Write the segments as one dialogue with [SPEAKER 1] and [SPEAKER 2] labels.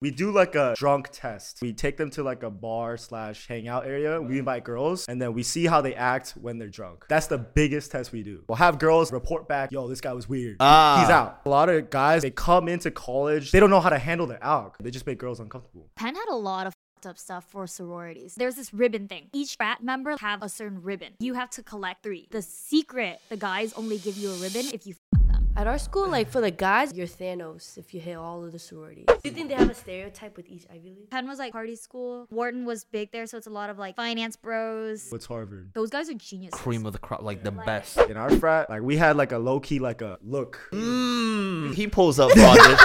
[SPEAKER 1] We do like a drunk test. We take them to like a bar slash hangout area.
[SPEAKER 2] Mm-hmm.
[SPEAKER 1] We invite girls and then we see how they act when they're drunk. That's the biggest test we do. We'll have girls report back, yo, this guy was weird.
[SPEAKER 2] Ah.
[SPEAKER 1] He's out. A lot of guys, they come into college, they don't know how to handle their alcohol. They just make girls uncomfortable.
[SPEAKER 3] Penn had a lot of fucked up stuff for sororities. There's this ribbon thing. Each frat member have a certain ribbon. You have to collect three. The secret, the guys only give you a ribbon if you f- them.
[SPEAKER 4] At our school, like for the guys, you're Thanos if you hit all of the sororities. Do you think they have a stereotype with each Ivy League?
[SPEAKER 3] Penn was like party school. Wharton was big there, so it's a lot of like finance bros.
[SPEAKER 1] What's Harvard?
[SPEAKER 3] Those guys are geniuses.
[SPEAKER 2] Cream of the crop, like the best.
[SPEAKER 1] In our frat, like we had like a low key, like a look.
[SPEAKER 2] Mm, he pulls up Rogers.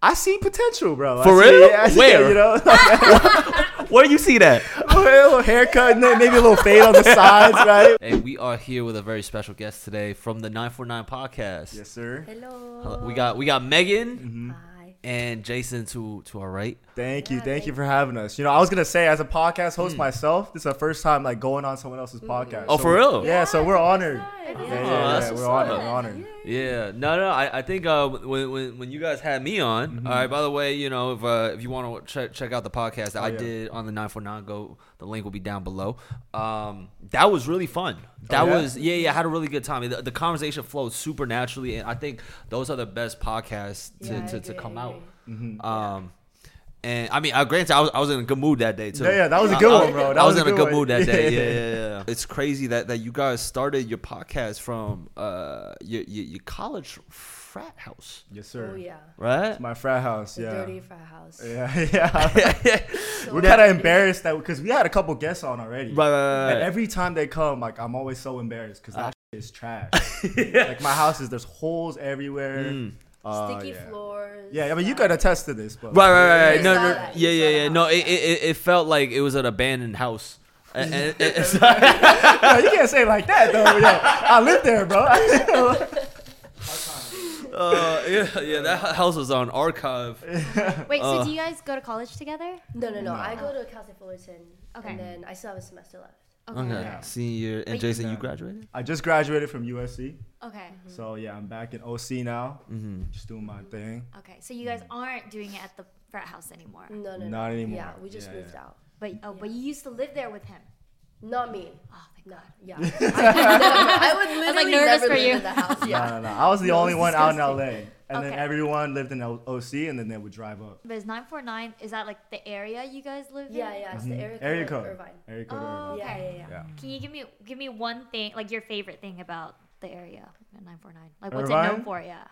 [SPEAKER 1] I see potential, bro. I
[SPEAKER 2] For
[SPEAKER 1] see-
[SPEAKER 2] real?
[SPEAKER 1] yeah, I see-
[SPEAKER 2] Where?
[SPEAKER 1] You know,
[SPEAKER 2] Where you see that?
[SPEAKER 1] a little haircut, and then maybe a little fade on the sides, right?
[SPEAKER 2] And we are here with a very special guest today from the 949 podcast.
[SPEAKER 1] Yes, sir.
[SPEAKER 4] Hello.
[SPEAKER 2] Hello. We got we got Megan
[SPEAKER 1] Um,
[SPEAKER 4] Hi.
[SPEAKER 2] and Jason to to our right.
[SPEAKER 1] Thank you, thank you for having us. You know, I was gonna say as a podcast host myself, this is the first time like going on someone else's
[SPEAKER 4] Mm.
[SPEAKER 1] podcast.
[SPEAKER 2] Mm. Oh,
[SPEAKER 1] So-
[SPEAKER 2] for real?
[SPEAKER 1] Yeah, so we're honored. Yeah, yeah,
[SPEAKER 2] Oh, that's
[SPEAKER 1] yeah,
[SPEAKER 2] what's
[SPEAKER 1] we're honored.
[SPEAKER 2] up.
[SPEAKER 1] We're honored.
[SPEAKER 2] Yeah, no, no. I, I think uh, when, when when you guys had me on.
[SPEAKER 1] Mm-hmm.
[SPEAKER 2] all right. By the way, you know, if uh, if you want to check check out the podcast that I
[SPEAKER 1] Oh, yeah.
[SPEAKER 2] did on the nine four nine, go. The link will be down below. Um, that was really fun. That
[SPEAKER 1] Oh, yeah?
[SPEAKER 2] was yeah, yeah. I had a really good time. The, the conversation flowed super naturally, and I think those are the best podcasts to
[SPEAKER 4] Yeah, I
[SPEAKER 2] to, to
[SPEAKER 4] agree, I
[SPEAKER 2] come
[SPEAKER 4] agree.
[SPEAKER 2] out.
[SPEAKER 1] Mm-hmm.
[SPEAKER 2] Um. And I mean, uh, granted, I was, I was in a good mood that day too.
[SPEAKER 1] Yeah, yeah, that was a
[SPEAKER 2] I-
[SPEAKER 1] good
[SPEAKER 2] I-
[SPEAKER 1] one, bro. That
[SPEAKER 2] I was,
[SPEAKER 1] was a
[SPEAKER 2] in a
[SPEAKER 1] good
[SPEAKER 2] good
[SPEAKER 1] one.
[SPEAKER 2] mood that day.
[SPEAKER 1] Yeah.
[SPEAKER 2] Yeah, yeah, yeah, yeah. It's crazy that, that you guys started your podcast from uh your, your your college frat house,
[SPEAKER 1] Yes, sir.
[SPEAKER 4] Oh yeah.
[SPEAKER 2] right?
[SPEAKER 1] My frat house.
[SPEAKER 4] The
[SPEAKER 1] Yeah.
[SPEAKER 4] dirty frat house.
[SPEAKER 1] Yeah, yeah.
[SPEAKER 2] right,
[SPEAKER 1] we're kind of embarrassed that because we had a couple guests on already.
[SPEAKER 2] right, right,
[SPEAKER 1] And
[SPEAKER 2] right.
[SPEAKER 1] every time they come, like I'm always so embarrassed because
[SPEAKER 2] Ah.
[SPEAKER 1] that shit is trash. Like my house is there's holes everywhere.
[SPEAKER 2] Mm.
[SPEAKER 1] Uh,
[SPEAKER 4] Sticky
[SPEAKER 1] yeah.
[SPEAKER 4] floors.
[SPEAKER 1] Yeah, I mean you can attest to this, but
[SPEAKER 2] Right, right, right, right. No,
[SPEAKER 4] You saw
[SPEAKER 2] no,
[SPEAKER 4] that, you
[SPEAKER 2] yeah, yeah,
[SPEAKER 4] saw
[SPEAKER 2] yeah.
[SPEAKER 4] that
[SPEAKER 2] No,
[SPEAKER 4] house,
[SPEAKER 2] it, it it- it felt like it was an abandoned house. And- and- and-
[SPEAKER 1] Yeah, you can't say it like that though. Yeah, I live there, bro.
[SPEAKER 2] uh, yeah, yeah, that house was on archive.
[SPEAKER 3] Wait, so do you guys go to college together?
[SPEAKER 4] No, no, no. I go to Cal State Fullerton,
[SPEAKER 3] Okay.
[SPEAKER 4] and then I still have a semester left.
[SPEAKER 2] Okay, senior year. and Jason, you graduated.
[SPEAKER 1] I just graduated from USC,
[SPEAKER 3] Okay.
[SPEAKER 1] so yeah, I'm back in OC now, just doing my thing.
[SPEAKER 3] Okay. So you guys aren't doing it at the frat house anymore.
[SPEAKER 4] No, no,
[SPEAKER 1] Not
[SPEAKER 4] no.
[SPEAKER 1] anymore.
[SPEAKER 4] Yeah, we just
[SPEAKER 1] Yeah,
[SPEAKER 4] moved
[SPEAKER 1] yeah.
[SPEAKER 4] out.
[SPEAKER 3] But oh, but you used to live there with him.
[SPEAKER 4] Not me.
[SPEAKER 3] Oh thank
[SPEAKER 4] No,
[SPEAKER 3] god.
[SPEAKER 4] yeah. I, would never- I would literally
[SPEAKER 3] was, like, nervous
[SPEAKER 4] never
[SPEAKER 3] for
[SPEAKER 4] live
[SPEAKER 3] you.
[SPEAKER 4] in the house.
[SPEAKER 1] No,
[SPEAKER 4] Yeah.
[SPEAKER 1] no, no. I was the only
[SPEAKER 4] it's
[SPEAKER 1] one out in LA,
[SPEAKER 4] disgusting.
[SPEAKER 1] and then
[SPEAKER 3] Okay.
[SPEAKER 1] everyone lived in L- OC, and then they would drive up.
[SPEAKER 3] But is 949 is that like the area you guys live in?
[SPEAKER 4] Yeah, yeah. It's the area,
[SPEAKER 1] Mm-hmm. Area
[SPEAKER 4] code,
[SPEAKER 1] code,
[SPEAKER 4] Irvine.
[SPEAKER 1] area code,
[SPEAKER 3] Oh,
[SPEAKER 1] Irvine.
[SPEAKER 4] Yeah,
[SPEAKER 3] okay.
[SPEAKER 4] yeah, yeah.
[SPEAKER 1] Yeah.
[SPEAKER 3] Can you give me give me one thing like your favorite thing about the area at 949? Like what's it
[SPEAKER 1] Irvine?
[SPEAKER 3] known for? Yeah.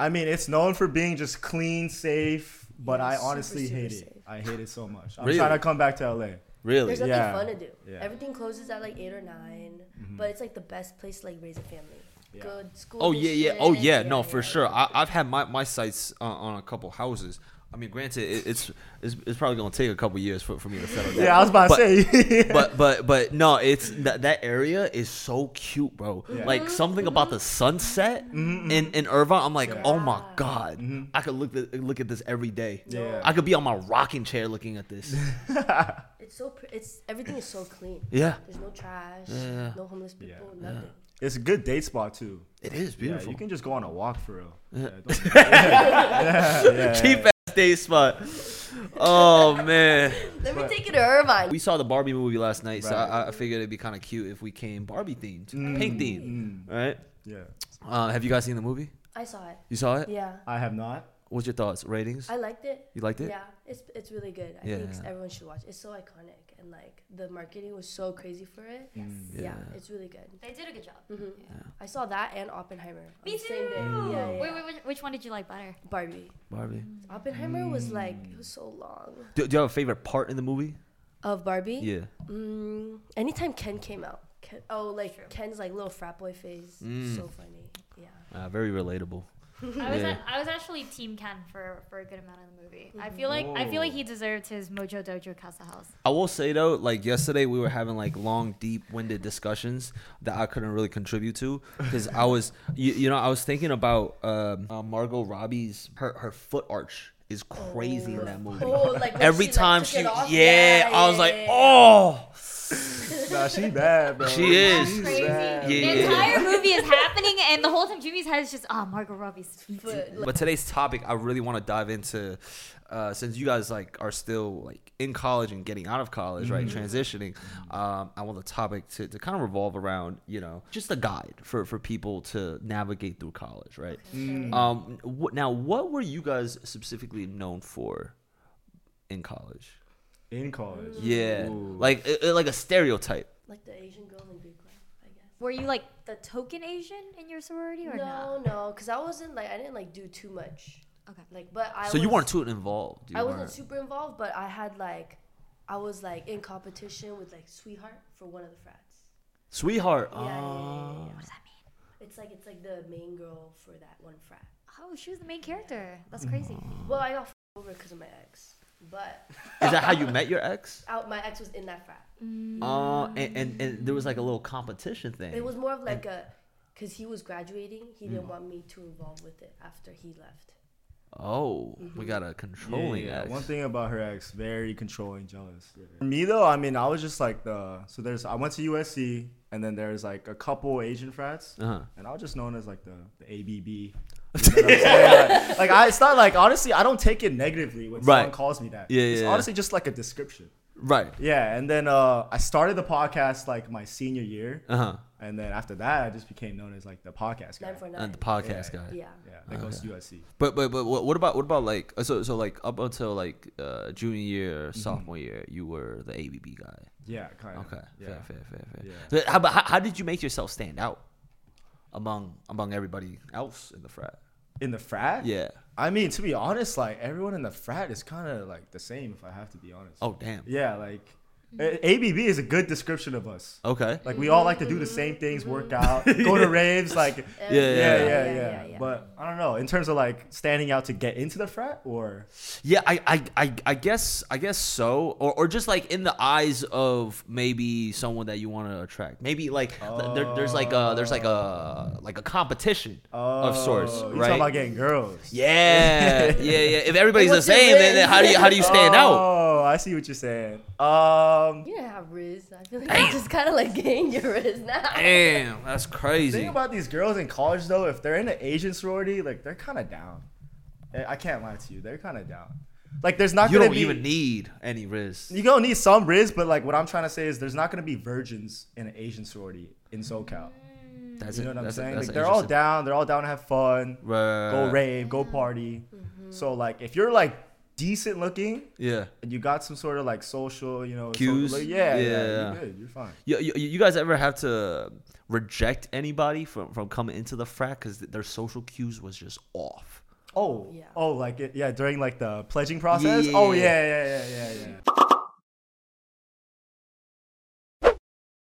[SPEAKER 1] I mean, it's known for being just clean, safe, but
[SPEAKER 4] Yeah,
[SPEAKER 1] I
[SPEAKER 4] super,
[SPEAKER 1] honestly
[SPEAKER 4] super
[SPEAKER 1] hate it.
[SPEAKER 4] safe.
[SPEAKER 1] I hate it so much. I'm
[SPEAKER 2] Really?
[SPEAKER 1] trying to come back to LA.
[SPEAKER 2] Really?
[SPEAKER 4] There's nothing
[SPEAKER 1] Yeah.
[SPEAKER 4] fun to do.
[SPEAKER 1] Yeah. Mm-hmm.
[SPEAKER 4] Everything closes at like eight or 9 but it's like the best place to like raise a family. Good school.
[SPEAKER 2] Oh yeah, yeah. Oh
[SPEAKER 4] district,
[SPEAKER 2] yeah. No, for
[SPEAKER 4] yeah.
[SPEAKER 2] sure. I, I've had my my sights uh, on a couple houses. I mean, granted, it, it's, it's it's probably gonna take a couple years for, for me to settle down.
[SPEAKER 1] Yeah, I was about to
[SPEAKER 2] But-
[SPEAKER 1] say.
[SPEAKER 2] But but but no, it's that that area is so cute, bro.
[SPEAKER 1] Yeah. Mm-hmm.
[SPEAKER 2] Like something about the sunset in in Irvine. I'm like, oh my god, I could look at, look at this every day.
[SPEAKER 1] Yeah.
[SPEAKER 2] I could be on my rocking chair looking at this.
[SPEAKER 4] It's so. Pr- it's everything is so clean.
[SPEAKER 2] Yeah.
[SPEAKER 4] There's no trash.
[SPEAKER 2] yeah.
[SPEAKER 4] No homeless people.
[SPEAKER 1] Yeah.
[SPEAKER 4] Nothing.
[SPEAKER 1] it's a good date spot too.
[SPEAKER 2] It is
[SPEAKER 1] Yeah,
[SPEAKER 2] beautiful.
[SPEAKER 1] you can just go on a walk for real. Yeah, don't-
[SPEAKER 2] Cheap ass day spot. Oh man.
[SPEAKER 4] Let me take you to Irvine.
[SPEAKER 2] We saw the Barbie movie last night, so
[SPEAKER 1] Right. Mm.
[SPEAKER 2] I, I figured it'd be kind of cute if we came Barbie themed, pink themed, right?
[SPEAKER 1] yeah.
[SPEAKER 2] Uh, have you guys seen the movie?
[SPEAKER 4] I saw it.
[SPEAKER 2] You saw it?
[SPEAKER 4] Yeah.
[SPEAKER 1] I have not.
[SPEAKER 2] What's your thoughts? Ratings?
[SPEAKER 4] I liked it.
[SPEAKER 2] You liked it?
[SPEAKER 4] Yeah, it's it's really good. I
[SPEAKER 2] Yeah,
[SPEAKER 4] think
[SPEAKER 2] yeah.
[SPEAKER 4] everyone should watch. it. It's so iconic, and like the marketing was so crazy for it. Yes.
[SPEAKER 1] Mm.
[SPEAKER 4] Yeah, it's really good. Mm-hmm.
[SPEAKER 3] They did a good job.
[SPEAKER 4] I saw that and Oppenheimer. on
[SPEAKER 3] Me
[SPEAKER 4] the
[SPEAKER 3] too.
[SPEAKER 4] Same day. Yeah, yeah, yeah.
[SPEAKER 3] Wait, wait, which, which one did you like better?
[SPEAKER 4] Barbie.
[SPEAKER 2] Barbie.
[SPEAKER 4] Oppenheimer was like it was so long.
[SPEAKER 2] Do, do you have a favorite part in the movie?
[SPEAKER 4] Of Barbie.
[SPEAKER 2] Yeah.
[SPEAKER 4] Mm, anytime Ken came out. Ken, oh, like Ken's like little frat boy face.
[SPEAKER 2] Mm.
[SPEAKER 4] So funny. Yeah.
[SPEAKER 2] Uh, very relatable.
[SPEAKER 3] I was
[SPEAKER 2] Yeah.
[SPEAKER 3] a- I was actually Team Ken for for a good amount of the movie. I feel like I feel like he deserved his Mojo Dojo Casa House.
[SPEAKER 2] I will say though, like yesterday we were having like long, deep-winded discussions that I couldn't really contribute to because I was, you, you know, I was thinking about um, uh, Margot Robbie's her her foot arch is crazy in that movie.
[SPEAKER 4] Oh, like when
[SPEAKER 2] Every
[SPEAKER 4] she, like,
[SPEAKER 2] time
[SPEAKER 4] took
[SPEAKER 2] she,
[SPEAKER 4] it off?
[SPEAKER 2] yeah,
[SPEAKER 4] Yeah,
[SPEAKER 2] I was
[SPEAKER 4] yeah,
[SPEAKER 2] like,
[SPEAKER 4] yeah, yeah.
[SPEAKER 2] oh,
[SPEAKER 1] Nah, she bad, bro.
[SPEAKER 2] She is.
[SPEAKER 1] She's
[SPEAKER 3] Crazy.
[SPEAKER 1] bad.
[SPEAKER 2] Yeah,
[SPEAKER 3] the
[SPEAKER 2] yeah.
[SPEAKER 3] entire movie is happening and the whole time Jimmy's head is just, ah, Margot Robbie's feet.
[SPEAKER 4] But like,
[SPEAKER 2] But today's topic, I really want to dive into, uh, since you guys like are still like in college and getting out of college, right, transitioning. Um, I want the topic to, to kind of revolve around, you know, just a guide for for people to navigate through college, right?
[SPEAKER 4] Mm.
[SPEAKER 2] Um, wh- now, what were you guys specifically known for in college?
[SPEAKER 1] in college.
[SPEAKER 2] Yeah,
[SPEAKER 1] Ooh.
[SPEAKER 2] like i- i- like a stereotype.
[SPEAKER 4] like the Asian girl in Greek life, I guess.
[SPEAKER 3] Were you like the token Asian in your sorority or
[SPEAKER 4] No,
[SPEAKER 3] not?
[SPEAKER 4] no, because I wasn't like I didn't like do too much.
[SPEAKER 3] Okay.
[SPEAKER 4] Like, but I.
[SPEAKER 2] so you
[SPEAKER 4] was-
[SPEAKER 2] weren't too involved. You
[SPEAKER 4] I wasn't
[SPEAKER 2] weren't-
[SPEAKER 4] super involved, but I had like, I was like in competition with like sweetheart for one of the frats.
[SPEAKER 2] sweetheart.
[SPEAKER 4] Yeah, yeah, yeah,
[SPEAKER 2] oh.
[SPEAKER 4] yeah,
[SPEAKER 3] What does that mean?
[SPEAKER 4] yeah. It's like it's like the main girl for that one frat.
[SPEAKER 3] Oh, she was the main character. That's crazy.
[SPEAKER 4] Well, I got f- over because of my ex, but
[SPEAKER 2] Is that how you met your ex?
[SPEAKER 4] out my ex was in that frat.
[SPEAKER 2] Uh, and, and and there was like a little competition thing.
[SPEAKER 4] It was more of like a, cause he was graduating, he didn't
[SPEAKER 1] Mm.
[SPEAKER 4] want me too involved with it after he left.
[SPEAKER 2] Oh,
[SPEAKER 4] Mm-hmm.
[SPEAKER 2] we got a
[SPEAKER 1] Yeah,
[SPEAKER 2] controlling
[SPEAKER 1] yeah, yeah.
[SPEAKER 2] ex.
[SPEAKER 1] One thing about her ex, very controlling, jealous. For me though, I mean, I was just like the so there's I went to USC and then there's like a couple Asian frats,
[SPEAKER 2] Uh-huh.
[SPEAKER 1] and I was just known as like the, the ABB. You know what I'm saying? like, like, I, it's not like honestly, I don't take it negatively when
[SPEAKER 2] Right.
[SPEAKER 1] someone calls me that.
[SPEAKER 2] Yeah,
[SPEAKER 1] it's
[SPEAKER 2] yeah, yeah.
[SPEAKER 1] honestly just like a description.
[SPEAKER 2] Right.
[SPEAKER 1] Yeah, and then uh, I started the podcast like my senior year,
[SPEAKER 2] Uh huh.
[SPEAKER 1] and then after that, I just became known as like the podcast guy.
[SPEAKER 4] Nine for nine.
[SPEAKER 2] And the podcast
[SPEAKER 1] Yeah.
[SPEAKER 2] guy.
[SPEAKER 4] yeah.
[SPEAKER 1] Yeah, that goes to USC.
[SPEAKER 2] But but but what what about what about like uh, so so like up until like uh, junior year sophomore year you were the ABB guy.
[SPEAKER 1] Mm-hmm. Yeah, kind of.
[SPEAKER 2] Okay.
[SPEAKER 1] Yeah.
[SPEAKER 2] Fair fair fair fair.
[SPEAKER 1] Yeah.
[SPEAKER 2] So how about how, how did you make yourself stand out among among everybody else in the frat?
[SPEAKER 1] In the frat.
[SPEAKER 2] Yeah.
[SPEAKER 1] I mean, to be honest, like everyone in the frat is kind of like the same. If I have to be honest.
[SPEAKER 2] Oh damn.
[SPEAKER 1] Yeah, like eh, A- ABB is a good description of us.
[SPEAKER 2] Okay.
[SPEAKER 1] Like we all like to do the same things, work out, go to raves, like yeah,
[SPEAKER 4] Uh,
[SPEAKER 2] Yeah,
[SPEAKER 1] yeah, yeah.
[SPEAKER 4] yeah, yeah, yeah.
[SPEAKER 1] But I don't know in terms of like standing out to get into the frat or
[SPEAKER 2] Yeah, I, I, I, I guess I guess so, or, or just like in the eyes of maybe someone that you want to attract. Maybe like th- there, there's like a there's like a like a competition of sorts,
[SPEAKER 1] Oh, you
[SPEAKER 2] right?
[SPEAKER 1] talking about getting girls?
[SPEAKER 2] yeah, yeah, yeah. If everybody's the
[SPEAKER 4] What's your
[SPEAKER 2] same, then, then
[SPEAKER 4] race?
[SPEAKER 2] how do you how do you stand out?
[SPEAKER 1] Oh, I see what you're saying. Um,
[SPEAKER 4] You didn't have Riz. I feel like you just kind of like getting your Riz now.
[SPEAKER 2] Damn, that's crazy.
[SPEAKER 1] thing about these girls in college though, if they're in an Asian sorority, like they're kind of down. Eh, I I can't lie to you, they're kind of down. Like there's not
[SPEAKER 2] you
[SPEAKER 1] gonna
[SPEAKER 2] don't
[SPEAKER 1] be
[SPEAKER 2] even need any risk.
[SPEAKER 1] You gonna need some riz, but like what I'm trying to say is there's not gonna be virgins in an Asian sorority in SoCal.
[SPEAKER 2] That's
[SPEAKER 1] You know
[SPEAKER 2] it.
[SPEAKER 1] what I'm
[SPEAKER 2] that's it,
[SPEAKER 1] saying?
[SPEAKER 2] that's
[SPEAKER 1] like
[SPEAKER 2] it.
[SPEAKER 1] they're all
[SPEAKER 2] Interesting.
[SPEAKER 1] down, they're all down to have fun,
[SPEAKER 2] Right,
[SPEAKER 1] go
[SPEAKER 2] right, right.
[SPEAKER 1] rave, go party. So like if you're like decent looking
[SPEAKER 2] Yeah.
[SPEAKER 1] and you got some sort of like social, you know,
[SPEAKER 2] Cues?
[SPEAKER 1] social- yeah, yeah,
[SPEAKER 2] Yeah.
[SPEAKER 1] you're good, you're fine.
[SPEAKER 2] You, you, you guys ever have to reject anybody from, from coming into the frat because their social cues was just off?
[SPEAKER 1] Oh,
[SPEAKER 4] Yeah.
[SPEAKER 1] oh, like it, yeah, during like the pledging process.
[SPEAKER 2] Yeah,
[SPEAKER 1] oh
[SPEAKER 2] yeah,
[SPEAKER 1] yeah, yeah, yeah, yeah, yeah.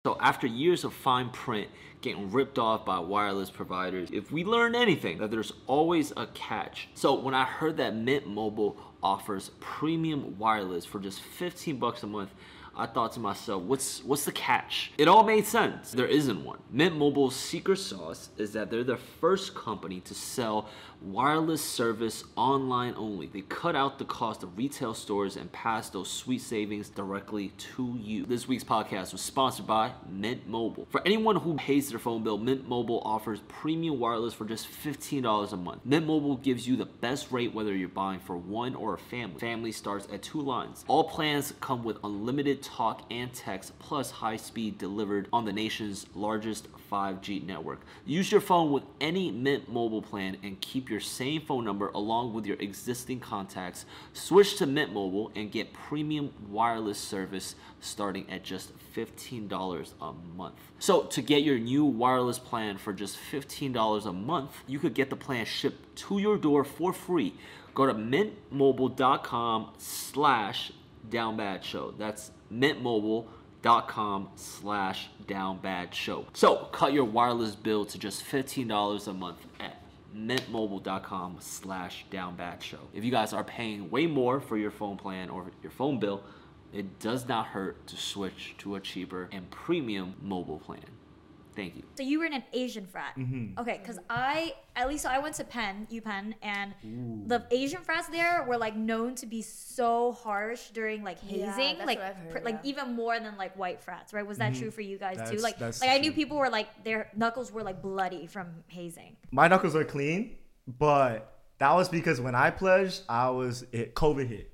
[SPEAKER 2] So, after years of fine print getting ripped off by wireless providers, if we learn anything, that there's always a catch. So, when I heard that Mint Mobile offers premium wireless for just 15 bucks a month, I thought to myself, what's what's the catch? It all made sense. There isn't one. Mint Mobile's secret sauce is that they're the first company to sell wireless service online only. They cut out the cost of retail stores and pass those sweet savings directly to you. This week's podcast was sponsored by Mint Mobile. For anyone who pays their phone bill, Mint Mobile offers premium wireless for just $15 a month. Mint Mobile gives you the best rate whether you're buying for one or a family. Family starts at two lines. All plans come with unlimited talk and text plus high speed delivered on the nation's largest 5G network. Use your phone with any Mint Mobile plan and keep your same phone number along with your existing contacts. Switch to Mint Mobile and get premium wireless service starting at just $15 a month. So, to get your new wireless plan for just $15 a month, you could get the plan shipped to your door for free. Go to mintmobile.com slash downbad show. That's mintmobile.com dot com slash down bad show so cut your wireless bill to just $15 a month at mintmobile.com slash down bad show if you guys are paying way more for your phone plan or your phone bill it does not hurt to switch to a cheaper and premium mobile plan Thank you.
[SPEAKER 3] So you were in an Asian frat.
[SPEAKER 1] Mm-hmm.
[SPEAKER 3] Okay, because I, at least I went to Penn, UPenn, and the Asian frats there were like known to be so harsh during like hazing,
[SPEAKER 4] Yeah, that's
[SPEAKER 3] like
[SPEAKER 4] what I've heard,
[SPEAKER 3] pr- like
[SPEAKER 4] yeah.
[SPEAKER 3] even more than like white frats, right? Was that true for you guys too?
[SPEAKER 1] Mm-hmm. That's-
[SPEAKER 3] Like,
[SPEAKER 1] that's
[SPEAKER 3] like I knew
[SPEAKER 1] true.
[SPEAKER 3] people were like their knuckles were like bloody from hazing.
[SPEAKER 1] My knuckles are clean, but that was because when I pledged, I was it COVID hit,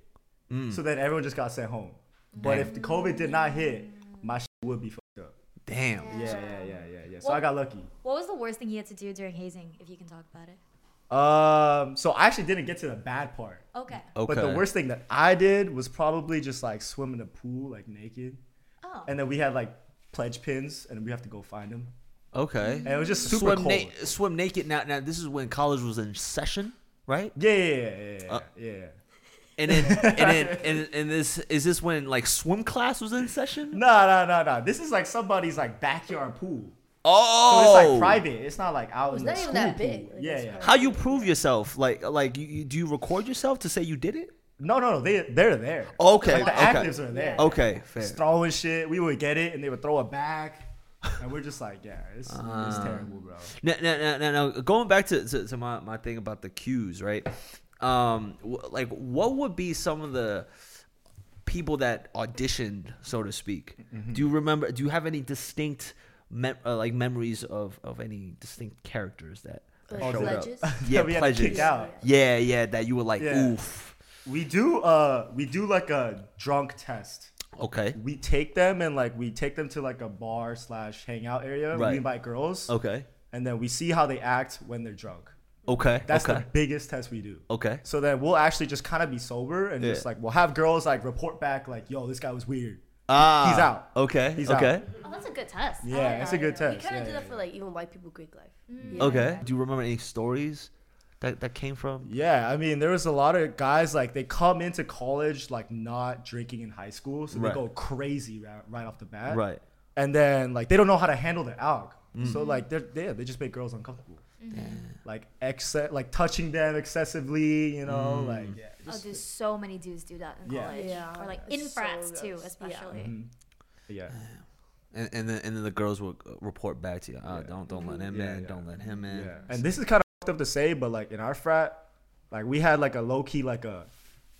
[SPEAKER 1] so then everyone just got sent home. But if the COVID did not hit, my shit would be fucked up.
[SPEAKER 2] Damn.
[SPEAKER 1] Yeah, yeah, yeah, yeah, yeah. So
[SPEAKER 3] Well-
[SPEAKER 1] I got lucky.
[SPEAKER 3] What was the worst thing you had to do during hazing, if you can talk about it?
[SPEAKER 1] Um, so I actually didn't get to the bad part.
[SPEAKER 3] Okay.
[SPEAKER 2] Okay.
[SPEAKER 1] But the worst thing that I did was probably just like swim in a pool like naked,
[SPEAKER 3] Oh.
[SPEAKER 1] and then we had like pledge pins, and we have to go find them.
[SPEAKER 2] Okay.
[SPEAKER 1] And it was just super
[SPEAKER 2] swim,
[SPEAKER 1] cold.
[SPEAKER 2] na- swim naked. Now, now this is when college was in session, right?
[SPEAKER 1] yeah, yeah, yeah, yeah, yeah,
[SPEAKER 2] Uh,
[SPEAKER 1] yeah.
[SPEAKER 2] And then, and then, and, and this is this when like swim class was in session.
[SPEAKER 1] No, no, no, no. This is like somebody's like backyard pool. So
[SPEAKER 2] Oh,
[SPEAKER 1] it's like private. It's not like out
[SPEAKER 4] It's
[SPEAKER 1] in the
[SPEAKER 4] not even
[SPEAKER 1] school
[SPEAKER 4] that
[SPEAKER 1] pool.
[SPEAKER 4] big. Like,
[SPEAKER 1] yeah,
[SPEAKER 4] it's
[SPEAKER 1] yeah.
[SPEAKER 4] probably-
[SPEAKER 2] How you prove yourself? Like, like you, you do you record yourself to say you did it?
[SPEAKER 1] No, no, no. They they're there.
[SPEAKER 2] Oh, Okay,
[SPEAKER 1] Like, the
[SPEAKER 2] okay.
[SPEAKER 1] actives are there.
[SPEAKER 2] Okay, fair.
[SPEAKER 1] Just throwing shit. We would get it, and they would throw it back, and we're just like, yeah, it's, it's
[SPEAKER 2] Uh,
[SPEAKER 1] terrible, bro.
[SPEAKER 2] Now, now, now, now, now, going back to, to, to my, my thing about the cues, right? Um, wh- like, what would be some of the people that auditioned, so to speak?
[SPEAKER 1] Mm-hmm.
[SPEAKER 2] Do you remember? Do you have any distinct, mem- uh, like, memories of of any distinct characters that? that
[SPEAKER 4] Like
[SPEAKER 2] showed up?
[SPEAKER 4] pledges?
[SPEAKER 2] Yeah,
[SPEAKER 1] we had to
[SPEAKER 2] pledges.
[SPEAKER 1] kick out.
[SPEAKER 2] Yeah, yeah, that you were like,
[SPEAKER 1] Yeah.
[SPEAKER 2] oof.
[SPEAKER 1] We do uh we do like a drunk test.
[SPEAKER 2] Okay.
[SPEAKER 1] We take them and like we take them to like a bar slash hangout area.
[SPEAKER 2] Right.
[SPEAKER 1] We invite girls,
[SPEAKER 2] Okay.
[SPEAKER 1] and then we see how they act when they're drunk.
[SPEAKER 2] Okay.
[SPEAKER 1] That's
[SPEAKER 2] okay.
[SPEAKER 1] the biggest test we do.
[SPEAKER 2] Okay.
[SPEAKER 1] So then we'll actually just kind of be sober and just
[SPEAKER 2] Yeah.
[SPEAKER 1] like we'll have girls like report back like, "Yo, this guy was weird."
[SPEAKER 2] Ah.
[SPEAKER 1] He's out.
[SPEAKER 2] Okay.
[SPEAKER 1] He's
[SPEAKER 2] okay.
[SPEAKER 1] out.
[SPEAKER 3] Oh, that's a good test.
[SPEAKER 1] Yeah, it's a good
[SPEAKER 4] We
[SPEAKER 1] test.
[SPEAKER 4] kind
[SPEAKER 1] yeah,
[SPEAKER 4] of do
[SPEAKER 1] yeah,
[SPEAKER 4] that for like even white people Greek life.
[SPEAKER 3] Mm.
[SPEAKER 4] Yeah.
[SPEAKER 2] Okay. Do you remember any stories that that came from?
[SPEAKER 1] Yeah, I mean, there was a lot of guys like they come into college like not drinking in high school, so
[SPEAKER 2] Right.
[SPEAKER 1] they go crazy right, right Mm-hmm. off the bat.
[SPEAKER 2] Right.
[SPEAKER 1] And then like they don't know how to handle their alg, so like they're yeah, they just make girls uncomfortable. Like ex like touching them excessively, you know, like yeah.
[SPEAKER 3] Oh, dude, so many dudes do that in
[SPEAKER 1] Yeah. Mm-hmm.
[SPEAKER 3] college.
[SPEAKER 4] Yeah,
[SPEAKER 3] Or like in
[SPEAKER 4] it's
[SPEAKER 3] frats
[SPEAKER 4] so
[SPEAKER 3] too,
[SPEAKER 4] gross. Yeah.
[SPEAKER 3] especially.
[SPEAKER 1] yeah.
[SPEAKER 2] And, and then and then the girls will uh, report back to you. Ah, don't don't let him
[SPEAKER 1] Yeah,
[SPEAKER 2] in.
[SPEAKER 1] yeah.
[SPEAKER 2] Don't let him in.
[SPEAKER 1] Yeah. And this is kind of fucked up to say, but like in our frat, like we had like a low key like a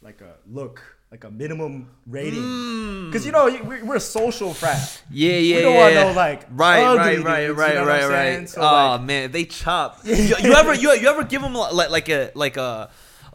[SPEAKER 1] like a look like a minimum rating
[SPEAKER 2] Mm.
[SPEAKER 1] because you know you- we- we're a social frat.
[SPEAKER 2] Yeah, yeah,
[SPEAKER 1] We don't want
[SPEAKER 2] yeah.
[SPEAKER 1] no, like,
[SPEAKER 2] right, right,
[SPEAKER 1] ugly
[SPEAKER 2] right,
[SPEAKER 1] dudes, you
[SPEAKER 2] right,
[SPEAKER 1] know what
[SPEAKER 2] right,
[SPEAKER 1] I'm saying?
[SPEAKER 2] right.
[SPEAKER 1] So,
[SPEAKER 2] oh
[SPEAKER 1] like-
[SPEAKER 2] man, they chop. you, you ever you, you ever give them like like a like a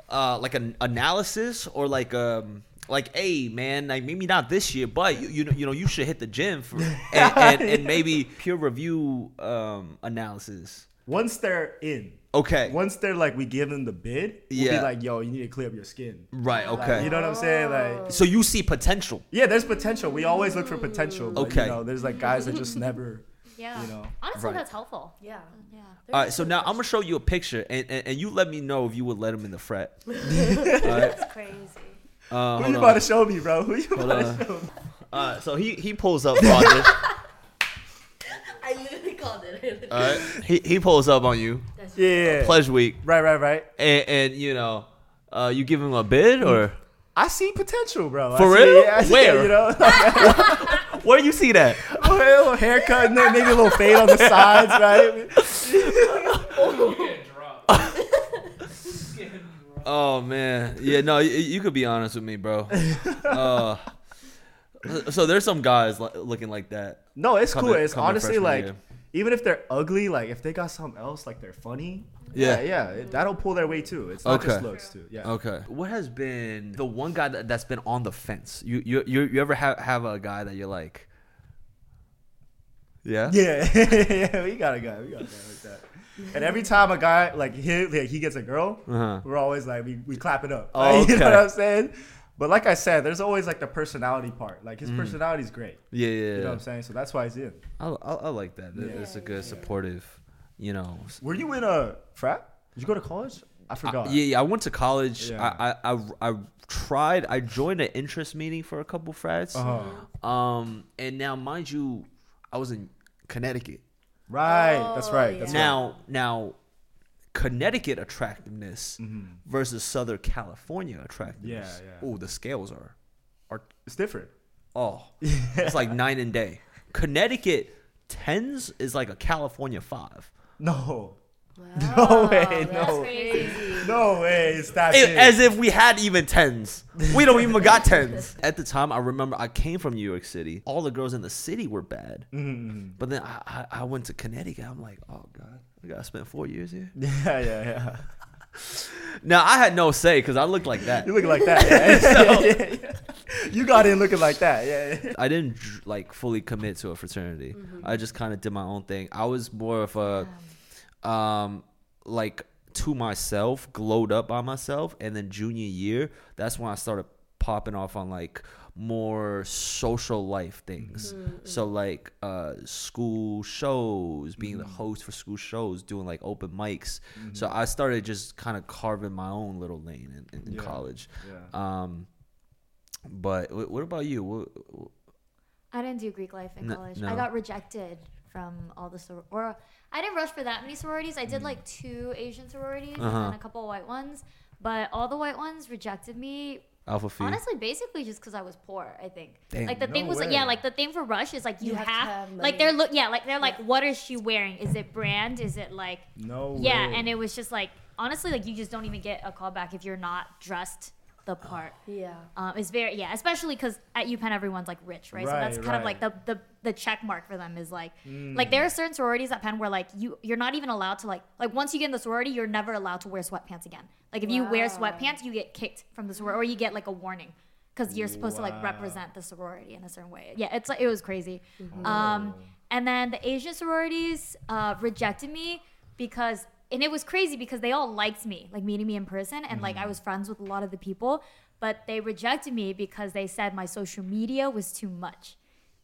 [SPEAKER 2] uh, like an analysis or like um like hey man like maybe not this year but you you know you know you should hit the gym for and, and, and maybe peer review um analysis.
[SPEAKER 1] Once they're in,
[SPEAKER 2] Okay.
[SPEAKER 1] once they're like we give them the bid, we'll
[SPEAKER 2] Yeah.
[SPEAKER 1] be like, yo, you need to clear up your skin.
[SPEAKER 2] Right.
[SPEAKER 1] Like,
[SPEAKER 2] Okay.
[SPEAKER 1] you know what I'm saying? Like
[SPEAKER 2] so you see potential.
[SPEAKER 1] yeah, there's potential. We always look for potential. But,
[SPEAKER 2] Okay.
[SPEAKER 1] You know, there's like guys that just never.
[SPEAKER 3] Yeah.
[SPEAKER 1] You know.
[SPEAKER 3] Honestly,
[SPEAKER 2] Right.
[SPEAKER 3] that's helpful.
[SPEAKER 4] Yeah.
[SPEAKER 3] Yeah.
[SPEAKER 2] All right, so now I'm gonna show you a picture, and, and, and you let me know if you would let him in the frat. All right,
[SPEAKER 3] That's crazy.
[SPEAKER 2] uh,
[SPEAKER 1] Who you
[SPEAKER 2] hold on.
[SPEAKER 1] about to show me, bro? Who you
[SPEAKER 2] Hold
[SPEAKER 1] about
[SPEAKER 2] on.
[SPEAKER 1] to show me?
[SPEAKER 2] Uh, so he he pulls up on you.
[SPEAKER 4] I literally called it.
[SPEAKER 2] All right, he he pulls up on you.
[SPEAKER 1] Yeah.
[SPEAKER 2] Pledge week,
[SPEAKER 1] Right, right, right.
[SPEAKER 2] and, and you know, uh, you give him a bid or
[SPEAKER 1] I see potential, bro. I
[SPEAKER 2] For
[SPEAKER 1] see-
[SPEAKER 2] real?
[SPEAKER 1] yeah, I see it,
[SPEAKER 2] Where?
[SPEAKER 1] you know.
[SPEAKER 2] where do you see that?
[SPEAKER 1] a little haircut and then maybe a little fade on the sides, right?
[SPEAKER 2] Oh man, yeah, no, you, you could be honest with me, bro. Uh, so there's some guys li- looking like that.
[SPEAKER 1] No, it's
[SPEAKER 2] Come
[SPEAKER 1] cool.
[SPEAKER 2] in-
[SPEAKER 1] it's
[SPEAKER 2] come in
[SPEAKER 1] honestly
[SPEAKER 2] freshman
[SPEAKER 1] like,
[SPEAKER 2] year.
[SPEAKER 1] even if they're ugly, like if they got something else, like they're funny.
[SPEAKER 2] Yeah.
[SPEAKER 1] yeah, it- that'll pull their way too. It's not just
[SPEAKER 2] Okay.
[SPEAKER 1] looks too. Yeah.
[SPEAKER 2] Okay. What has been the one guy that, that's been on the fence? You you you, you ever have, have a guy that you're like, yeah,
[SPEAKER 1] Yeah, yeah, we got a guy. We got a guy like that. And every time a guy like he like, he gets a girl,
[SPEAKER 2] Uh-huh.
[SPEAKER 1] we're always like we, we clap it up.
[SPEAKER 2] Oh,
[SPEAKER 1] Like, You
[SPEAKER 2] okay.
[SPEAKER 1] know what I'm saying? But like I said, there's always like the personality part. Like his personality's great.
[SPEAKER 2] yeah, yeah.
[SPEAKER 1] You know
[SPEAKER 2] Mm. yeah.
[SPEAKER 1] what I'm saying? So that's why he's in.
[SPEAKER 2] I, I, I like that. That- That's a good supportive, you know. s-
[SPEAKER 1] Were you in a frat? Did you go to college? I forgot.
[SPEAKER 2] I, Uh, yeah, yeah. I went to college.
[SPEAKER 1] Yeah.
[SPEAKER 2] I, I, I, I tried. I joined an interest meeting for a couple frats.
[SPEAKER 1] Uh-huh.
[SPEAKER 2] Um, and now, mind you, I was in Connecticut.
[SPEAKER 1] Right. that's
[SPEAKER 4] Oh,
[SPEAKER 1] right.
[SPEAKER 4] yeah.
[SPEAKER 1] That's right.
[SPEAKER 2] Now, now, Connecticut attractiveness versus Southern California attractiveness.
[SPEAKER 1] Mm-hmm. Yeah, yeah.
[SPEAKER 2] Oh, the scales are, are
[SPEAKER 1] It's different.
[SPEAKER 2] oh, it's like night and day. Connecticut tens is like a California five.
[SPEAKER 1] No.
[SPEAKER 4] Wow,
[SPEAKER 1] way,
[SPEAKER 4] that's
[SPEAKER 1] no.
[SPEAKER 4] crazy.
[SPEAKER 1] No way. It's that
[SPEAKER 2] It-
[SPEAKER 1] big.
[SPEAKER 2] as if we had even tens. We don't even got tens. At the time, I remember I came from New York City. All the girls in the city were bad. But then I, I, I went to Connecticut. I'm like, oh god, I gotta spend four years here.
[SPEAKER 1] yeah, yeah, yeah.
[SPEAKER 2] Now I had no say because I looked like that.
[SPEAKER 1] You look like that. Yeah.
[SPEAKER 2] So-
[SPEAKER 1] You got in looking like that. Yeah. yeah.
[SPEAKER 2] I didn't dr- like fully commit to a fraternity. I just kind of did my own thing. I was more of a, um, like to myself, glowed up by myself. And then junior year, that's when I started popping off on like more social life things. So like uh, school shows, being the host for school shows, doing like open mics. So I started just kind of carving my own little lane in, in, in
[SPEAKER 1] Yeah.
[SPEAKER 2] college.
[SPEAKER 1] Yeah.
[SPEAKER 2] Um, but wh- what about you? What,
[SPEAKER 3] I didn't do Greek life in
[SPEAKER 2] No-
[SPEAKER 3] college.
[SPEAKER 2] no.
[SPEAKER 3] I got rejected from all the soror- or I didn't rush for that many sororities. I
[SPEAKER 1] Mm.
[SPEAKER 3] did like two Asian sororities
[SPEAKER 2] Uh-huh.
[SPEAKER 3] and then a couple white ones, but all the white ones rejected me.
[SPEAKER 2] Alpha Phi.
[SPEAKER 3] Honestly, basically just because I was poor, I think.
[SPEAKER 2] Damn.
[SPEAKER 3] like the
[SPEAKER 1] No
[SPEAKER 3] thing was like yeah,
[SPEAKER 1] way.
[SPEAKER 3] like the thing for Rush is like you,
[SPEAKER 4] You
[SPEAKER 3] have,
[SPEAKER 4] have to have
[SPEAKER 3] like
[SPEAKER 4] money.
[SPEAKER 3] they're look yeah, like they're like what is she wearing? Is it brand? Is it like
[SPEAKER 1] No
[SPEAKER 3] yeah?
[SPEAKER 1] way.
[SPEAKER 3] And it was just like honestly like you just don't even get a call back if you're not dressed the part.
[SPEAKER 4] Yeah.
[SPEAKER 3] Um, it's very yeah, especially because at UPenn everyone's like rich, right? so that's
[SPEAKER 1] Right,
[SPEAKER 3] kind of like
[SPEAKER 1] right. Hmm.
[SPEAKER 3] the, the the check mark for them is like like there are certain sororities at Penn where like you you're not even allowed to like like once you get in the sorority you're never allowed to wear sweatpants again. Like if you wear
[SPEAKER 4] Wow.
[SPEAKER 3] sweatpants you get kicked from the sorority or you get like a warning because you're supposed to like
[SPEAKER 1] Wow.
[SPEAKER 3] represent the sorority in a certain way. Yeah, it's like it was crazy. Um, and then the Asian sororities uh, rejected me because, and it was crazy because they all liked me, like meeting me in person, and like I was friends with a lot of the people, but they rejected me because they said my social media was too much,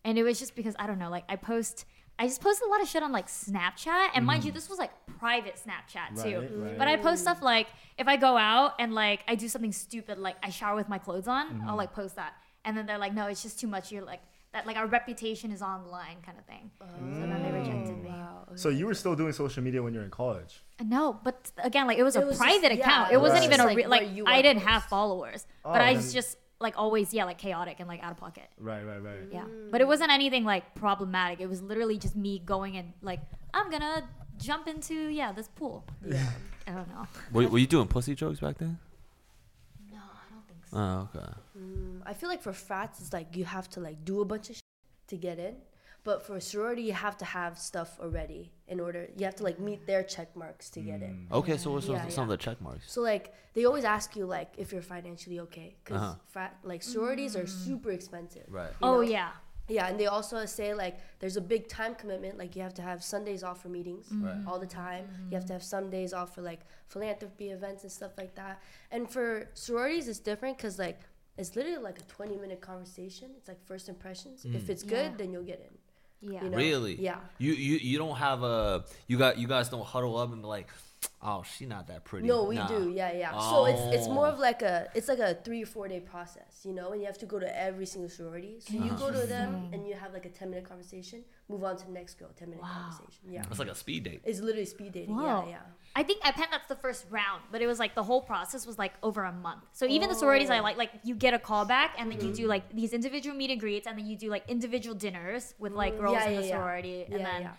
[SPEAKER 3] and it was just because I don't know, like I post. I just post a lot of shit on like Snapchat, and mind you, this was like private Snapchat too.
[SPEAKER 1] Right, right.
[SPEAKER 3] But I
[SPEAKER 4] Mm.
[SPEAKER 3] post stuff like if I go out and like I do something stupid, like I shower with my clothes on,
[SPEAKER 4] Mm-hmm.
[SPEAKER 3] I'll like post that. And then they're like, no, it's just too much. You're like that, like our reputation is online, kind of thing. So then they rejected me.
[SPEAKER 4] Oh, Wow.
[SPEAKER 1] So you were still doing social media when you were in college.
[SPEAKER 3] No, but again, like it was
[SPEAKER 4] It
[SPEAKER 3] a
[SPEAKER 4] was just-
[SPEAKER 3] private
[SPEAKER 4] yeah,
[SPEAKER 3] account.
[SPEAKER 4] it
[SPEAKER 3] It
[SPEAKER 4] was
[SPEAKER 3] wasn't
[SPEAKER 1] just
[SPEAKER 3] even a
[SPEAKER 4] like
[SPEAKER 3] real
[SPEAKER 4] where
[SPEAKER 3] like
[SPEAKER 4] you
[SPEAKER 3] I
[SPEAKER 4] would
[SPEAKER 3] didn't
[SPEAKER 4] post.
[SPEAKER 3] have followers,
[SPEAKER 1] Oh,
[SPEAKER 3] but
[SPEAKER 1] then-
[SPEAKER 3] I was just like always yeah, like chaotic and like out of pocket.
[SPEAKER 1] Right, right, right.
[SPEAKER 3] Yeah. But
[SPEAKER 4] Mm.
[SPEAKER 3] it wasn't anything like problematic. It was literally just me going and like I'm going to jump into yeah, this pool.
[SPEAKER 4] Yeah.
[SPEAKER 3] I don't know.
[SPEAKER 2] Were, were you doing pussy jokes back then?
[SPEAKER 3] No, I don't think so.
[SPEAKER 2] Oh, okay.
[SPEAKER 4] Mm, I feel like for frats, it's like you have to like do a bunch of shit to get in, but for sorority, you have to have stuff already in order. You have to like meet their check marks to get in.
[SPEAKER 2] Okay, so what's
[SPEAKER 4] Yeah,
[SPEAKER 2] some of the check marks?
[SPEAKER 4] So like they always ask you like if you're financially okay, because
[SPEAKER 2] Uh-huh.
[SPEAKER 4] frat like sororities are super expensive.
[SPEAKER 2] Right.
[SPEAKER 4] you
[SPEAKER 3] Mm. Oh
[SPEAKER 4] know?
[SPEAKER 3] yeah.
[SPEAKER 4] Yeah, and they also say like there's a big time commitment. Like you have to have Sundays off for meetings
[SPEAKER 3] Mm-hmm.
[SPEAKER 2] Right.
[SPEAKER 4] all the time. You have to have some days off for like philanthropy events and stuff like that. And for sororities, it's different because like it's literally like a 20 minute conversation. It's like first impressions.
[SPEAKER 2] Mm.
[SPEAKER 4] If it's good,
[SPEAKER 3] Yeah.
[SPEAKER 4] then you'll get in.
[SPEAKER 3] Yeah.
[SPEAKER 4] You know?
[SPEAKER 2] Really?
[SPEAKER 4] Yeah.
[SPEAKER 2] You you you don't have a you got you guys don't huddle up and be like, oh, she not that pretty.
[SPEAKER 4] No, we
[SPEAKER 2] Nah. Oh.
[SPEAKER 4] do. Yeah, yeah. So it's it's more of like a it's like a three or four day process, you know, and you have to go to every single sorority. So you go to them and you have like a 10 minute conversation. Move on to the next girl, 10 minute conversation. Yeah.
[SPEAKER 2] It's like a speed date.
[SPEAKER 4] It's literally speed dating.
[SPEAKER 3] Wow.
[SPEAKER 4] Yeah, yeah.
[SPEAKER 3] I think at Penn that's the first round, but it was like the whole process was like over a month. So even the sororities I like, like you get a call back and then you do like these individual meet and greets and then you do like individual dinners with like girls
[SPEAKER 4] Mm. Yeah,
[SPEAKER 3] in the
[SPEAKER 4] yeah, yeah.
[SPEAKER 3] sorority and
[SPEAKER 4] Yeah,
[SPEAKER 3] then yeah.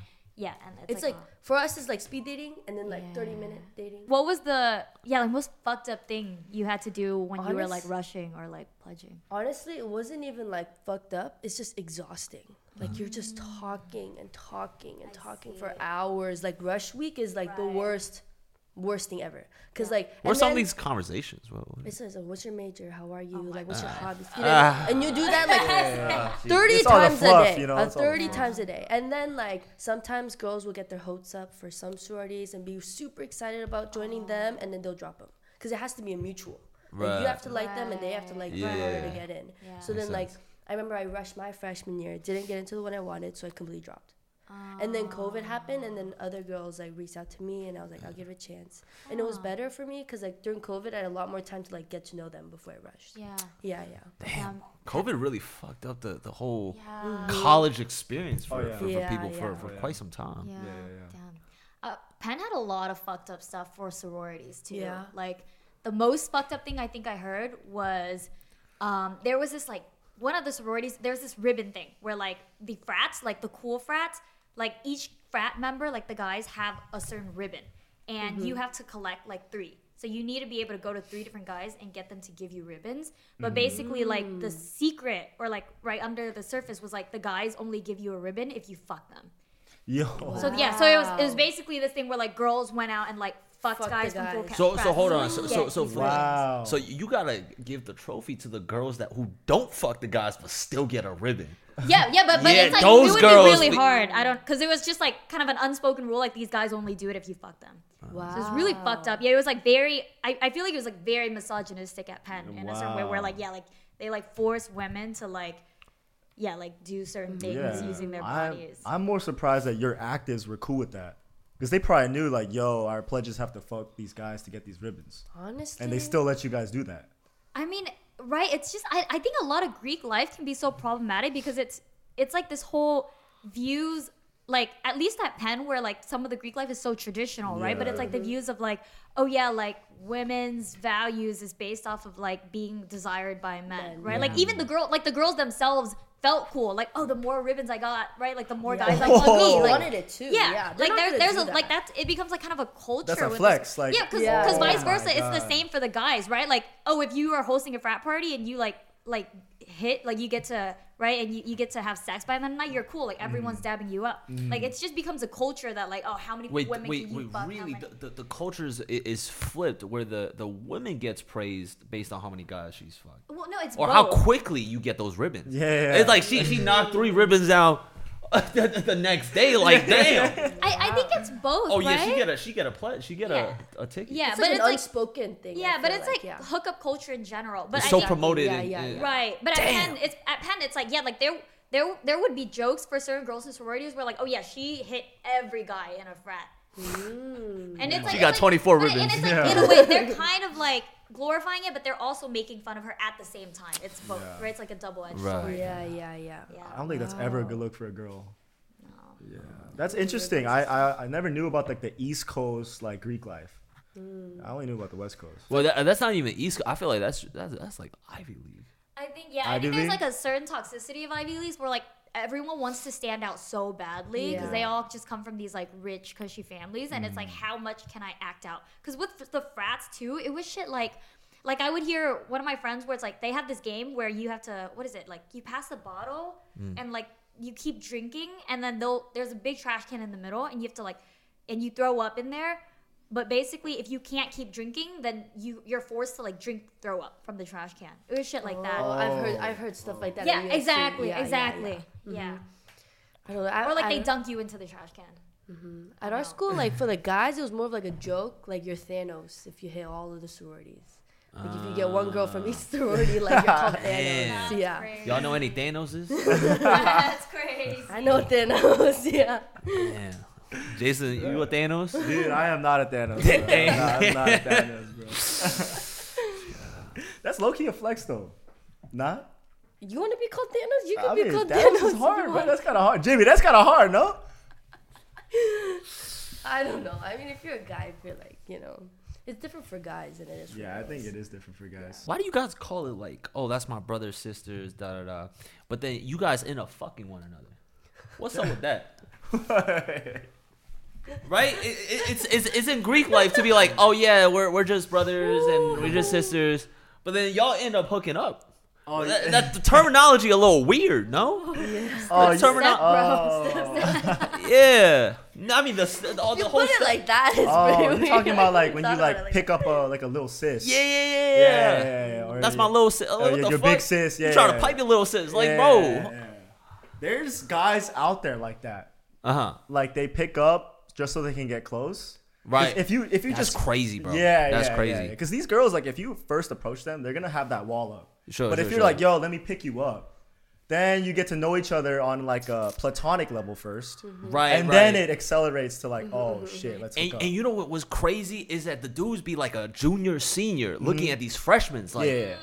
[SPEAKER 4] yeah.
[SPEAKER 3] and it's,
[SPEAKER 4] It's like,
[SPEAKER 3] oh.
[SPEAKER 4] for us, it's like speed dating and then like 30 minute dating.
[SPEAKER 3] what was the yeah like most fucked up thing you had to do when you were like
[SPEAKER 4] Honest-
[SPEAKER 3] rushing or like pledging?
[SPEAKER 4] Honestly, it wasn't even like fucked up. It's just exhausting. Like you're just talking and talking and talking for hours. Like rush week is like the worst, worst thing ever. Cause like
[SPEAKER 2] What are
[SPEAKER 4] and
[SPEAKER 2] some of
[SPEAKER 4] then-
[SPEAKER 2] these conversations? What- what-
[SPEAKER 4] It says, uh, "What's your major? How are you? like, what's your hobbies?" You know, and you do that like thirty
[SPEAKER 1] It's all the
[SPEAKER 4] times
[SPEAKER 1] fluff,
[SPEAKER 4] a day.
[SPEAKER 1] you know,
[SPEAKER 4] uh,
[SPEAKER 1] it's all the
[SPEAKER 4] thirty times a day, and then like sometimes girls will get their hopes up for some sororities and be super excited about joining
[SPEAKER 1] Oh.
[SPEAKER 4] them, and then they'll drop them because it has to be a mutual. Like you
[SPEAKER 2] Right.
[SPEAKER 4] have to like them, and they have to like you in order to get in. So then like I remember I rushed my freshman year, didn't get into the one I wanted, so I completely dropped. And then COVID happened, and then other girls like reached out to me, and I was like, I'll give it a chance. And it was better for me because like during COVID, I had a lot more time to like get to know them before I rushed.
[SPEAKER 3] Yeah.
[SPEAKER 4] yeah, yeah.
[SPEAKER 2] Damn,
[SPEAKER 3] Um,
[SPEAKER 2] COVID really fucked up the, the whole
[SPEAKER 3] Yeah.
[SPEAKER 2] college experience for,
[SPEAKER 1] Oh, yeah.
[SPEAKER 2] for, for
[SPEAKER 4] Yeah,
[SPEAKER 2] people for,
[SPEAKER 4] yeah.
[SPEAKER 2] for
[SPEAKER 1] Oh, yeah.
[SPEAKER 2] quite some time.
[SPEAKER 3] Yeah,
[SPEAKER 1] yeah, yeah.
[SPEAKER 3] damn. Uh, Penn had a lot of fucked up stuff for sororities too.
[SPEAKER 4] Yeah.
[SPEAKER 3] Like the most fucked up thing I think I heard was um, there was this like one of the sororities. There's this ribbon thing where like the frats, like the cool frats, like each frat member, like the guys, have a certain ribbon, and you have to collect like three. So you need to be able to go to three different guys and get them to give you ribbons. But basically, like the secret or like right under the surface was like the guys only give you a ribbon if you fuck them.
[SPEAKER 1] Yo.
[SPEAKER 3] So yeah, so it was it was
[SPEAKER 4] Wow.
[SPEAKER 3] basically this thing where like girls went out and like fucked
[SPEAKER 4] Fuck the
[SPEAKER 3] guys, from full
[SPEAKER 4] guys.
[SPEAKER 3] ca-
[SPEAKER 2] So so
[SPEAKER 3] frats.
[SPEAKER 2] hold on. So so, so for
[SPEAKER 1] Wow.
[SPEAKER 2] so you gotta give the trophy to the girls that who don't fuck the guys but still get a ribbon.
[SPEAKER 3] Yeah, yeah, but, but
[SPEAKER 2] Yeah,
[SPEAKER 3] it's like
[SPEAKER 2] those
[SPEAKER 3] it would
[SPEAKER 2] girls
[SPEAKER 3] be really
[SPEAKER 2] be-
[SPEAKER 3] hard. I don't because it was just like kind of an unspoken rule. Like these guys only do it if you fuck them.
[SPEAKER 4] Wow.
[SPEAKER 3] So it's really fucked up. Yeah, it was like very. I, I feel like it was like very misogynistic at Penn in a certain way. Where
[SPEAKER 1] Wow.
[SPEAKER 3] like yeah, like they like force women to like, yeah, like do certain things using their
[SPEAKER 1] I'm,
[SPEAKER 3] bodies.
[SPEAKER 1] I'm more surprised that your actives were cool with that. Because they probably knew, like, yo, our pledges have to fuck these guys to get these ribbons.
[SPEAKER 4] Honestly.
[SPEAKER 1] And they still let you guys do that.
[SPEAKER 3] I mean, right? It's just I, I think a lot of Greek life can be so problematic because it's it's like this whole views like at least at Penn where like some of the Greek life is so traditional, right? But it's like the views of like oh yeah, like women's values is based off of like being desired by men,
[SPEAKER 4] Men,
[SPEAKER 3] right? Like even the girl like the girls themselves felt cool. Like oh, the more ribbons I got, right? Like the more guys I
[SPEAKER 1] Oh.
[SPEAKER 3] fuck me.
[SPEAKER 4] They
[SPEAKER 3] Like,
[SPEAKER 4] wanted it too.
[SPEAKER 3] yeah,
[SPEAKER 4] Yeah. they're
[SPEAKER 3] like
[SPEAKER 4] not
[SPEAKER 3] there,
[SPEAKER 4] gonna
[SPEAKER 3] there's
[SPEAKER 4] do
[SPEAKER 3] a like
[SPEAKER 4] that.
[SPEAKER 3] that's it becomes like kind of a culture.
[SPEAKER 1] That's a
[SPEAKER 3] with
[SPEAKER 1] flex,
[SPEAKER 3] This.
[SPEAKER 1] like-
[SPEAKER 3] yeah, because
[SPEAKER 4] Yeah.
[SPEAKER 3] because
[SPEAKER 4] Oh
[SPEAKER 3] vice
[SPEAKER 1] my
[SPEAKER 3] versa, it's the
[SPEAKER 1] God.
[SPEAKER 3] same for the guys, right? Like oh, if you are hosting a frat party and you like like hit like you get to right and you, you get to have sex by the night, you're cool. Like
[SPEAKER 2] Mm.
[SPEAKER 3] everyone's dabbing you up. Like it's just becomes a culture that like oh, how many
[SPEAKER 2] Wait,
[SPEAKER 3] women
[SPEAKER 2] wait,
[SPEAKER 3] can you
[SPEAKER 2] wait!
[SPEAKER 3] fuck? How
[SPEAKER 2] Really,
[SPEAKER 3] many-
[SPEAKER 2] the, the, the culture is, is flipped, where the, the woman gets praised based on how many guys she's fucked,
[SPEAKER 3] well, no, it's
[SPEAKER 2] or
[SPEAKER 3] both.
[SPEAKER 2] how quickly you get those ribbons.
[SPEAKER 1] Yeah.
[SPEAKER 2] it's like she she knocked three ribbons out the, the- the next day. Like, damn!
[SPEAKER 3] I, I think it's both.
[SPEAKER 2] Oh yeah,
[SPEAKER 3] right?
[SPEAKER 2] she get a she get a pledge, she get
[SPEAKER 3] Yeah.
[SPEAKER 2] a, a ticket.
[SPEAKER 3] yeah,
[SPEAKER 4] It's
[SPEAKER 3] but
[SPEAKER 4] like
[SPEAKER 3] it's
[SPEAKER 4] an
[SPEAKER 3] like
[SPEAKER 4] unspoken thing. I
[SPEAKER 3] yeah, but
[SPEAKER 4] feel
[SPEAKER 3] it's like,
[SPEAKER 4] yeah.
[SPEAKER 3] hookup culture in general. But
[SPEAKER 2] it's
[SPEAKER 3] I
[SPEAKER 2] so
[SPEAKER 3] think-
[SPEAKER 2] promoted.
[SPEAKER 4] Yeah,
[SPEAKER 2] and-
[SPEAKER 4] yeah,
[SPEAKER 2] and-
[SPEAKER 4] yeah.
[SPEAKER 3] Right. But at
[SPEAKER 2] Damn.
[SPEAKER 3] Penn, it's at Penn, it's like, yeah, like there there there would be jokes for certain girls in sororities where like, oh yeah, she hit every guy in a frat. And it's like
[SPEAKER 2] got
[SPEAKER 3] it's like-
[SPEAKER 2] 24
[SPEAKER 3] but- And
[SPEAKER 2] ribbons.
[SPEAKER 3] it's like
[SPEAKER 1] Yeah.
[SPEAKER 3] in a way, they're kind of like glorifying it, but they're also making fun of her at the same time. It's both,
[SPEAKER 1] Yeah.
[SPEAKER 3] right? It's like a double edged
[SPEAKER 2] Right.
[SPEAKER 3] sword.
[SPEAKER 4] Oh, Yeah, yeah, yeah.
[SPEAKER 1] I
[SPEAKER 3] Yeah.
[SPEAKER 1] don't think that's ever a good look for a girl. Yeah. That's interesting. I, I, I never knew about, like, the East Coast, like, Greek life.
[SPEAKER 4] Mm.
[SPEAKER 1] I only knew about the West Coast.
[SPEAKER 2] Well, that, that's not even East. Co- I feel like that's that's, that's like Ivy League.
[SPEAKER 3] I think yeah, I
[SPEAKER 1] Ivy
[SPEAKER 3] think there's
[SPEAKER 1] League?
[SPEAKER 3] like a certain toxicity of Ivy Leagues where like everyone wants to stand out so badly because
[SPEAKER 4] Yeah.
[SPEAKER 3] they all just come from these like rich cushy families and it's like
[SPEAKER 4] Mm.
[SPEAKER 3] how much can I act out? Because with f- the frats too, it was shit like. Like I would hear one of my friends where it's like they have this game where you have to what is it like you pass the bottle
[SPEAKER 4] Mm.
[SPEAKER 3] and like you keep drinking and then they'll there's a big trash can in the middle and you have to like and you throw up in there but basically if you can't keep drinking then you you're forced to like drink throw up from the trash can it was shit like that
[SPEAKER 4] Oh, I've heard I've heard stuff like that. at
[SPEAKER 3] yeah,
[SPEAKER 4] UFC.
[SPEAKER 3] exactly,
[SPEAKER 4] Yeah, yeah,
[SPEAKER 3] exactly. Yeah,
[SPEAKER 4] yeah. I don't know, I-
[SPEAKER 3] Or like
[SPEAKER 4] I
[SPEAKER 3] they
[SPEAKER 4] don't-
[SPEAKER 3] dunk you into the trash can.
[SPEAKER 4] At our school, like for the guys, it was more of like a joke, like you're Thanos if you hit all of the sororities. Like if you get one girl from each sorority, like you're called
[SPEAKER 2] Yeah.
[SPEAKER 4] Thanos. Yeah.
[SPEAKER 2] Y'all know any Thanoses?
[SPEAKER 3] That's crazy.
[SPEAKER 4] I know Thanos, yeah.
[SPEAKER 2] yeah. Jason, you a Thanos?
[SPEAKER 1] Dude, I am not a Thanos. Bro. Nah, I'm not a Thanos, bro. That's low key a flex though. Not?
[SPEAKER 4] You want to be called Thanos? You can
[SPEAKER 1] I
[SPEAKER 4] be
[SPEAKER 1] mean,
[SPEAKER 4] called
[SPEAKER 1] Thanos
[SPEAKER 4] Thanos.
[SPEAKER 1] is
[SPEAKER 4] if
[SPEAKER 1] hard,
[SPEAKER 4] you
[SPEAKER 1] bro.
[SPEAKER 4] want.
[SPEAKER 1] That's kind of hard. Jimmy, that's kind of hard, no?
[SPEAKER 4] I don't know. I mean, if you're a guy, if you're like, you know, it's different for guys than it is for
[SPEAKER 1] Yeah, I
[SPEAKER 4] girls.
[SPEAKER 1] think it is different for guys.
[SPEAKER 2] Why do you guys call it like, oh, that's my brother, sisters, da da da? But then you guys end up fucking one another. What's up with that? Right? It, it, it's, it's it's in Greek life to be like, oh yeah, we're we're just brothers and we're just sisters. But then y'all end up hooking up.
[SPEAKER 1] oh,
[SPEAKER 2] That, that the terminology a little weird, no?
[SPEAKER 1] oh, you-
[SPEAKER 2] terminal-
[SPEAKER 4] Step bro,
[SPEAKER 1] Oh.
[SPEAKER 4] step, step.
[SPEAKER 2] Yeah. No, I mean the the, all,
[SPEAKER 4] You
[SPEAKER 2] the whole.
[SPEAKER 4] put it
[SPEAKER 2] se-
[SPEAKER 4] like that. It's
[SPEAKER 1] oh,
[SPEAKER 4] pretty
[SPEAKER 1] you're
[SPEAKER 4] weird.
[SPEAKER 1] talking about like when
[SPEAKER 4] Thought
[SPEAKER 1] you
[SPEAKER 4] about it
[SPEAKER 1] like pick up a like a little sis.
[SPEAKER 2] yeah, yeah, yeah,
[SPEAKER 1] yeah,
[SPEAKER 2] yeah.
[SPEAKER 1] yeah, yeah, or
[SPEAKER 2] That's
[SPEAKER 1] you-
[SPEAKER 2] my little sis. Oh,
[SPEAKER 1] yeah,
[SPEAKER 2] what
[SPEAKER 1] your-
[SPEAKER 2] the
[SPEAKER 1] your
[SPEAKER 2] fuck?
[SPEAKER 1] big sis,
[SPEAKER 2] You
[SPEAKER 1] yeah,
[SPEAKER 2] trying to
[SPEAKER 1] yeah.
[SPEAKER 2] pipe your little sis? Like,
[SPEAKER 1] Yeah,
[SPEAKER 2] bro.
[SPEAKER 1] yeah. There's guys out there like that.
[SPEAKER 2] Uh huh.
[SPEAKER 1] Like they pick up just so they can get close. 'Cause
[SPEAKER 2] Right.
[SPEAKER 1] If you if you
[SPEAKER 2] That's
[SPEAKER 1] just
[SPEAKER 2] crazy, bro.
[SPEAKER 1] Yeah,
[SPEAKER 2] that's
[SPEAKER 1] yeah,
[SPEAKER 2] crazy.
[SPEAKER 1] Because these girls, like, if you first approach them, they're gonna have that wall up.
[SPEAKER 2] Sure,
[SPEAKER 1] but if
[SPEAKER 2] sure,
[SPEAKER 1] you're
[SPEAKER 2] sure.
[SPEAKER 1] like, "Yo, let me pick you up," then you get to know each other on like a platonic level 1st
[SPEAKER 2] Right,
[SPEAKER 1] And then
[SPEAKER 2] right.
[SPEAKER 1] it accelerates to like, "Oh shit, let's
[SPEAKER 2] And,
[SPEAKER 1] hook up."
[SPEAKER 2] and you know what was crazy is that the dudes be like a junior, senior, looking at these freshmen. Like,
[SPEAKER 1] Mm-hmm. yeah.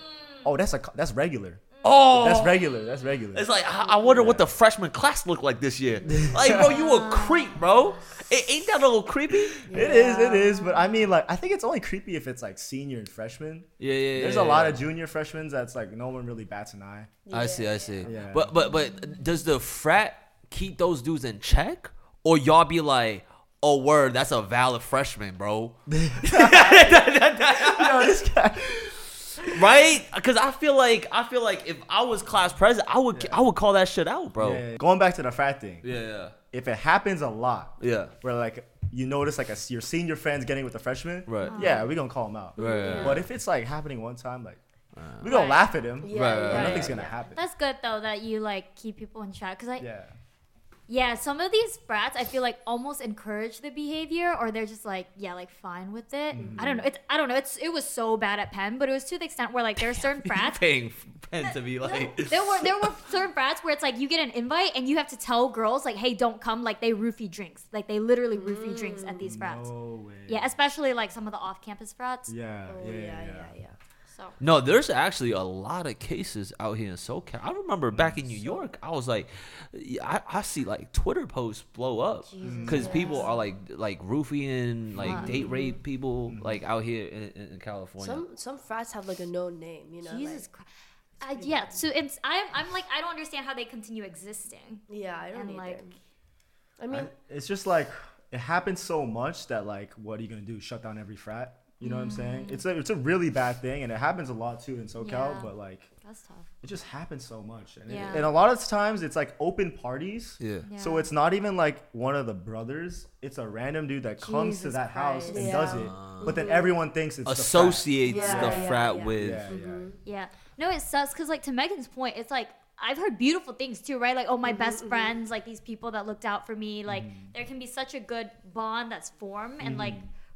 [SPEAKER 1] Oh, that's a co- that's regular.
[SPEAKER 2] oh,
[SPEAKER 1] That's regular. That's regular.
[SPEAKER 2] It's like I, I wonder what the freshman class looked like this year. Like, bro, you a creep, bro. It, ain't that a little creepy?
[SPEAKER 1] It is. It is. But I mean, like, I think it's only creepy if it's like senior and freshman.
[SPEAKER 2] Yeah, yeah.
[SPEAKER 1] There's a lot of junior freshmen that's like no one really bats an eye.
[SPEAKER 2] I see, I see.
[SPEAKER 1] Yeah.
[SPEAKER 2] But but but does the frat keep those dudes in check, or y'all be like, "Oh word, that's a valid freshman, bro." right? Because I feel like I feel like if I was class president, I would I would call that shit out, bro. Yeah,
[SPEAKER 1] Yeah. Going back to the frat thing,
[SPEAKER 2] yeah,
[SPEAKER 1] if it happens a lot,
[SPEAKER 2] yeah.
[SPEAKER 1] where like you notice like a, your senior friends getting with the freshmen,
[SPEAKER 2] Right.
[SPEAKER 1] Yeah, we gonna call him out.
[SPEAKER 2] Right, right,
[SPEAKER 1] But if it's like happening one time, like we gonna
[SPEAKER 3] Right.
[SPEAKER 1] laugh at him.
[SPEAKER 4] Yeah,
[SPEAKER 2] Right,
[SPEAKER 4] yeah,
[SPEAKER 2] right,
[SPEAKER 1] but
[SPEAKER 2] right.
[SPEAKER 4] yeah,
[SPEAKER 1] nothing's gonna
[SPEAKER 4] yeah.
[SPEAKER 1] happen.
[SPEAKER 3] That's good though that you like keep people in check because like yeah.
[SPEAKER 1] yeah.
[SPEAKER 3] some of these brats I feel like almost encourage the behavior or they're just like yeah like fine with it.
[SPEAKER 1] Mm-hmm.
[SPEAKER 3] I don't know. It's I don't know. It's it was so bad at Penn, but it was to the extent where like there are certain
[SPEAKER 2] You
[SPEAKER 3] brats
[SPEAKER 2] paying pen to be like,
[SPEAKER 3] there were there were certain brats where it's like you get an invite and you have to tell girls like, hey, don't come. Like they roofie drinks. Like they literally roofie drinks at these brats.
[SPEAKER 1] Mm, No way.
[SPEAKER 3] Yeah, especially like some of the off-campus brats.
[SPEAKER 1] Yeah,
[SPEAKER 4] Oh,
[SPEAKER 1] yeah, yeah,
[SPEAKER 4] yeah,
[SPEAKER 1] yeah.
[SPEAKER 4] yeah, yeah.
[SPEAKER 3] So
[SPEAKER 2] No, there's actually a lot of cases out here in SoCal. I remember back in New York, I was like, I, I see like Twitter posts blow up because people are like like roofing, like
[SPEAKER 3] Fuck.
[SPEAKER 2] date rape people, like out here in, in in California.
[SPEAKER 4] Some some frats have like a known name, you know.
[SPEAKER 3] Jesus
[SPEAKER 4] Jesus.
[SPEAKER 3] Christ. Uh, yeah, so it's I'm I'm like I don't understand how they continue existing.
[SPEAKER 4] yeah, I don't
[SPEAKER 3] And,
[SPEAKER 4] either.
[SPEAKER 3] like-
[SPEAKER 4] I mean,
[SPEAKER 1] It's just like it happens so much that like, what are you gonna do? Shut down every frat? You know what I'm saying? It's a it's a really bad thing, and it happens a lot too in SoCal.
[SPEAKER 3] Yeah.
[SPEAKER 1] But like,
[SPEAKER 3] That's tough.
[SPEAKER 1] it just happens so much, and, it-
[SPEAKER 3] Yeah.
[SPEAKER 1] and a lot of times it's like open parties.
[SPEAKER 5] Yeah.
[SPEAKER 1] So
[SPEAKER 3] Yeah.
[SPEAKER 1] it's not even like one of the brothers. It's a random dude that comes to
[SPEAKER 3] Jesus
[SPEAKER 1] that house
[SPEAKER 3] Christ.
[SPEAKER 1] and
[SPEAKER 4] Yeah.
[SPEAKER 1] does it, but then everyone thinks it's the frat.
[SPEAKER 2] Associates the
[SPEAKER 4] Yeah,
[SPEAKER 2] frat,
[SPEAKER 4] yeah, yeah.
[SPEAKER 2] with
[SPEAKER 1] Yeah, yeah.
[SPEAKER 3] Yeah. No, it sucks because like to Megan's point, it's like I've heard beautiful things too, right? Like oh my
[SPEAKER 4] Mm-hmm,
[SPEAKER 3] best friends, like these people that looked out for me, like
[SPEAKER 1] Mm.
[SPEAKER 3] there can be such a good bond that's formed and like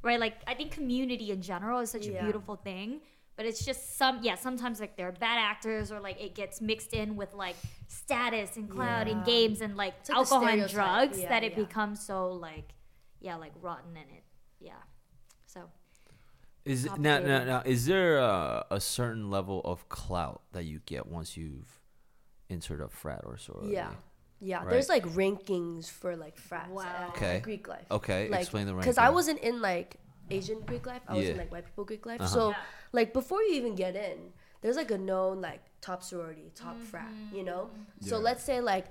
[SPEAKER 3] right, like I think community in general is such a
[SPEAKER 4] Yeah.
[SPEAKER 3] beautiful thing. But it's just some yeah, sometimes like they're bad actors or like it gets mixed in with like status and clout and games and like
[SPEAKER 4] like the
[SPEAKER 3] alcohol and
[SPEAKER 4] stereotype.
[SPEAKER 3] drugs
[SPEAKER 4] Yeah,
[SPEAKER 3] that it
[SPEAKER 4] yeah.
[SPEAKER 3] becomes so like yeah, like rotten and it yeah. So
[SPEAKER 2] Is
[SPEAKER 3] Top
[SPEAKER 2] now, now
[SPEAKER 3] rated.
[SPEAKER 2] now is there a, a certain level of clout that you get once you've entered a frat or sorority?
[SPEAKER 4] yeah. Yeah,
[SPEAKER 2] Right.
[SPEAKER 4] there's like rankings for like frats.
[SPEAKER 3] Wow.
[SPEAKER 4] at
[SPEAKER 2] Okay.
[SPEAKER 4] Greek life.
[SPEAKER 2] Okay,
[SPEAKER 4] Like,
[SPEAKER 2] explain the ranking.
[SPEAKER 4] Because I wasn't in like Asian Greek life. I was in
[SPEAKER 2] Yeah. Uh-huh.
[SPEAKER 4] like white people Greek life. So like before you even get in, there's like a known like top sorority, top frat. You know. So let's say like,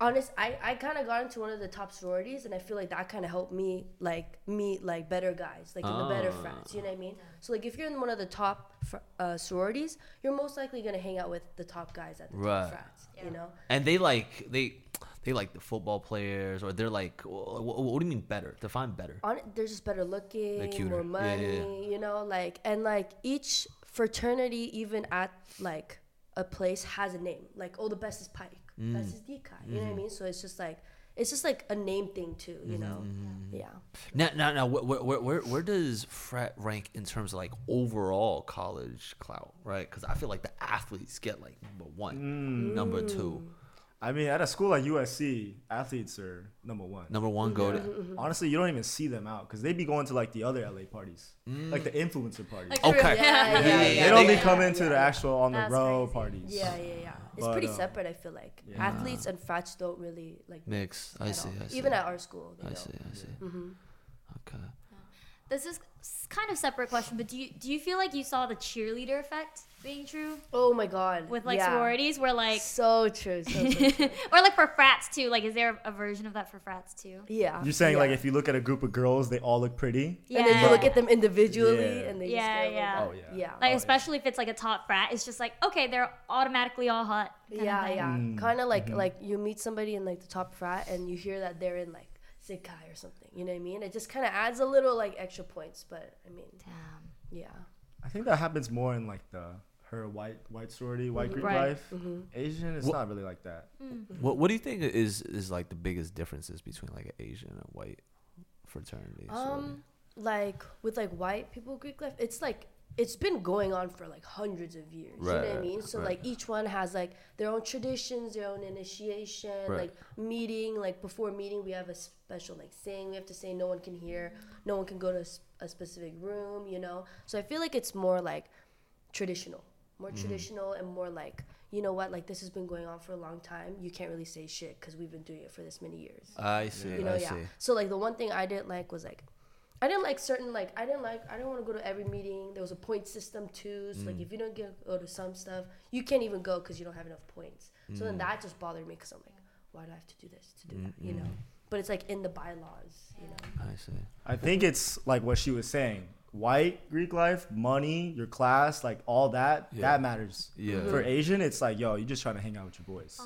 [SPEAKER 4] honest, I I kind of got into one of the top sororities, and I feel like that kind of helped me like meet like better guys, like in the better
[SPEAKER 2] Ah.
[SPEAKER 4] frats. You know what I mean? So like if you're in one of the top fr- uh, sororities, you're most likely gonna hang out with the top guys at the
[SPEAKER 2] Right.
[SPEAKER 4] top frats. You know.
[SPEAKER 2] and they like they they like the football players or they're like what, what do you mean better define better
[SPEAKER 4] on they're just better looking,
[SPEAKER 2] cuter.
[SPEAKER 4] more
[SPEAKER 2] Yeah,
[SPEAKER 4] money,
[SPEAKER 2] yeah, yeah.
[SPEAKER 4] you know, like and like each fraternity, even at like a place, has a name. Like, oh, the best is Pike,
[SPEAKER 2] Mm.
[SPEAKER 4] best is Dekai. You
[SPEAKER 2] Mm-hmm.
[SPEAKER 4] know what I mean? So it's just like it's just like a name thing too, you know?
[SPEAKER 2] mm-hmm.
[SPEAKER 4] Yeah.
[SPEAKER 2] now now now where where, where, where does frat rank in terms of like overall college clout right because i feel like the athletes get like number one number two
[SPEAKER 1] I mean, at a school like USC, athletes are number one.
[SPEAKER 2] number one go
[SPEAKER 4] Mm-hmm.
[SPEAKER 2] to
[SPEAKER 1] Honestly, you don't even see them out because they be going to like the other LA parties, like the influencer parties.
[SPEAKER 2] okay
[SPEAKER 4] Yeah, yeah,
[SPEAKER 2] Mm. Yeah,
[SPEAKER 4] yeah.
[SPEAKER 2] yeah,
[SPEAKER 1] they don't
[SPEAKER 2] they-
[SPEAKER 1] be coming to the actual on the
[SPEAKER 3] That's
[SPEAKER 1] row
[SPEAKER 3] crazy.
[SPEAKER 1] parties.
[SPEAKER 4] Yeah, yeah, yeah. It's
[SPEAKER 1] But,
[SPEAKER 4] pretty
[SPEAKER 1] uh,
[SPEAKER 4] separate, I feel like. Athletes and frats don't really like mix
[SPEAKER 2] mix i
[SPEAKER 4] at
[SPEAKER 2] see
[SPEAKER 4] all.
[SPEAKER 2] i see
[SPEAKER 4] Even at our Mm-hmm. school. They
[SPEAKER 2] i
[SPEAKER 4] don't.
[SPEAKER 2] see i see okay
[SPEAKER 3] This is s- kind of separate question, but do you do you feel like you saw the cheerleader effect being true
[SPEAKER 4] Oh my god.
[SPEAKER 3] with like
[SPEAKER 4] yeah.
[SPEAKER 3] sororities, where like
[SPEAKER 4] So true. So true.
[SPEAKER 3] or like for frats too? Like, is there a version of that for frats too?
[SPEAKER 4] yeah.
[SPEAKER 1] You're saying like
[SPEAKER 4] yeah.
[SPEAKER 1] if you look at a group of girls, they all look pretty.
[SPEAKER 4] and then you look at them individually
[SPEAKER 1] Yeah.
[SPEAKER 4] and they
[SPEAKER 3] Yeah,
[SPEAKER 4] just get
[SPEAKER 3] yeah.
[SPEAKER 4] a
[SPEAKER 1] Oh,
[SPEAKER 4] little-
[SPEAKER 1] yeah.
[SPEAKER 4] yeah.
[SPEAKER 3] like especially if it's like a top frat, it's just like okay, they're automatically all hot. kinda
[SPEAKER 4] yeah,
[SPEAKER 3] thing.
[SPEAKER 4] yeah. Kind of like like you meet somebody in like the top frat and you hear that they're in like Sikai or something. You know what I mean? It just kind of adds a little like extra points, but I mean,
[SPEAKER 3] Damn.
[SPEAKER 4] yeah.
[SPEAKER 1] I think that happens more in like the her white white sorority, white Greek
[SPEAKER 3] Right.
[SPEAKER 1] life. Asian, it's not really like that.
[SPEAKER 2] what, what do you think is is like the biggest differences between like an asian and a white fraternity sorority?
[SPEAKER 4] Um like with like white people Greek life, it's like it's been going on for like hundreds of years. you know what I
[SPEAKER 2] Right,
[SPEAKER 4] mean? So
[SPEAKER 2] right.
[SPEAKER 4] like each one has like their own traditions, their own initiation,
[SPEAKER 2] Right.
[SPEAKER 4] like meeting, like before meeting we have a special like saying we have to say no one can hear, no one can go to a s- a specific room, you know. So I feel like it's more like traditional, more
[SPEAKER 2] Mm-hmm.
[SPEAKER 4] traditional and more like you know what, like this has been going on for a long time. You can't really say shit because we've been doing it for this many years
[SPEAKER 2] i see
[SPEAKER 4] you know
[SPEAKER 2] i
[SPEAKER 4] yeah
[SPEAKER 2] see
[SPEAKER 4] so like the one thing i didn't like was like i didn't like certain like i didn't like i didn't want to go to every meeting there was a point system too so like if you don't get go to some stuff you can't even Mm. go because you don't have enough points so then that just bothered me because i'm like why do i have to do this to do that you know but it's like in the bylaws, you know.
[SPEAKER 2] I see.
[SPEAKER 1] I think it's like what she was saying. White Greek life, money, your class, like all that,
[SPEAKER 2] Yeah.
[SPEAKER 1] that matters.
[SPEAKER 2] Yeah.
[SPEAKER 1] For Asian, it's like, yo, you're just trying to hang out with your boys.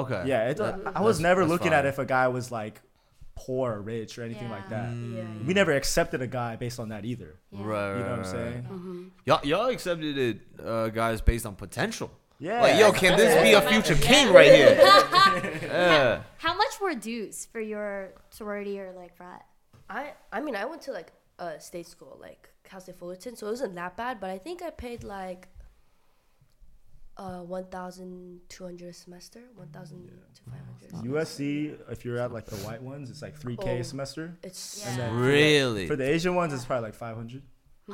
[SPEAKER 2] Okay.
[SPEAKER 1] Yeah, it, I- I was
[SPEAKER 2] That's-
[SPEAKER 1] never
[SPEAKER 2] that's
[SPEAKER 1] looking
[SPEAKER 2] fine.
[SPEAKER 1] at if a guy was like poor or rich or anything like
[SPEAKER 3] Yeah.
[SPEAKER 1] that.
[SPEAKER 4] Yeah.
[SPEAKER 1] We never accepted a guy based on that either.
[SPEAKER 2] Right. right
[SPEAKER 1] You know what I'm
[SPEAKER 2] right.
[SPEAKER 1] saying?
[SPEAKER 2] Y'all, y'all accepted it, uh, guys, based on potential.
[SPEAKER 1] Yeah.
[SPEAKER 2] Like, yo, can this be a future king right here? yeah.
[SPEAKER 3] How much were dues for your sorority or like frat?
[SPEAKER 4] I I mean I went to like a state school like Cal State Fullerton, so it wasn't that bad. But I think I paid like uh one thousand two hundred a semester, one thousand to five hundred.
[SPEAKER 1] USC, if you're at like the white ones, it's like 3K
[SPEAKER 4] Oh.
[SPEAKER 1] a semester.
[SPEAKER 4] It's
[SPEAKER 3] Yeah.
[SPEAKER 2] Really?
[SPEAKER 1] For the Asian ones, it's probably like 500.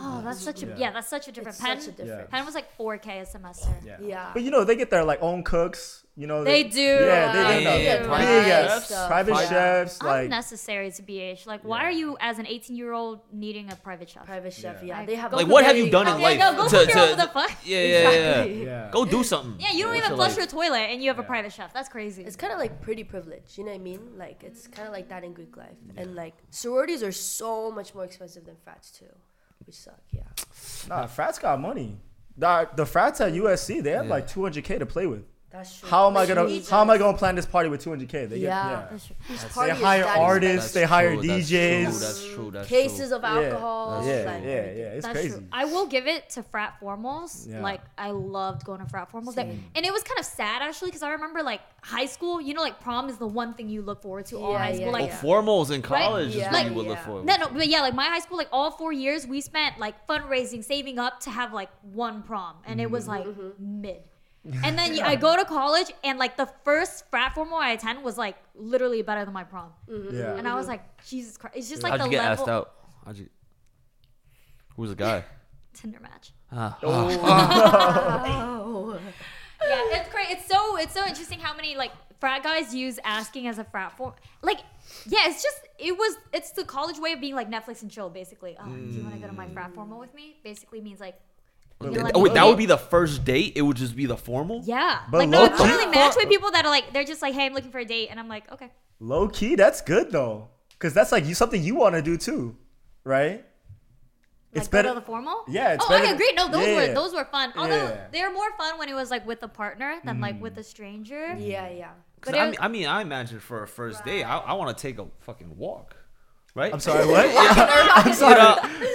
[SPEAKER 3] Oh, that's such a yeah. that's such a different.
[SPEAKER 4] it's
[SPEAKER 3] Penn,
[SPEAKER 4] such a difference.
[SPEAKER 3] Penn was like 4k a semester.
[SPEAKER 1] Yeah.
[SPEAKER 4] Yeah.
[SPEAKER 1] But you know, they get their like own cooks. You know,
[SPEAKER 3] They do.
[SPEAKER 1] Yeah, they,
[SPEAKER 2] Yeah,
[SPEAKER 1] they know.
[SPEAKER 2] yeah,
[SPEAKER 1] Big
[SPEAKER 2] private
[SPEAKER 1] ass-
[SPEAKER 2] chefs.
[SPEAKER 4] stuff.
[SPEAKER 1] private
[SPEAKER 2] Yeah.
[SPEAKER 1] chefs, like
[SPEAKER 3] Unnecessary to BH. Like, why are you as an 18 year old needing a private shop?
[SPEAKER 4] Private chef,
[SPEAKER 1] Yeah.
[SPEAKER 4] yeah. They have
[SPEAKER 2] Like, what have you
[SPEAKER 4] very-
[SPEAKER 2] done in
[SPEAKER 3] Okay,
[SPEAKER 2] life?
[SPEAKER 3] Oh, no, go
[SPEAKER 2] to-
[SPEAKER 3] figure out
[SPEAKER 2] to-
[SPEAKER 3] what the fuck.
[SPEAKER 2] Yeah, yeah, yeah.
[SPEAKER 4] Exactly.
[SPEAKER 1] yeah.
[SPEAKER 2] Go do something.
[SPEAKER 3] Yeah, you don't
[SPEAKER 2] What
[SPEAKER 3] even
[SPEAKER 2] you
[SPEAKER 3] flush
[SPEAKER 2] like?
[SPEAKER 3] your toilet and you have a
[SPEAKER 1] Yeah.
[SPEAKER 3] private chef. That's crazy.
[SPEAKER 4] It's kind of like pretty privilege, you know what I mean? Like it's kind of like that in Greek life, and like sororities are so much more expensive than frats too, which suck. Yeah,
[SPEAKER 1] Nah, frats got money. The, the frats at USC, they have
[SPEAKER 2] Yeah.
[SPEAKER 1] like 200k to play with.
[SPEAKER 4] that's true.
[SPEAKER 1] How am I gonna
[SPEAKER 4] Jesus.
[SPEAKER 1] How am I gonna plan this party with 200k? They get,
[SPEAKER 4] Yeah.
[SPEAKER 1] yeah.
[SPEAKER 3] That's true.
[SPEAKER 4] Each
[SPEAKER 1] They
[SPEAKER 4] party is
[SPEAKER 1] hire
[SPEAKER 4] that
[SPEAKER 1] artists,
[SPEAKER 2] That's
[SPEAKER 1] they hire
[SPEAKER 2] true, that's
[SPEAKER 1] DJs.
[SPEAKER 2] true, That's true. That's true.
[SPEAKER 4] cases of alcohol.
[SPEAKER 1] Yeah, yeah,
[SPEAKER 4] like,
[SPEAKER 1] yeah,
[SPEAKER 4] everything.
[SPEAKER 1] yeah. It's
[SPEAKER 3] That's
[SPEAKER 1] crazy.
[SPEAKER 3] true. I will give it to frat formals.
[SPEAKER 1] Yeah.
[SPEAKER 3] Like I loved going to frat formals, Like, and it was kind of sad actually because I remember like high school. You know, like prom is the one thing you look forward to all
[SPEAKER 4] Yeah,
[SPEAKER 3] high
[SPEAKER 4] yeah,
[SPEAKER 3] school. Like
[SPEAKER 2] Oh, formals in college is
[SPEAKER 4] Yeah.
[SPEAKER 2] what you
[SPEAKER 4] Like-
[SPEAKER 2] would look
[SPEAKER 4] Yeah.
[SPEAKER 2] for.
[SPEAKER 3] No, no, but yeah, like my high school, like all four years, we spent like fundraising, saving up to have like one prom, and it was like mid. And then I go to college, and like the first frat formal I attend was like literally better than my prom,
[SPEAKER 1] yeah.
[SPEAKER 3] and I was like, Jesus Christ! It's just like
[SPEAKER 2] How'd
[SPEAKER 3] the
[SPEAKER 2] you get
[SPEAKER 3] level
[SPEAKER 2] asked out? How'd you? Who's the guy?
[SPEAKER 3] Tinder match.
[SPEAKER 2] Ah.
[SPEAKER 3] Yeah, it's great. It's so it's so interesting how many like frat guys use asking as a frat form. Like, yeah, it's just it was it's the college way of being like Netflix and chill, basically. Oh, do you want to go to my frat formal with me? Basically means like. you know, like-
[SPEAKER 2] Oh, wait, that would be the first date. It would just be the formal.
[SPEAKER 3] Yeah.
[SPEAKER 1] But
[SPEAKER 3] like, no, I've
[SPEAKER 1] low-key-
[SPEAKER 3] literally matched with people that are like, they're just like, hey, I'm looking for a date. And I'm like, okay.
[SPEAKER 1] Low key, that's good though, because that's like you something you want to do too, right?
[SPEAKER 3] Like,
[SPEAKER 1] It's better.
[SPEAKER 3] Go to the formal?
[SPEAKER 1] Yeah, it's
[SPEAKER 3] oh,
[SPEAKER 1] better
[SPEAKER 3] okay,
[SPEAKER 1] than-
[SPEAKER 3] great. No, those
[SPEAKER 1] Yeah.
[SPEAKER 3] were those were fun. Although
[SPEAKER 1] Yeah. Mm.
[SPEAKER 3] they were more fun when it was like with a partner than like with a stranger.
[SPEAKER 2] Mm-hmm.
[SPEAKER 4] Yeah, yeah.
[SPEAKER 2] 'Cause
[SPEAKER 3] But
[SPEAKER 2] I,
[SPEAKER 3] it-
[SPEAKER 2] mean, I mean, I imagine for a first date, I, I want to take a fucking walk, right?
[SPEAKER 1] I'm sorry, what? I'm sorry.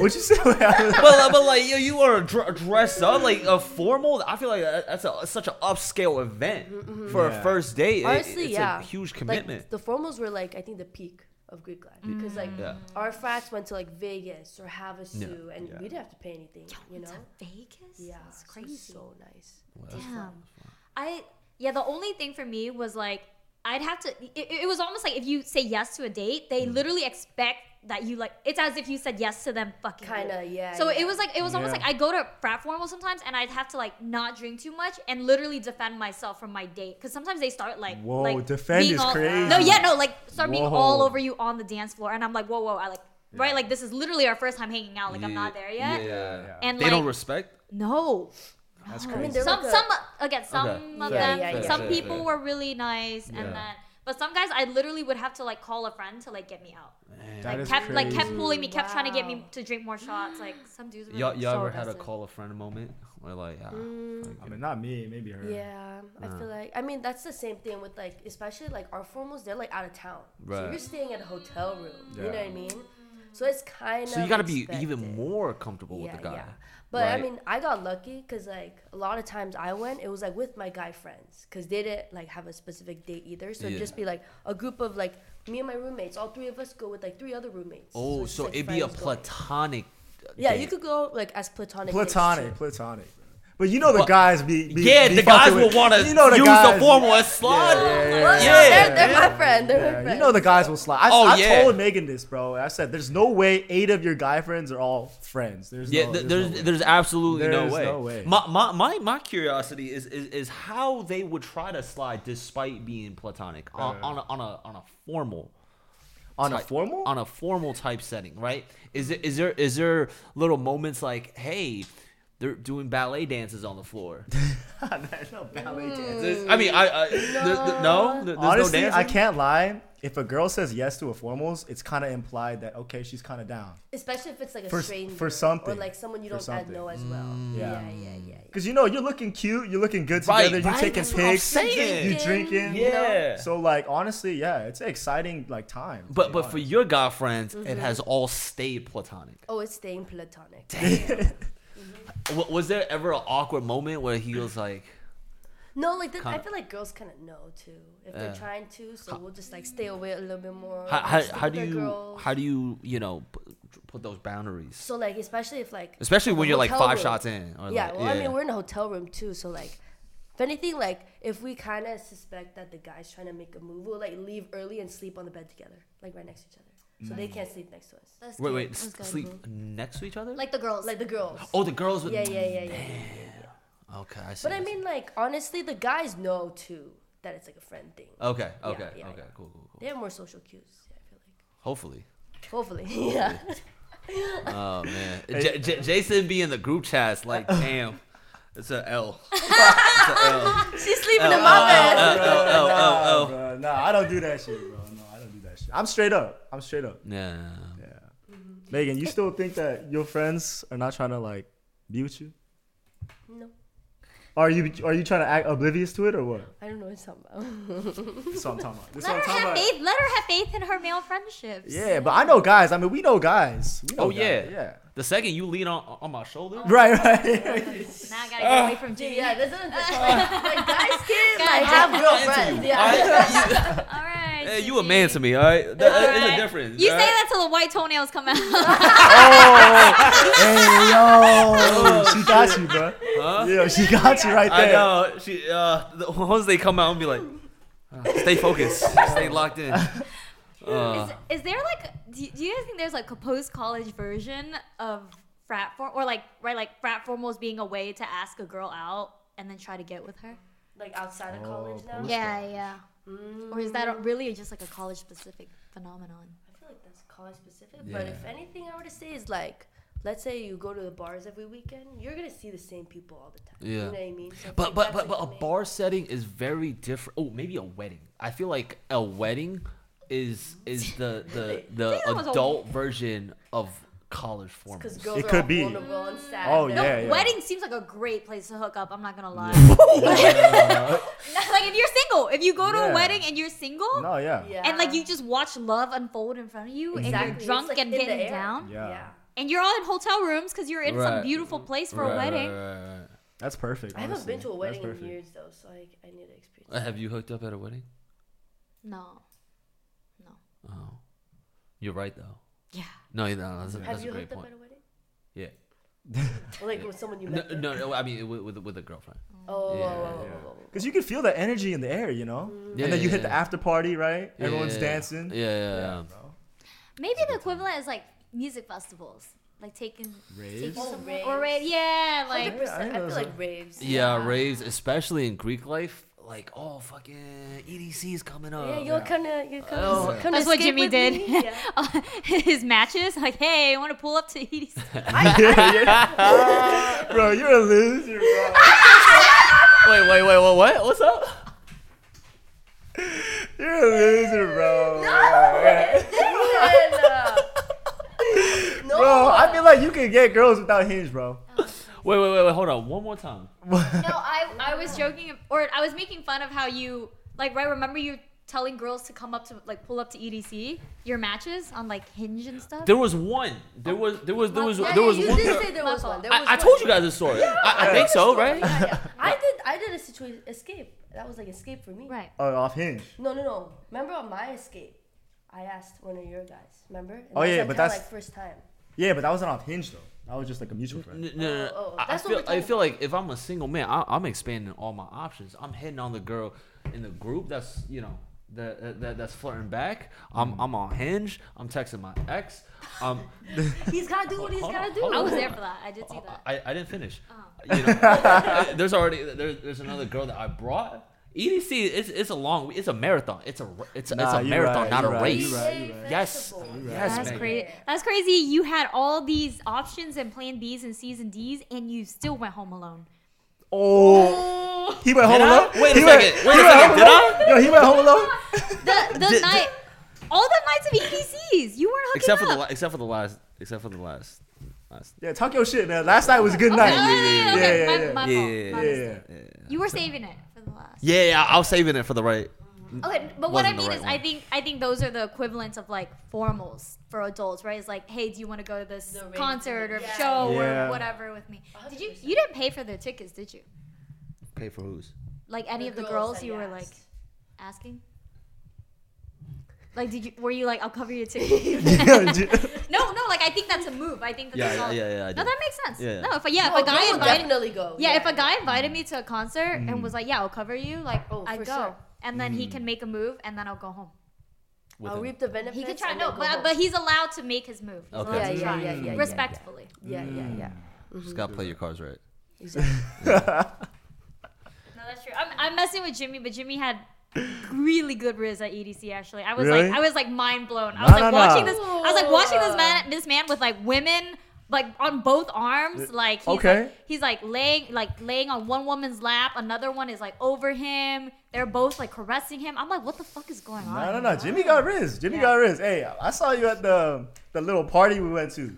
[SPEAKER 1] What'd you say?
[SPEAKER 2] but, but like yo, you want to dr- dress up like a formal. I feel like that- that's a, such an upscale event
[SPEAKER 3] Mm,
[SPEAKER 2] for
[SPEAKER 1] Yeah.
[SPEAKER 2] a first date. It-
[SPEAKER 4] Honestly,
[SPEAKER 2] it's
[SPEAKER 4] yeah.
[SPEAKER 2] a huge
[SPEAKER 4] Like,
[SPEAKER 2] commitment.
[SPEAKER 4] the formals were like I think the peak of Greek life because like
[SPEAKER 2] Yeah.
[SPEAKER 4] our frats went to like Vegas or Havasu, and
[SPEAKER 2] Yeah.
[SPEAKER 4] we didn't have to pay anything, you know?
[SPEAKER 3] To Vegas?
[SPEAKER 4] Yeah,
[SPEAKER 3] That's
[SPEAKER 4] so
[SPEAKER 3] crazy.
[SPEAKER 4] So nice.
[SPEAKER 3] Damn. I yeah, the only thing for me was like I'd have to it, it was almost like if you say yes to a date, they
[SPEAKER 1] Mm.
[SPEAKER 3] literally expect that you like it's as if you said yes to them fucking
[SPEAKER 4] Kinda, yeah,
[SPEAKER 3] So
[SPEAKER 4] yeah.
[SPEAKER 3] it was like it was almost
[SPEAKER 1] Yeah.
[SPEAKER 3] like I go to frat formal sometimes and I'd have to like not drink too much and literally defend myself from my date cuz sometimes they start like
[SPEAKER 1] Whoa,
[SPEAKER 3] like
[SPEAKER 1] defend
[SPEAKER 3] being
[SPEAKER 1] is
[SPEAKER 3] all-
[SPEAKER 1] crazy.
[SPEAKER 3] No, yeah, no, like start being
[SPEAKER 1] Whoa.
[SPEAKER 3] all over you on the dance floor and I'm like, "Whoa, whoa, I like right like this is literally our first time hanging out, like I'm not there yet."
[SPEAKER 2] Yeah.
[SPEAKER 3] And
[SPEAKER 2] they
[SPEAKER 3] like oh,
[SPEAKER 2] don't respect.
[SPEAKER 3] no,
[SPEAKER 1] That's
[SPEAKER 4] I mean,
[SPEAKER 1] crazy.
[SPEAKER 4] they're
[SPEAKER 3] some
[SPEAKER 4] like a-
[SPEAKER 3] some again some of
[SPEAKER 4] Yeah,
[SPEAKER 3] them
[SPEAKER 4] yeah, yeah.
[SPEAKER 3] some
[SPEAKER 2] Fair,
[SPEAKER 3] people
[SPEAKER 2] fair.
[SPEAKER 3] were really nice
[SPEAKER 2] Yeah.
[SPEAKER 3] and then but some guys I literally would have to like call a friend to like get me out.
[SPEAKER 1] That
[SPEAKER 3] like
[SPEAKER 1] is
[SPEAKER 3] kept like kept
[SPEAKER 1] crazy.
[SPEAKER 3] pulling me, kept trying to get me
[SPEAKER 4] Wow.
[SPEAKER 3] to drink more shots. Like some dudes were
[SPEAKER 2] Y'all,
[SPEAKER 3] like,
[SPEAKER 2] y'all
[SPEAKER 3] so
[SPEAKER 2] ever had a
[SPEAKER 3] aggressive.
[SPEAKER 2] call a friend moment where like, ah,
[SPEAKER 3] Mm,
[SPEAKER 2] fuck
[SPEAKER 1] I
[SPEAKER 2] it.
[SPEAKER 1] mean, not me, maybe her.
[SPEAKER 4] Yeah, I feel
[SPEAKER 2] uh.
[SPEAKER 4] like I mean that's the same thing with like especially like our formals they're like out of town, so
[SPEAKER 2] Right.
[SPEAKER 4] you're staying at a hotel room. You
[SPEAKER 1] Yeah.
[SPEAKER 4] know what I mean? So it's kind of
[SPEAKER 2] so you got to be even
[SPEAKER 4] expected.
[SPEAKER 2] more comfortable with the guy.
[SPEAKER 4] But I
[SPEAKER 2] right?
[SPEAKER 4] mean, I got lucky because like a lot of times I went, it was like with my guy friends because they didn't like have a specific date either. So
[SPEAKER 2] Yeah.
[SPEAKER 4] it'd just be like a group of like me and my roommates. All three of us go with like three other roommates.
[SPEAKER 2] oh,
[SPEAKER 4] it's just,
[SPEAKER 2] so
[SPEAKER 4] like,
[SPEAKER 2] it'd be a
[SPEAKER 4] friends going.
[SPEAKER 2] platonic.
[SPEAKER 4] Yeah, you
[SPEAKER 2] date.
[SPEAKER 4] could go like as platonic. dates,
[SPEAKER 1] Platonic,
[SPEAKER 4] too.
[SPEAKER 1] platonic. But you know the
[SPEAKER 2] Well,
[SPEAKER 1] guys be, be
[SPEAKER 2] Yeah,
[SPEAKER 1] be
[SPEAKER 2] the
[SPEAKER 1] fucking
[SPEAKER 2] guys
[SPEAKER 1] with-
[SPEAKER 2] will want to
[SPEAKER 1] you know the
[SPEAKER 2] use
[SPEAKER 1] guys,
[SPEAKER 2] the formal as slide.
[SPEAKER 4] Oh,
[SPEAKER 2] Yeah.
[SPEAKER 4] they're, they're my friend. They're my
[SPEAKER 1] Yeah,
[SPEAKER 4] friend.
[SPEAKER 1] you know the guys will slide. I,
[SPEAKER 2] Oh,
[SPEAKER 1] I
[SPEAKER 2] yeah.
[SPEAKER 1] told Megan this, bro. I said, "There's no way eight of your guy friends are all friends. There's
[SPEAKER 2] Yeah,
[SPEAKER 1] no,
[SPEAKER 2] th-
[SPEAKER 1] there's,
[SPEAKER 2] there's
[SPEAKER 1] no way.
[SPEAKER 2] there's, absolutely
[SPEAKER 1] There's
[SPEAKER 2] no way.
[SPEAKER 1] no way.
[SPEAKER 2] My, my my my curiosity is, is is how they would try to slide despite being platonic on, on a, on a on a formal
[SPEAKER 1] Uh. on a
[SPEAKER 2] type-
[SPEAKER 1] formal.
[SPEAKER 2] on a formal type setting, right? Is it is there is there little moments like hey, they're doing ballet dances on the floor?
[SPEAKER 1] no ballet dance.
[SPEAKER 2] There's- I mean, I, I no, no, there- there's no
[SPEAKER 1] Honestly, I
[SPEAKER 2] dancing?
[SPEAKER 1] can't lie. if a girl says yes to a formals, it's kind of implied that okay, she's kind of down.
[SPEAKER 4] Especially if it's like a
[SPEAKER 1] For s-
[SPEAKER 4] stranger
[SPEAKER 1] for something.
[SPEAKER 4] or like someone you
[SPEAKER 1] For
[SPEAKER 4] don't add
[SPEAKER 1] something.
[SPEAKER 4] know as well.
[SPEAKER 1] Yeah.
[SPEAKER 2] Mm.
[SPEAKER 4] Yeah, yeah, yeah. yeah,
[SPEAKER 1] Cause you know you're looking cute, you're looking good
[SPEAKER 2] Right,
[SPEAKER 1] together, you're
[SPEAKER 2] right,
[SPEAKER 1] taking
[SPEAKER 2] that's what I'm
[SPEAKER 1] pics,
[SPEAKER 2] saying.
[SPEAKER 1] you drinking.
[SPEAKER 2] Yeah.
[SPEAKER 1] So like honestly, yeah, it's an exciting like time. to
[SPEAKER 2] But
[SPEAKER 1] be
[SPEAKER 2] but for
[SPEAKER 1] honest.
[SPEAKER 2] your guy friends,
[SPEAKER 4] Mm-hmm.
[SPEAKER 2] it has all stayed platonic.
[SPEAKER 4] Oh, it's staying platonic.
[SPEAKER 2] W- was there ever an awkward moment where he was like,
[SPEAKER 4] No, like that, I
[SPEAKER 2] Kinda. Eh.
[SPEAKER 4] feel like girls kind of know too if they're trying to. So we'll just like stay away a little bit more.
[SPEAKER 2] how,
[SPEAKER 4] like,
[SPEAKER 2] how,
[SPEAKER 4] stick
[SPEAKER 2] how
[SPEAKER 4] with
[SPEAKER 2] do
[SPEAKER 4] our
[SPEAKER 2] you
[SPEAKER 4] girls.
[SPEAKER 2] how do you you know p- put those boundaries?
[SPEAKER 4] So like, especially if like,
[SPEAKER 2] Especially when
[SPEAKER 4] the
[SPEAKER 2] you're like
[SPEAKER 4] hotel
[SPEAKER 2] five
[SPEAKER 4] room.
[SPEAKER 2] shots in. Or
[SPEAKER 4] yeah,
[SPEAKER 2] like,
[SPEAKER 4] well, I mean, we're in a hotel room too, so like, if anything, like, if we kind of suspect that the guy's trying to make a move, we'll like leave early and sleep on the bed together, like right next to each other,
[SPEAKER 1] Mm.
[SPEAKER 4] so they can't sleep next to us.
[SPEAKER 3] That's
[SPEAKER 2] wait
[SPEAKER 3] cute.
[SPEAKER 2] wait
[SPEAKER 3] That's
[SPEAKER 2] s-
[SPEAKER 3] good.
[SPEAKER 2] sleep next to each other.
[SPEAKER 3] Like the girls.
[SPEAKER 4] Mm-hmm. Like the girls.
[SPEAKER 2] oh, the girls. With,
[SPEAKER 4] Yeah, yeah, yeah, yeah.
[SPEAKER 2] Okay, I see.
[SPEAKER 4] But I
[SPEAKER 2] see.
[SPEAKER 4] mean, like, honestly, the guys know too that it's like a friend thing.
[SPEAKER 2] Okay, okay,
[SPEAKER 4] yeah,
[SPEAKER 2] okay,
[SPEAKER 4] yeah.
[SPEAKER 2] cool, cool, cool.
[SPEAKER 4] They have more social cues. Yeah, I feel like.
[SPEAKER 2] Hopefully.
[SPEAKER 4] Hopefully, yeah.
[SPEAKER 2] Oh man, J- J- Jason be in the group chats like, damn, it's a L.
[SPEAKER 4] She's sleeping in my bed.
[SPEAKER 2] uh,
[SPEAKER 1] Nah,
[SPEAKER 2] oh,
[SPEAKER 1] bruh, nah, I don't do that shit, bro. No, I don't do that shit. I'm straight up. I'm straight up.
[SPEAKER 2] Yeah.
[SPEAKER 1] Yeah. Megan, you still think that your friends are not trying to like be with you?
[SPEAKER 4] No,
[SPEAKER 1] Are you are you trying to act oblivious to it or what?
[SPEAKER 4] I don't know what it's talking about.
[SPEAKER 1] That's what I'm talking about. That's
[SPEAKER 3] let
[SPEAKER 1] what I'm
[SPEAKER 3] her
[SPEAKER 1] talking
[SPEAKER 3] have
[SPEAKER 1] about.
[SPEAKER 3] faith. Let her have faith in her male friendships.
[SPEAKER 1] Yeah, but I know guys. I mean, we know guys. We know
[SPEAKER 2] Oh
[SPEAKER 1] guys.
[SPEAKER 2] yeah,
[SPEAKER 1] yeah.
[SPEAKER 2] The second you lean on on my shoulder,
[SPEAKER 1] Right, right.
[SPEAKER 3] Now I gotta
[SPEAKER 2] Ah.
[SPEAKER 3] get away from Jimmy.
[SPEAKER 4] yeah, this is like, like guys can
[SPEAKER 3] Guys
[SPEAKER 4] like have girlfriends. Yeah.
[SPEAKER 3] All right.
[SPEAKER 2] hey, you
[SPEAKER 3] Jimmy.
[SPEAKER 2] a man to me, all right? That, that- It's a
[SPEAKER 3] Alright.
[SPEAKER 2] difference.
[SPEAKER 3] You say
[SPEAKER 2] all right?
[SPEAKER 3] that till the white toenails come out.
[SPEAKER 1] hey yo, she got you, bro. Yeah, she got you right
[SPEAKER 2] Oh, I
[SPEAKER 1] there.
[SPEAKER 2] know. She, uh, the, once they come out and be like, uh, stay focused, stay locked in. Uh,
[SPEAKER 3] is, is there like, do you, do you guys think there's like a post college version of frat form or like, right, like frat formals being a way to ask a girl out and then try to get with her?
[SPEAKER 4] Like outside of college now.
[SPEAKER 3] Yeah, yeah. Or is that really just like a college specific phenomenon?
[SPEAKER 4] I feel like that's college specific, but if anything, I would say is like, let's say you go to the bars every weekend, you're gonna see the same people all the time. You
[SPEAKER 2] Yeah.
[SPEAKER 4] know what I mean? So
[SPEAKER 2] but but but but a
[SPEAKER 4] bar.
[SPEAKER 2] bar setting is very different. Oh, maybe a wedding. I feel like a wedding is is the the the
[SPEAKER 3] that was a-
[SPEAKER 2] adult version of college
[SPEAKER 4] Because
[SPEAKER 2] formals.
[SPEAKER 4] girls
[SPEAKER 1] It
[SPEAKER 4] are
[SPEAKER 1] could
[SPEAKER 4] all
[SPEAKER 1] be.
[SPEAKER 4] vulnerable and sad.
[SPEAKER 1] Oh,
[SPEAKER 4] and-
[SPEAKER 1] yeah.
[SPEAKER 3] no, wedding seems like a great place to hook up. I'm not gonna lie. like if you're single, if you go to
[SPEAKER 1] Yeah.
[SPEAKER 3] a wedding and you're single,
[SPEAKER 1] No, yeah.
[SPEAKER 4] Yeah.
[SPEAKER 3] and like you just watch love unfold in front of you,
[SPEAKER 4] Exactly.
[SPEAKER 3] and
[SPEAKER 4] It's,
[SPEAKER 3] you're drunk
[SPEAKER 4] like,
[SPEAKER 3] and
[SPEAKER 4] in the
[SPEAKER 3] getting
[SPEAKER 4] air.
[SPEAKER 3] down,
[SPEAKER 1] Yeah.
[SPEAKER 3] and you're all in hotel rooms because you're in
[SPEAKER 2] Right.
[SPEAKER 3] some beautiful place for a wedding.
[SPEAKER 1] That's perfect.
[SPEAKER 4] I haven't been to a
[SPEAKER 1] honestly.
[SPEAKER 4] wedding
[SPEAKER 1] That's
[SPEAKER 4] in
[SPEAKER 1] perfect.
[SPEAKER 4] years though, so I, I need to experience.
[SPEAKER 2] Uh, Have you hooked up at a wedding?
[SPEAKER 3] No, no,
[SPEAKER 2] Oh, you're right though.
[SPEAKER 3] yeah,
[SPEAKER 2] No, you- no, that's, a-
[SPEAKER 4] it.
[SPEAKER 2] that's
[SPEAKER 4] Have
[SPEAKER 2] a
[SPEAKER 4] you
[SPEAKER 2] great
[SPEAKER 4] hooked up
[SPEAKER 2] point.
[SPEAKER 4] at a wedding?
[SPEAKER 2] Yeah.
[SPEAKER 4] Or like with someone you
[SPEAKER 2] No,
[SPEAKER 4] met? there?
[SPEAKER 2] no, no, I mean with with, with a girlfriend.
[SPEAKER 4] Oh,
[SPEAKER 2] Yeah,
[SPEAKER 4] whoa, whoa, whoa,
[SPEAKER 1] yeah.
[SPEAKER 4] whoa, whoa.
[SPEAKER 1] Cause you can feel that energy in the air, you know.
[SPEAKER 2] Yeah,
[SPEAKER 4] Mm-hmm.
[SPEAKER 1] and then you
[SPEAKER 2] yeah,
[SPEAKER 1] hit the
[SPEAKER 2] yeah.
[SPEAKER 1] after party, right?
[SPEAKER 2] Yeah,
[SPEAKER 1] Everyone's
[SPEAKER 2] yeah, yeah.
[SPEAKER 1] dancing.
[SPEAKER 2] Yeah, yeah, yeah.
[SPEAKER 3] maybe the equivalent is like music festivals, like taking taking
[SPEAKER 1] Raves?
[SPEAKER 4] Oh,
[SPEAKER 3] someone
[SPEAKER 4] raves.
[SPEAKER 3] or rave, yeah, like.
[SPEAKER 4] 100%.
[SPEAKER 1] I
[SPEAKER 4] I feel
[SPEAKER 1] know
[SPEAKER 4] like raves.
[SPEAKER 2] Yeah, raves, especially in Greek life, like oh fucking EDC is coming up.
[SPEAKER 4] Yeah, you're kinda, you're kinda,
[SPEAKER 2] uh, Oh,
[SPEAKER 4] kinda
[SPEAKER 3] That's what
[SPEAKER 4] escape
[SPEAKER 3] Jimmy
[SPEAKER 4] with
[SPEAKER 3] did.
[SPEAKER 4] me? Yeah.
[SPEAKER 3] His matches, like, hey, I want to pull up to EDC.
[SPEAKER 1] bro, you're a loser, bro.
[SPEAKER 2] Wait, wait, wait, wait, what? What's up?
[SPEAKER 1] You're a loser, bro.
[SPEAKER 4] no.
[SPEAKER 1] Bro, I feel like you can get girls without hinge, bro.
[SPEAKER 2] Wait, wait, wait, wait, hold on, one more time.
[SPEAKER 3] No, I, I was joking, or I was making fun of how you, like, right, remember you telling girls to come up to, like, pull up to EDC, your matches on, like, Hinge and stuff?
[SPEAKER 2] There was one. There was, there was, there was,
[SPEAKER 3] Yeah,
[SPEAKER 2] there was
[SPEAKER 4] you
[SPEAKER 2] one.
[SPEAKER 4] did
[SPEAKER 2] girl-
[SPEAKER 4] say there
[SPEAKER 3] My
[SPEAKER 4] was
[SPEAKER 3] fault.
[SPEAKER 4] one. There was
[SPEAKER 2] I, I
[SPEAKER 4] one.
[SPEAKER 2] told you guys this story. I, I think so, right?
[SPEAKER 4] Yeah, yeah. I did. I did a situation escape. That was like escape for me.
[SPEAKER 3] right.
[SPEAKER 1] Oh, off hinge.
[SPEAKER 4] No, no, no. Remember on my escape, I asked one of your guys. Remember? And
[SPEAKER 1] Oh,
[SPEAKER 4] that was,
[SPEAKER 1] yeah,
[SPEAKER 4] like,
[SPEAKER 1] but
[SPEAKER 4] kinda,
[SPEAKER 1] that's-
[SPEAKER 4] like first time.
[SPEAKER 1] Yeah, but that wasn't off hinge though. That was just like a mutual friend.
[SPEAKER 2] No, no, no.
[SPEAKER 4] Oh, oh,
[SPEAKER 2] I, I
[SPEAKER 4] that's what we're
[SPEAKER 2] feel, I
[SPEAKER 4] talking
[SPEAKER 2] feel like if I'm a single man, I, I'm expanding all my options. I'm hitting on the girl in the group that's you know that, that that's flirting back. I'm
[SPEAKER 6] Mm.
[SPEAKER 2] I'm on Hinge. I'm texting my ex. Um,
[SPEAKER 4] He's gotta do what he's
[SPEAKER 2] Hold on,
[SPEAKER 4] gotta do.
[SPEAKER 2] hold
[SPEAKER 3] I
[SPEAKER 2] on.
[SPEAKER 3] was there for that. I did see that.
[SPEAKER 2] I, I didn't finish.
[SPEAKER 4] Oh.
[SPEAKER 2] You know, there's already there, there's another girl that I brought. EDC it's, it's a long it's a marathon. It's a r- it's a, it's
[SPEAKER 1] Nah,
[SPEAKER 2] a
[SPEAKER 1] you're
[SPEAKER 2] marathon,
[SPEAKER 1] right,
[SPEAKER 2] not a
[SPEAKER 1] you're right,
[SPEAKER 2] race.
[SPEAKER 1] you're right, you're right.
[SPEAKER 2] Yes,
[SPEAKER 4] Festival.
[SPEAKER 2] yes,
[SPEAKER 3] That's
[SPEAKER 2] man.
[SPEAKER 3] crazy. That's crazy. You had all these options and plan Bs and Cs and Ds, and you still went home alone.
[SPEAKER 1] Oh, he went
[SPEAKER 2] Did
[SPEAKER 1] home
[SPEAKER 2] I?
[SPEAKER 1] alone.
[SPEAKER 2] Wait
[SPEAKER 4] Oh.
[SPEAKER 2] a
[SPEAKER 1] he went-
[SPEAKER 2] second,
[SPEAKER 1] he
[SPEAKER 2] wait a
[SPEAKER 1] went
[SPEAKER 2] second,
[SPEAKER 1] home
[SPEAKER 2] did
[SPEAKER 1] alone? Yo, he went home alone.
[SPEAKER 3] The the
[SPEAKER 2] Did-
[SPEAKER 3] night all the nights of EPCs. You weren't hooking
[SPEAKER 6] except for
[SPEAKER 3] up.
[SPEAKER 6] the la- except for the last except for the last last.
[SPEAKER 1] Yeah, talk your shit, man. Last night was a good
[SPEAKER 3] Okay,
[SPEAKER 1] night.
[SPEAKER 3] okay, okay,
[SPEAKER 1] yeah, yeah,
[SPEAKER 3] my, my
[SPEAKER 6] yeah.
[SPEAKER 3] fault.
[SPEAKER 6] Yeah,
[SPEAKER 3] my
[SPEAKER 1] yeah,
[SPEAKER 3] mistake.
[SPEAKER 1] yeah.
[SPEAKER 3] You were saving it for the last.
[SPEAKER 6] Yeah, yeah, I was saving it for the right.
[SPEAKER 3] Okay, but what I
[SPEAKER 6] Wasn't the
[SPEAKER 3] mean
[SPEAKER 6] right
[SPEAKER 3] is, I
[SPEAKER 6] one.
[SPEAKER 3] think I think those are the equivalents of like formals for adults, right? It's like, hey, do you want to go to this
[SPEAKER 4] The rave
[SPEAKER 3] concert or
[SPEAKER 4] thing. Yeah.
[SPEAKER 3] show
[SPEAKER 1] Yeah.
[SPEAKER 3] or whatever with me? Did you you didn't pay for the tickets, did you?
[SPEAKER 6] Pay for whose?
[SPEAKER 3] Like any of the
[SPEAKER 4] girls
[SPEAKER 3] girls,
[SPEAKER 4] that
[SPEAKER 3] you
[SPEAKER 4] you
[SPEAKER 3] were
[SPEAKER 4] asked.
[SPEAKER 3] like asking. Like, did you were you like, I'll cover your ticket? no, no. Like, I think that's a move. I think that's
[SPEAKER 6] Yeah,
[SPEAKER 3] a
[SPEAKER 6] yeah,
[SPEAKER 3] solid-
[SPEAKER 6] yeah, yeah, I
[SPEAKER 3] No,
[SPEAKER 6] did.
[SPEAKER 3] that makes sense.
[SPEAKER 6] Yeah, yeah.
[SPEAKER 3] No, if I, yeah,
[SPEAKER 4] No,
[SPEAKER 3] if a guy
[SPEAKER 4] girl would
[SPEAKER 3] invited,
[SPEAKER 4] definitely go.
[SPEAKER 3] Yeah, Mm-hmm. if a guy invited me to a concert and was like, "Yeah, I'll cover you," like
[SPEAKER 4] Oh,
[SPEAKER 3] I
[SPEAKER 4] for
[SPEAKER 3] go,
[SPEAKER 4] sure.
[SPEAKER 3] and then
[SPEAKER 6] Mm.
[SPEAKER 3] he can make a move, and then I'll go home.
[SPEAKER 2] Oh,
[SPEAKER 4] I'll reap the benefits.
[SPEAKER 3] He can try,
[SPEAKER 4] and
[SPEAKER 3] no,
[SPEAKER 4] then go
[SPEAKER 3] but,
[SPEAKER 4] home.
[SPEAKER 3] but he's allowed to make his move. He's
[SPEAKER 6] Okay.
[SPEAKER 3] allowed
[SPEAKER 4] yeah,
[SPEAKER 3] to
[SPEAKER 4] yeah,
[SPEAKER 3] try.
[SPEAKER 4] yeah, yeah, yeah,
[SPEAKER 3] respectfully.
[SPEAKER 4] Yeah, yeah, yeah.
[SPEAKER 6] Just gotta play your cards right.
[SPEAKER 4] Exactly.
[SPEAKER 3] No, that's true. I'm, I'm messing with Jimmy, but Jimmy had really good riz at EDC. Actually, I was
[SPEAKER 1] Really?
[SPEAKER 3] like, I was like mind blown.
[SPEAKER 1] No,
[SPEAKER 3] I was like
[SPEAKER 1] no, no.
[SPEAKER 3] watching this. I was like watching this man, this man with like women. Like on both arms, like he's
[SPEAKER 1] Okay.
[SPEAKER 3] like he's like laying like laying on one woman's lap, another one is like over him. They're both like caressing him. I'm like, what the fuck is going on?
[SPEAKER 1] No, no, no. Jimmy got Riz. Jimmy got Riz. Hey, I saw you at the the little party we went to.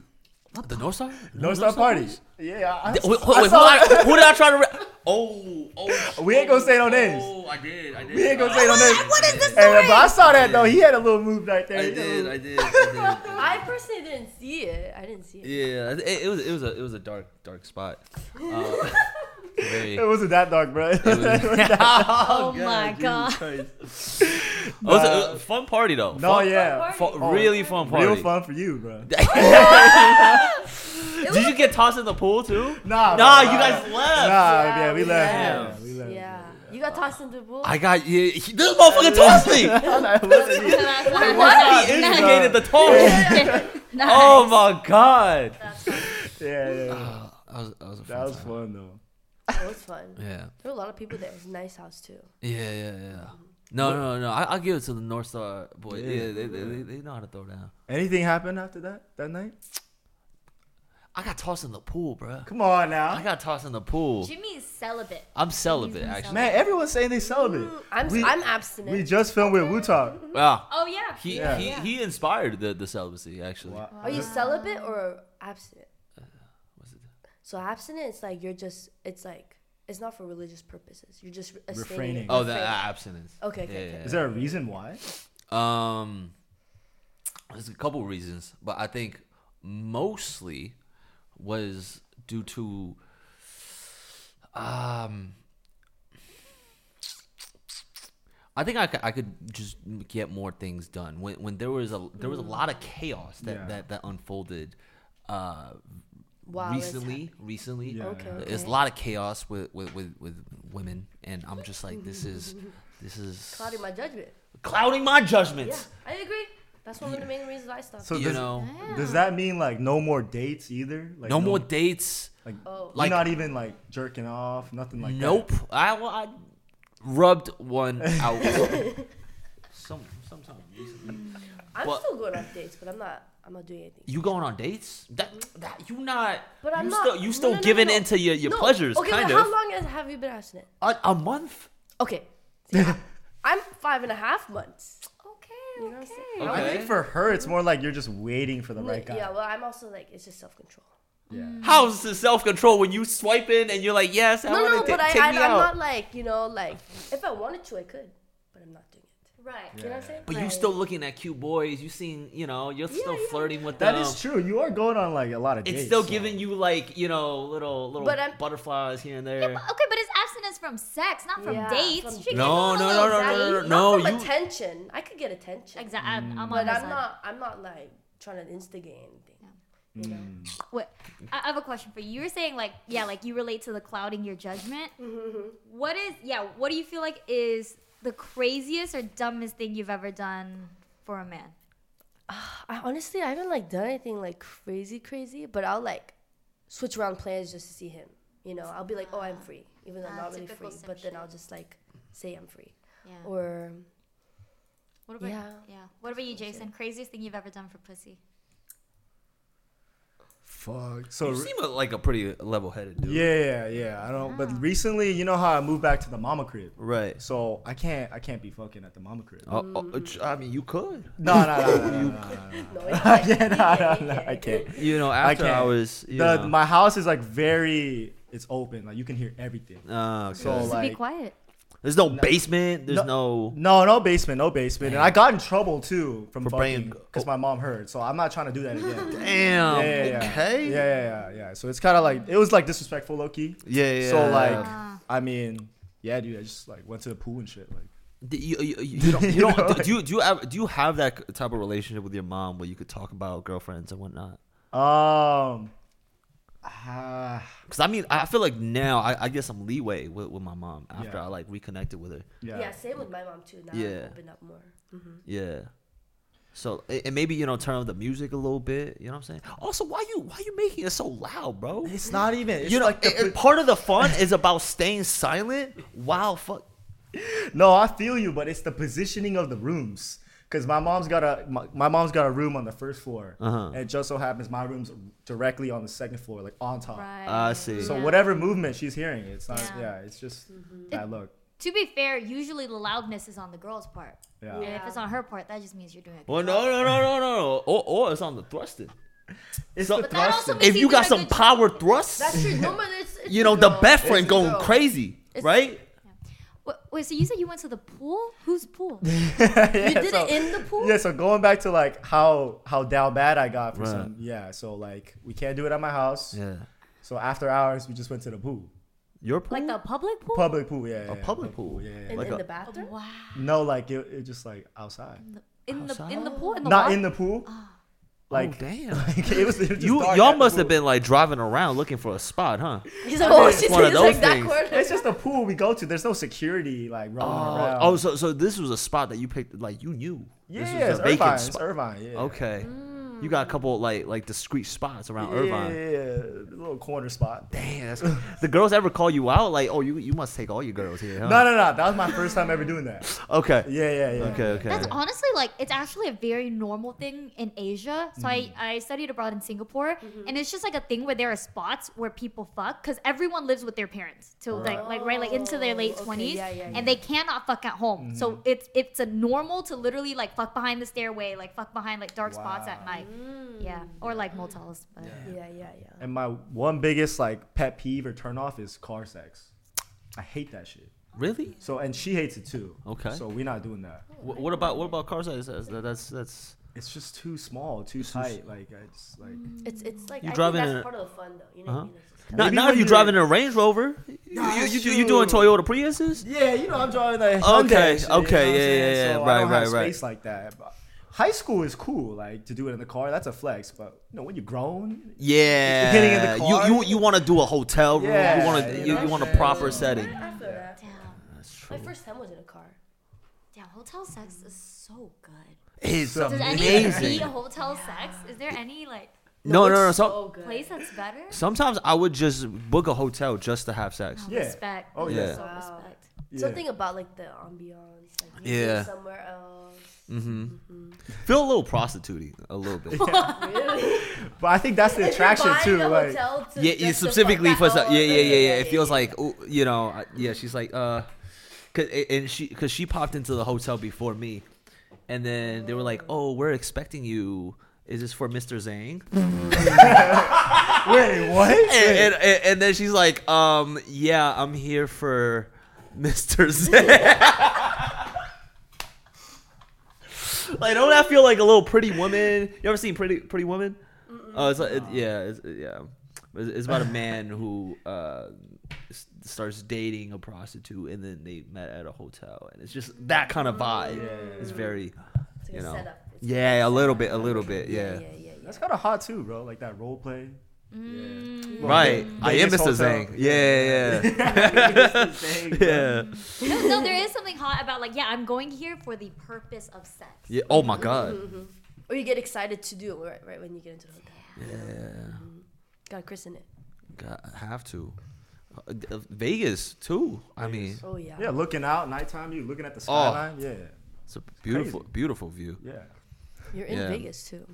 [SPEAKER 2] The North Star?
[SPEAKER 1] No Star Party. Yeah, I, I,
[SPEAKER 2] Wait,
[SPEAKER 1] I
[SPEAKER 2] wait, who,
[SPEAKER 1] saw
[SPEAKER 2] I, who did I try to? Re- oh, oh.
[SPEAKER 1] We ain't gonna say no names.
[SPEAKER 2] Oh, I did. I did.
[SPEAKER 1] He ain't gonna say no name.
[SPEAKER 3] What is this
[SPEAKER 1] And,
[SPEAKER 3] story?
[SPEAKER 1] but I saw that though. He had a little move right there.
[SPEAKER 2] I
[SPEAKER 1] He had a
[SPEAKER 2] did.
[SPEAKER 1] little-
[SPEAKER 2] I did. I did.
[SPEAKER 4] I personally didn't see it. I didn't see it.
[SPEAKER 2] Yeah, it, it was it was a it was a dark dark spot. Uh, very.
[SPEAKER 1] It wasn't that dark, bro.
[SPEAKER 3] Oh my god.
[SPEAKER 2] It was Oh, a- it was a fun party though.
[SPEAKER 1] no,
[SPEAKER 2] fun,
[SPEAKER 1] yeah.
[SPEAKER 2] fu-
[SPEAKER 1] Oh,
[SPEAKER 2] really fun party.
[SPEAKER 1] Real fun for you, bro.
[SPEAKER 2] Did you get tossed in the pool too?
[SPEAKER 1] Nah,
[SPEAKER 2] Nah,
[SPEAKER 1] bro.
[SPEAKER 2] you guys
[SPEAKER 1] Nah,
[SPEAKER 2] left.
[SPEAKER 1] yeah, we
[SPEAKER 4] we
[SPEAKER 1] left. Yeah, we
[SPEAKER 4] Yeah.
[SPEAKER 1] left.
[SPEAKER 4] You got tossed into the pool.
[SPEAKER 2] I got yeah. He, this motherfucker tossed me.
[SPEAKER 1] I'm like, what is this?
[SPEAKER 2] he instigated
[SPEAKER 1] uh,
[SPEAKER 2] the toss.
[SPEAKER 3] Nice.
[SPEAKER 2] Oh my god.
[SPEAKER 1] Yeah, yeah, yeah.
[SPEAKER 2] That was, that was a fun
[SPEAKER 1] That was
[SPEAKER 2] time.
[SPEAKER 1] fun though.
[SPEAKER 4] It was fun.
[SPEAKER 2] Yeah.
[SPEAKER 4] There were a lot of people there. It's a nice house too.
[SPEAKER 2] Yeah, yeah, yeah. No, no, no. I, I'll give it to the North Star boy. Yeah, they, they, they, they know how to throw down.
[SPEAKER 1] Anything happened after that that night?
[SPEAKER 2] I got tossed in the pool, bruh.
[SPEAKER 1] Come on
[SPEAKER 2] I
[SPEAKER 1] now,
[SPEAKER 2] got tossed in the pool.
[SPEAKER 3] Jimmy's celibate.
[SPEAKER 2] I'm celibate,
[SPEAKER 3] He's been
[SPEAKER 2] actually.
[SPEAKER 1] man. Everyone's saying they celibate.
[SPEAKER 3] Mm,
[SPEAKER 4] I'm
[SPEAKER 1] We-
[SPEAKER 4] I'm
[SPEAKER 1] We
[SPEAKER 4] abstinent.
[SPEAKER 1] just filmed with Wu Talk.
[SPEAKER 2] Wow.
[SPEAKER 3] Oh yeah.
[SPEAKER 2] He,
[SPEAKER 1] Yeah.
[SPEAKER 2] he, he inspired the, the celibacy, actually.
[SPEAKER 1] Wow.
[SPEAKER 4] Are you celibate or abstinent?
[SPEAKER 2] What's it-
[SPEAKER 4] So abstinent, it's like you're just. It's like it's not for religious purposes. You're just
[SPEAKER 1] Refraining.
[SPEAKER 4] abstaining.
[SPEAKER 2] Oh, the uh, abstinence.
[SPEAKER 4] Okay, okay,
[SPEAKER 2] Yeah,
[SPEAKER 4] okay.
[SPEAKER 1] Is there a reason why?
[SPEAKER 2] Um, there's a couple reasons, but I think mostly was due to um. I think I could, I could just get more things done when, when there was a there was a lot of chaos that
[SPEAKER 1] Yeah.
[SPEAKER 2] that, that unfolded uh,
[SPEAKER 4] Wow, that's
[SPEAKER 2] recently recently
[SPEAKER 1] Yeah,
[SPEAKER 4] Okay, yeah.
[SPEAKER 2] there's a
[SPEAKER 4] okay.
[SPEAKER 2] lot of chaos with, with, with, with women and I'm just like this is this is
[SPEAKER 4] clouding my judgment.
[SPEAKER 2] clouding my
[SPEAKER 4] Yeah,
[SPEAKER 2] judgments.
[SPEAKER 4] I agree. That's one of the main reasons I stopped.
[SPEAKER 1] So
[SPEAKER 2] You
[SPEAKER 1] does,
[SPEAKER 2] know,
[SPEAKER 1] does that mean like no more dates either? Like
[SPEAKER 2] no more dates.
[SPEAKER 1] Like,
[SPEAKER 4] Oh.
[SPEAKER 1] you're
[SPEAKER 2] Like-
[SPEAKER 1] not even like jerking off, nothing like
[SPEAKER 2] nope. I, well, I rubbed one out. Some sometime recently.
[SPEAKER 4] I'm
[SPEAKER 2] but-
[SPEAKER 4] still going on dates, but I'm not. I'm not doing anything.
[SPEAKER 2] You going on dates? That, that you not?
[SPEAKER 4] But I'm
[SPEAKER 2] you
[SPEAKER 4] not.
[SPEAKER 2] Still, you
[SPEAKER 4] no,
[SPEAKER 2] still
[SPEAKER 4] no, no,
[SPEAKER 2] giving
[SPEAKER 4] no, no.
[SPEAKER 2] into your, your
[SPEAKER 4] No,
[SPEAKER 2] pleasures,
[SPEAKER 4] Okay,
[SPEAKER 2] kind
[SPEAKER 4] but
[SPEAKER 2] of.
[SPEAKER 4] how long has, have you been abstinent?
[SPEAKER 2] A, a month.
[SPEAKER 4] Okay,
[SPEAKER 1] that.
[SPEAKER 4] I'm five and a half months.
[SPEAKER 3] Okay.
[SPEAKER 4] know what I'm saying?
[SPEAKER 3] Okay.
[SPEAKER 1] I think for her, it's more like you're just waiting for the
[SPEAKER 4] No,
[SPEAKER 1] right
[SPEAKER 2] uh,
[SPEAKER 1] guy.
[SPEAKER 4] Yeah, well, I'm also like it's just self control.
[SPEAKER 2] How's the self control when you swipe in and you're like, yes, I
[SPEAKER 4] No,
[SPEAKER 2] want
[SPEAKER 4] no,
[SPEAKER 2] to
[SPEAKER 4] but
[SPEAKER 2] take
[SPEAKER 4] I, I,
[SPEAKER 2] me
[SPEAKER 4] I'm
[SPEAKER 2] out.
[SPEAKER 4] not like you know like if I wanted to, I could, but I'm not doing it.
[SPEAKER 3] Right.
[SPEAKER 4] You know what I'm saying?
[SPEAKER 2] but you
[SPEAKER 4] Like-
[SPEAKER 2] still looking at cute boys. You seeing, you know, you're still
[SPEAKER 4] yeah.
[SPEAKER 2] flirting with
[SPEAKER 1] That
[SPEAKER 2] them.
[SPEAKER 1] is true. You are going on like a lot of dates.
[SPEAKER 2] Um, It's still
[SPEAKER 1] so-
[SPEAKER 2] giving you like, you know, little little
[SPEAKER 4] But I'm-
[SPEAKER 2] butterflies here and there.
[SPEAKER 3] Yeah, but, okay, but it's abstinence from sex, not from
[SPEAKER 4] Yeah,
[SPEAKER 3] dates.
[SPEAKER 4] from
[SPEAKER 3] She can
[SPEAKER 2] No,
[SPEAKER 3] go
[SPEAKER 2] no,
[SPEAKER 3] on a
[SPEAKER 2] no,
[SPEAKER 3] little
[SPEAKER 2] no,
[SPEAKER 3] date.
[SPEAKER 2] no, no, no,
[SPEAKER 4] Not
[SPEAKER 2] no.
[SPEAKER 4] from
[SPEAKER 2] You,
[SPEAKER 4] attention. I could get attention,
[SPEAKER 3] Exa-
[SPEAKER 1] Mm.
[SPEAKER 3] I'm, I'm on
[SPEAKER 4] but
[SPEAKER 3] her
[SPEAKER 4] I'm
[SPEAKER 3] side.
[SPEAKER 4] not. I'm not like trying to instigate anything. You know?
[SPEAKER 3] Wait, I I have a question for you. You were saying like, yeah, like you relate to the clouding your judgment.
[SPEAKER 4] Mm-hmm,
[SPEAKER 3] What is, yeah, what do you feel like is the craziest or dumbest thing you've ever done for a man?
[SPEAKER 4] I honestly, I haven't like done anything like crazy, crazy. But I'll like switch around plans just to see him. You know, I'll be like, oh, I'm free, even though I'm
[SPEAKER 3] Ah,
[SPEAKER 4] not really
[SPEAKER 3] typical
[SPEAKER 4] free.
[SPEAKER 3] Sim
[SPEAKER 4] But then
[SPEAKER 3] shit.
[SPEAKER 4] I'll just like say I'm free,
[SPEAKER 3] Yeah.
[SPEAKER 4] or
[SPEAKER 3] what about
[SPEAKER 4] yeah.
[SPEAKER 3] yeah. What about you, Jason? Craziest thing you've ever done for pussy?
[SPEAKER 1] Fuck. So
[SPEAKER 2] You
[SPEAKER 1] re-
[SPEAKER 2] seem a- like a pretty level-headed dude.
[SPEAKER 1] yeah, yeah, yeah. I don't. But recently, you know how I moved back to the mama crib.
[SPEAKER 2] Right.
[SPEAKER 1] So I can't. I can't be fucking at the mama crib.
[SPEAKER 2] Uh, uh, tr- I mean, you could.
[SPEAKER 1] No, no, no, no, no, no,
[SPEAKER 4] No,
[SPEAKER 1] no.
[SPEAKER 4] it's-
[SPEAKER 1] yeah, no, no, no, I can't.
[SPEAKER 2] You know,
[SPEAKER 1] I
[SPEAKER 2] after
[SPEAKER 1] can't.
[SPEAKER 2] hours. You
[SPEAKER 1] the,
[SPEAKER 2] know.
[SPEAKER 1] My house is like very. It's open. Like you can hear everything.
[SPEAKER 2] Ah, okay.
[SPEAKER 1] So
[SPEAKER 3] Just to
[SPEAKER 1] like.
[SPEAKER 3] be quiet.
[SPEAKER 2] there's no, basement. There's no.
[SPEAKER 1] No, no basement, no basement, and I got in trouble too from
[SPEAKER 2] For
[SPEAKER 1] fucking
[SPEAKER 2] bringing-
[SPEAKER 1] because my mom heard. So I'm not trying to do that again.
[SPEAKER 2] Damn.
[SPEAKER 1] yeah, yeah, yeah.
[SPEAKER 2] Okay.
[SPEAKER 1] Yeah, yeah, yeah, yeah. So it's kind of like it was like disrespectful, Loki.
[SPEAKER 2] Yeah, yeah.
[SPEAKER 1] So
[SPEAKER 2] yeah.
[SPEAKER 1] like,
[SPEAKER 3] Ah.
[SPEAKER 1] I mean, yeah, dude. I just like went to the pool and shit. Like,
[SPEAKER 2] Do you, you, you- you don't, you
[SPEAKER 1] You
[SPEAKER 2] don't-
[SPEAKER 1] know,
[SPEAKER 2] do- do you do you have do you have that type of relationship with your mom where you could talk about girlfriends and whatnot?
[SPEAKER 1] um, ah,
[SPEAKER 2] Because I mean, I feel like now I, I get some leeway with, with my mom after
[SPEAKER 1] Yeah.
[SPEAKER 2] I like reconnected with her.
[SPEAKER 1] yeah.
[SPEAKER 4] Yeah, same with my mom too. Now
[SPEAKER 2] Yeah.
[SPEAKER 4] I open up more. Mhm.
[SPEAKER 2] Yeah. So a- and maybe you know turn up the music a little bit. You know what I'm saying? Also, why you why you making it so loud, bro?
[SPEAKER 1] It's not even. It's
[SPEAKER 2] you know,
[SPEAKER 1] like the,
[SPEAKER 2] a- a part of the fun is about staying silent. Wow, fuck.
[SPEAKER 1] no, I feel you, but it's the positioning of the rooms. Cause my mom's got a my, my mom's got a room on the first floor,
[SPEAKER 2] Uh-huh.
[SPEAKER 1] and it just so happens my room's directly on the second floor, like on top.
[SPEAKER 3] Right.
[SPEAKER 2] Ah, I see.
[SPEAKER 1] So
[SPEAKER 3] Yeah.
[SPEAKER 1] whatever movement she's hearing, it's not. Yeah,
[SPEAKER 3] Yeah.
[SPEAKER 1] it's just that look.
[SPEAKER 3] To be fair, usually the loudness is on the girl's part.
[SPEAKER 1] Yeah.
[SPEAKER 3] And if it's on her part, that just means you're doing it.
[SPEAKER 2] Well, no, no, no, no, no, no. Or, or it's on the thrusting.
[SPEAKER 1] It's
[SPEAKER 2] So-
[SPEAKER 1] the
[SPEAKER 2] But that
[SPEAKER 3] also
[SPEAKER 1] thrusting.
[SPEAKER 3] makes-
[SPEAKER 2] If
[SPEAKER 3] see,
[SPEAKER 2] you got
[SPEAKER 3] that's a
[SPEAKER 2] some
[SPEAKER 3] good job.
[SPEAKER 2] power thrusts,
[SPEAKER 4] That's true. No, but it's, it's
[SPEAKER 2] you know
[SPEAKER 4] a
[SPEAKER 2] the
[SPEAKER 4] girl.
[SPEAKER 2] best
[SPEAKER 4] It's
[SPEAKER 2] friend
[SPEAKER 4] a
[SPEAKER 2] going
[SPEAKER 4] girl.
[SPEAKER 2] crazy,
[SPEAKER 4] It's-
[SPEAKER 2] right?
[SPEAKER 3] Wait, wait, so you said you went to the pool? Whose pool?
[SPEAKER 4] You
[SPEAKER 1] Yeah,
[SPEAKER 4] did
[SPEAKER 1] so-
[SPEAKER 4] it in the pool.
[SPEAKER 1] Yeah, so going back to like how how down bad I got for
[SPEAKER 2] Right.
[SPEAKER 1] some. Yeah, so like we can't do it at my house.
[SPEAKER 2] Yeah,
[SPEAKER 1] So after hours, we just went to the pool,
[SPEAKER 2] your pool.
[SPEAKER 3] like the public pool?
[SPEAKER 1] public pool. Yeah, yeah, yeah,
[SPEAKER 2] public pool.
[SPEAKER 1] Yeah, yeah.
[SPEAKER 4] In,
[SPEAKER 2] Like
[SPEAKER 4] in
[SPEAKER 2] a- oh,
[SPEAKER 4] the bathroom.
[SPEAKER 3] Wow.
[SPEAKER 1] No, like it, it just like outside,
[SPEAKER 3] In the,
[SPEAKER 2] Outside?
[SPEAKER 3] in the pool? In the
[SPEAKER 1] not
[SPEAKER 3] water?
[SPEAKER 1] in the pool. Like,
[SPEAKER 2] Oh, damn.
[SPEAKER 1] like, it was. It was just
[SPEAKER 2] You
[SPEAKER 1] dark at
[SPEAKER 2] y'all
[SPEAKER 1] the
[SPEAKER 2] must have
[SPEAKER 1] pool.
[SPEAKER 2] been like driving around looking for a spot, huh?
[SPEAKER 4] He's like, oh,
[SPEAKER 2] It's
[SPEAKER 4] she's
[SPEAKER 2] one
[SPEAKER 4] like,
[SPEAKER 2] of those
[SPEAKER 4] that
[SPEAKER 2] things.
[SPEAKER 4] corner.
[SPEAKER 1] It's just a pool we go to. There's no security like roaming
[SPEAKER 2] Oh,
[SPEAKER 1] around.
[SPEAKER 2] oh, so so this was a spot that you picked, like you knew.
[SPEAKER 1] yeah,
[SPEAKER 2] this
[SPEAKER 1] it's Irvine. it's Irvine. Yeah.
[SPEAKER 2] Okay, you got a couple like like discreet spots around
[SPEAKER 1] Yeah,
[SPEAKER 2] Irvine.
[SPEAKER 1] yeah, yeah, a little corner spot.
[SPEAKER 2] Damn, that's the girls ever call you out? Like, oh, you you must take all your girls here. Huh?
[SPEAKER 1] No, no, no. That was my first time ever doing that.
[SPEAKER 2] Okay.
[SPEAKER 1] Yeah, yeah, yeah.
[SPEAKER 2] Okay. Okay.
[SPEAKER 3] That's honestly like it's actually a very normal thing in Asia. So I, I studied abroad in Singapore, and it's just like a thing where there are spots where people fuck because everyone lives with their parents till like like right like into their late
[SPEAKER 4] Oh, okay,
[SPEAKER 3] twenties,
[SPEAKER 4] yeah, yeah,
[SPEAKER 3] and they cannot fuck at home. So it's it's a normal to literally like fuck behind the stairway, like fuck behind like dark spots at
[SPEAKER 1] Wow.
[SPEAKER 3] night, yeah, or like motels. But
[SPEAKER 4] Yeah, yeah, yeah.
[SPEAKER 1] And my one biggest like pet peeve or turnoff is car sex. I hate that shit.
[SPEAKER 2] Really?
[SPEAKER 1] So and she hates it too.
[SPEAKER 2] Okay.
[SPEAKER 1] So we're not doing that.
[SPEAKER 2] What, what about what about car size? That's that's, that's
[SPEAKER 1] It's just too small, too tight. Like I just like.
[SPEAKER 4] It's it's like
[SPEAKER 2] You
[SPEAKER 4] I think
[SPEAKER 2] driving
[SPEAKER 4] that's
[SPEAKER 2] in a-
[SPEAKER 4] part of the fun though. You know what I
[SPEAKER 2] Uh-huh.
[SPEAKER 4] mean? It's just kinda-
[SPEAKER 2] not,
[SPEAKER 1] Maybe
[SPEAKER 2] not
[SPEAKER 1] when
[SPEAKER 2] if you're
[SPEAKER 1] you're-
[SPEAKER 2] driving a Range Rover. You you, you, you, you doing Toyota Priuses?
[SPEAKER 1] Yeah, you know I'm driving like
[SPEAKER 2] Okay,
[SPEAKER 1] Hyundai. shit, you know
[SPEAKER 2] okay,
[SPEAKER 1] what I'm
[SPEAKER 2] yeah,
[SPEAKER 1] saying?
[SPEAKER 2] yeah, yeah,
[SPEAKER 1] So I
[SPEAKER 2] right,
[SPEAKER 1] don't have
[SPEAKER 2] right, right.
[SPEAKER 1] Space like that. But high school is cool, like to do it in the car. That's a flex. But you know when you're grown,
[SPEAKER 2] Yeah.
[SPEAKER 1] Hitting in the car.
[SPEAKER 2] You you, you want to do a hotel room?
[SPEAKER 1] Yeah,
[SPEAKER 2] you want to
[SPEAKER 1] you
[SPEAKER 2] you,
[SPEAKER 1] know
[SPEAKER 2] you
[SPEAKER 1] what
[SPEAKER 2] want
[SPEAKER 1] I'm
[SPEAKER 2] a
[SPEAKER 1] saying?
[SPEAKER 2] proper setting?
[SPEAKER 4] I feel that.
[SPEAKER 3] damn,
[SPEAKER 2] That's
[SPEAKER 4] My
[SPEAKER 2] true.
[SPEAKER 4] first time was in a car.
[SPEAKER 3] damn, hotel sex is so good.
[SPEAKER 2] It's
[SPEAKER 1] Does
[SPEAKER 3] Does anyone need
[SPEAKER 2] amazing.
[SPEAKER 3] hotel sex? Is there any like
[SPEAKER 2] No, no, no.
[SPEAKER 4] it's
[SPEAKER 2] So,
[SPEAKER 4] good.
[SPEAKER 3] place that's better?
[SPEAKER 2] sometimes I would just book a hotel just to have sex.
[SPEAKER 1] Yeah.
[SPEAKER 3] Respect.
[SPEAKER 1] Oh,
[SPEAKER 2] Yeah.
[SPEAKER 3] So
[SPEAKER 4] Wow.
[SPEAKER 3] respect.
[SPEAKER 1] yeah.
[SPEAKER 4] Something about like the ambiance, like you
[SPEAKER 2] Yeah.
[SPEAKER 4] yeah. somewhere else.
[SPEAKER 2] Feel a little prostituting a little bit.
[SPEAKER 4] Really?
[SPEAKER 1] But I think that's the attraction too. Like
[SPEAKER 2] yeah, yeah, specifically for some, yeah, yeah, yeah, yeah. It feels like ooh, you know, I- yeah. She's like, uh, cause, and she because she popped into the hotel before me, and then they were like, oh, we're expecting you. Is this for Mr. Zhang?
[SPEAKER 1] wait, what?
[SPEAKER 2] And, and, and, and then she's like, um, yeah, I'm here for Mr. Zhang. like, don't that feel like a little pretty woman? You ever seen Pretty Pretty Woman? Oh, it's like, it, yeah, it's, yeah. It's it's about a man who uh, s- starts dating a prostitute, and then they met at a hotel, and it's just that kind of vibe. It's very,
[SPEAKER 4] It's like
[SPEAKER 2] you
[SPEAKER 4] a
[SPEAKER 2] know,
[SPEAKER 4] setup. It's like
[SPEAKER 2] yeah, a little bit, a little bit,
[SPEAKER 4] yeah,
[SPEAKER 2] yeah.
[SPEAKER 4] yeah, yeah, yeah.
[SPEAKER 1] That's kind of hot too, bro. Like that role play.
[SPEAKER 2] Mm. Right, I am
[SPEAKER 1] Vegas
[SPEAKER 2] Mr.
[SPEAKER 1] hotel.
[SPEAKER 2] Zhang. Yeah, yeah,
[SPEAKER 1] Dang, bro.
[SPEAKER 2] yeah.
[SPEAKER 3] No, no, there is something hot about like, yeah, I'm going here for the purpose of sex.
[SPEAKER 2] Yeah. Oh my god.
[SPEAKER 4] Or you get excited to do it right, right when you get into the hotel. Yeah. Gotta christen it.
[SPEAKER 2] God, I have to. Uh, d- uh, Vegas too. I mean,
[SPEAKER 4] Oh yeah.
[SPEAKER 1] Yeah, looking out nighttime, you looking at
[SPEAKER 2] Oh.
[SPEAKER 1] the skyline. Yeah,
[SPEAKER 2] it's a beautiful, beautiful view.
[SPEAKER 1] yeah.
[SPEAKER 4] You're in
[SPEAKER 2] Yeah.
[SPEAKER 4] Vegas too.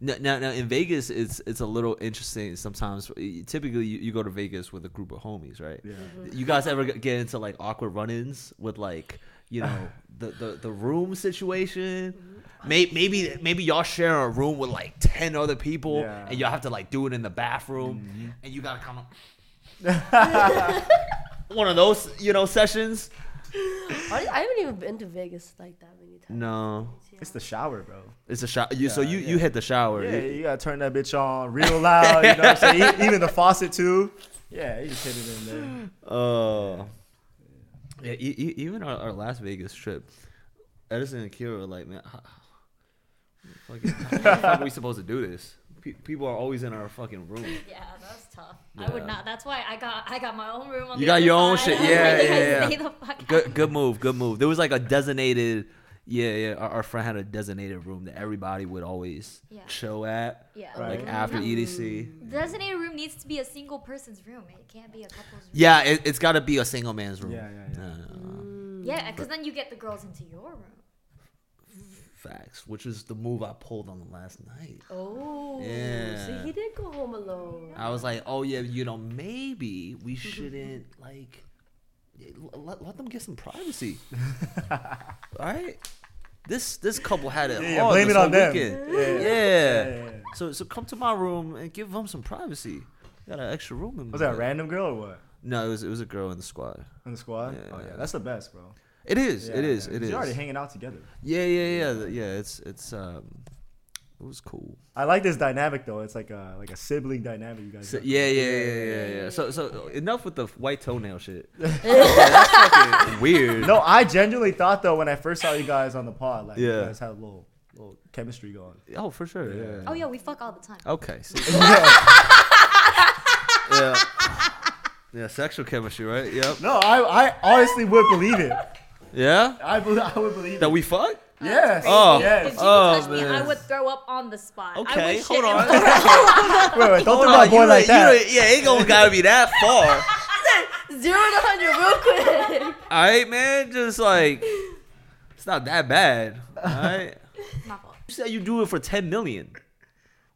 [SPEAKER 2] Now, now, now in Vegas, it's it's a little interesting sometimes. Typically, you, you go to Vegas with a group of homies, right?
[SPEAKER 1] Yeah.
[SPEAKER 2] You guys ever get get into like awkward run-ins with like you know the the, the room situation? Maybe, maybe maybe y'all share a room with like ten other people,
[SPEAKER 1] Yeah. Mm-hmm.
[SPEAKER 2] and y'all have to like do it in the bathroom, and you gotta kind of one of those you know sessions.
[SPEAKER 4] Honestly, I haven't even been to Vegas like that many times.
[SPEAKER 2] No,
[SPEAKER 1] It's the shower, bro.
[SPEAKER 2] it's a shower. You, so
[SPEAKER 1] Yeah,
[SPEAKER 2] you
[SPEAKER 1] yeah.
[SPEAKER 2] you hit the shower.
[SPEAKER 1] Yeah,
[SPEAKER 2] You-
[SPEAKER 1] you gotta turn that bitch on real loud. You know what I'm saying? E- Even the faucet too. Yeah, you just hit it in there.
[SPEAKER 2] Oh. Yeah, e- e- even our, our Las Vegas trip, Edison and Kira were like, man, how, fucking, how the fuck are we supposed to do this? Pe- people are always in our fucking room.
[SPEAKER 3] Yeah, that's tough. I would
[SPEAKER 2] Yeah.
[SPEAKER 3] not. That's why I got I got my own room. On the
[SPEAKER 2] You got
[SPEAKER 3] other
[SPEAKER 2] your own
[SPEAKER 3] side.
[SPEAKER 2] shit. Yeah,
[SPEAKER 3] Like, you
[SPEAKER 2] yeah,
[SPEAKER 3] guys
[SPEAKER 2] yeah.
[SPEAKER 3] stay the fuck out.
[SPEAKER 2] Good, good move, good move. There was like a designated, yeah, yeah. Our, our friend had a designated room that everybody would always
[SPEAKER 3] Yeah.
[SPEAKER 2] chill at,
[SPEAKER 3] Yeah. Mm.
[SPEAKER 1] Right.
[SPEAKER 2] like after E
[SPEAKER 3] No.
[SPEAKER 2] EDC.
[SPEAKER 3] Designated room needs to be a single person's room. It can't be a couple's room.
[SPEAKER 2] Yeah, it, it's got to be a single man's room.
[SPEAKER 1] Yeah, yeah, yeah.
[SPEAKER 2] Uh,
[SPEAKER 3] Yeah, because then you get the girls into your room.
[SPEAKER 2] facts, which is the move I pulled on last night.
[SPEAKER 4] Oh,
[SPEAKER 2] Yeah.
[SPEAKER 4] see, he did go home alone.
[SPEAKER 2] I was like, oh yeah, you know, maybe we shouldn't like yeah, l- let, let them get some privacy. All right. This this couple had it
[SPEAKER 1] Yeah, yeah,
[SPEAKER 2] hard
[SPEAKER 1] blame
[SPEAKER 2] this
[SPEAKER 1] it on
[SPEAKER 2] whole
[SPEAKER 1] them.
[SPEAKER 2] weekend.
[SPEAKER 1] Yeah.
[SPEAKER 2] Yeah.
[SPEAKER 1] yeah, yeah.
[SPEAKER 2] So so come to my room and give them some privacy. Got an extra room in
[SPEAKER 1] Was
[SPEAKER 2] my-
[SPEAKER 1] that a random girl or what?
[SPEAKER 2] No, it was it was a girl in the squad.
[SPEAKER 1] In the squad? Oh
[SPEAKER 2] Yeah.
[SPEAKER 1] yeah, that's the best, bro.
[SPEAKER 2] It is. it
[SPEAKER 1] Yeah,
[SPEAKER 2] is.
[SPEAKER 1] yeah.
[SPEAKER 2] It is.
[SPEAKER 1] You're already hanging out together.
[SPEAKER 2] yeah, yeah, yeah. th- Yeah, it's it's um it was cool.
[SPEAKER 1] I like this dynamic though. It's like a like a sibling dynamic. You guys.
[SPEAKER 2] So,
[SPEAKER 1] got.
[SPEAKER 2] yeah, yeah, yeah, yeah, yeah, yeah. So, so enough with the white toenail shit. Yeah, that's fucking weird.
[SPEAKER 1] No, I genuinely thought though when I first saw you guys on the pod, like you
[SPEAKER 2] Yeah.
[SPEAKER 1] guys had a little little chemistry going.
[SPEAKER 2] Oh, for sure. Yeah.
[SPEAKER 3] Oh yeah, we fuck all the time.
[SPEAKER 2] Okay. so- yeah. Yeah, sexual chemistry, right? Yep.
[SPEAKER 1] No, I I honestly would believe it.
[SPEAKER 2] Yeah.
[SPEAKER 1] I believe I would believe
[SPEAKER 2] That
[SPEAKER 1] it.
[SPEAKER 2] we fuck?
[SPEAKER 1] Yes.
[SPEAKER 2] Oh.
[SPEAKER 3] If
[SPEAKER 1] Yes.
[SPEAKER 3] she
[SPEAKER 2] Oh,
[SPEAKER 3] touched me, I
[SPEAKER 2] man.
[SPEAKER 3] would throw up on the spot. I
[SPEAKER 2] Okay,
[SPEAKER 3] would
[SPEAKER 2] hold
[SPEAKER 3] shit
[SPEAKER 2] on.
[SPEAKER 3] and-
[SPEAKER 1] Wait, wait, don't throw
[SPEAKER 2] Hold
[SPEAKER 1] my
[SPEAKER 2] on,
[SPEAKER 1] boy
[SPEAKER 2] you
[SPEAKER 1] like
[SPEAKER 2] don't- you
[SPEAKER 1] that.
[SPEAKER 2] don't- Yeah, ain't gonna gotta be that far.
[SPEAKER 4] Zero to hundred, real quick.
[SPEAKER 2] All right, man. Just like it's not that bad. All right.
[SPEAKER 3] My fault.
[SPEAKER 2] You said you do it for ten million,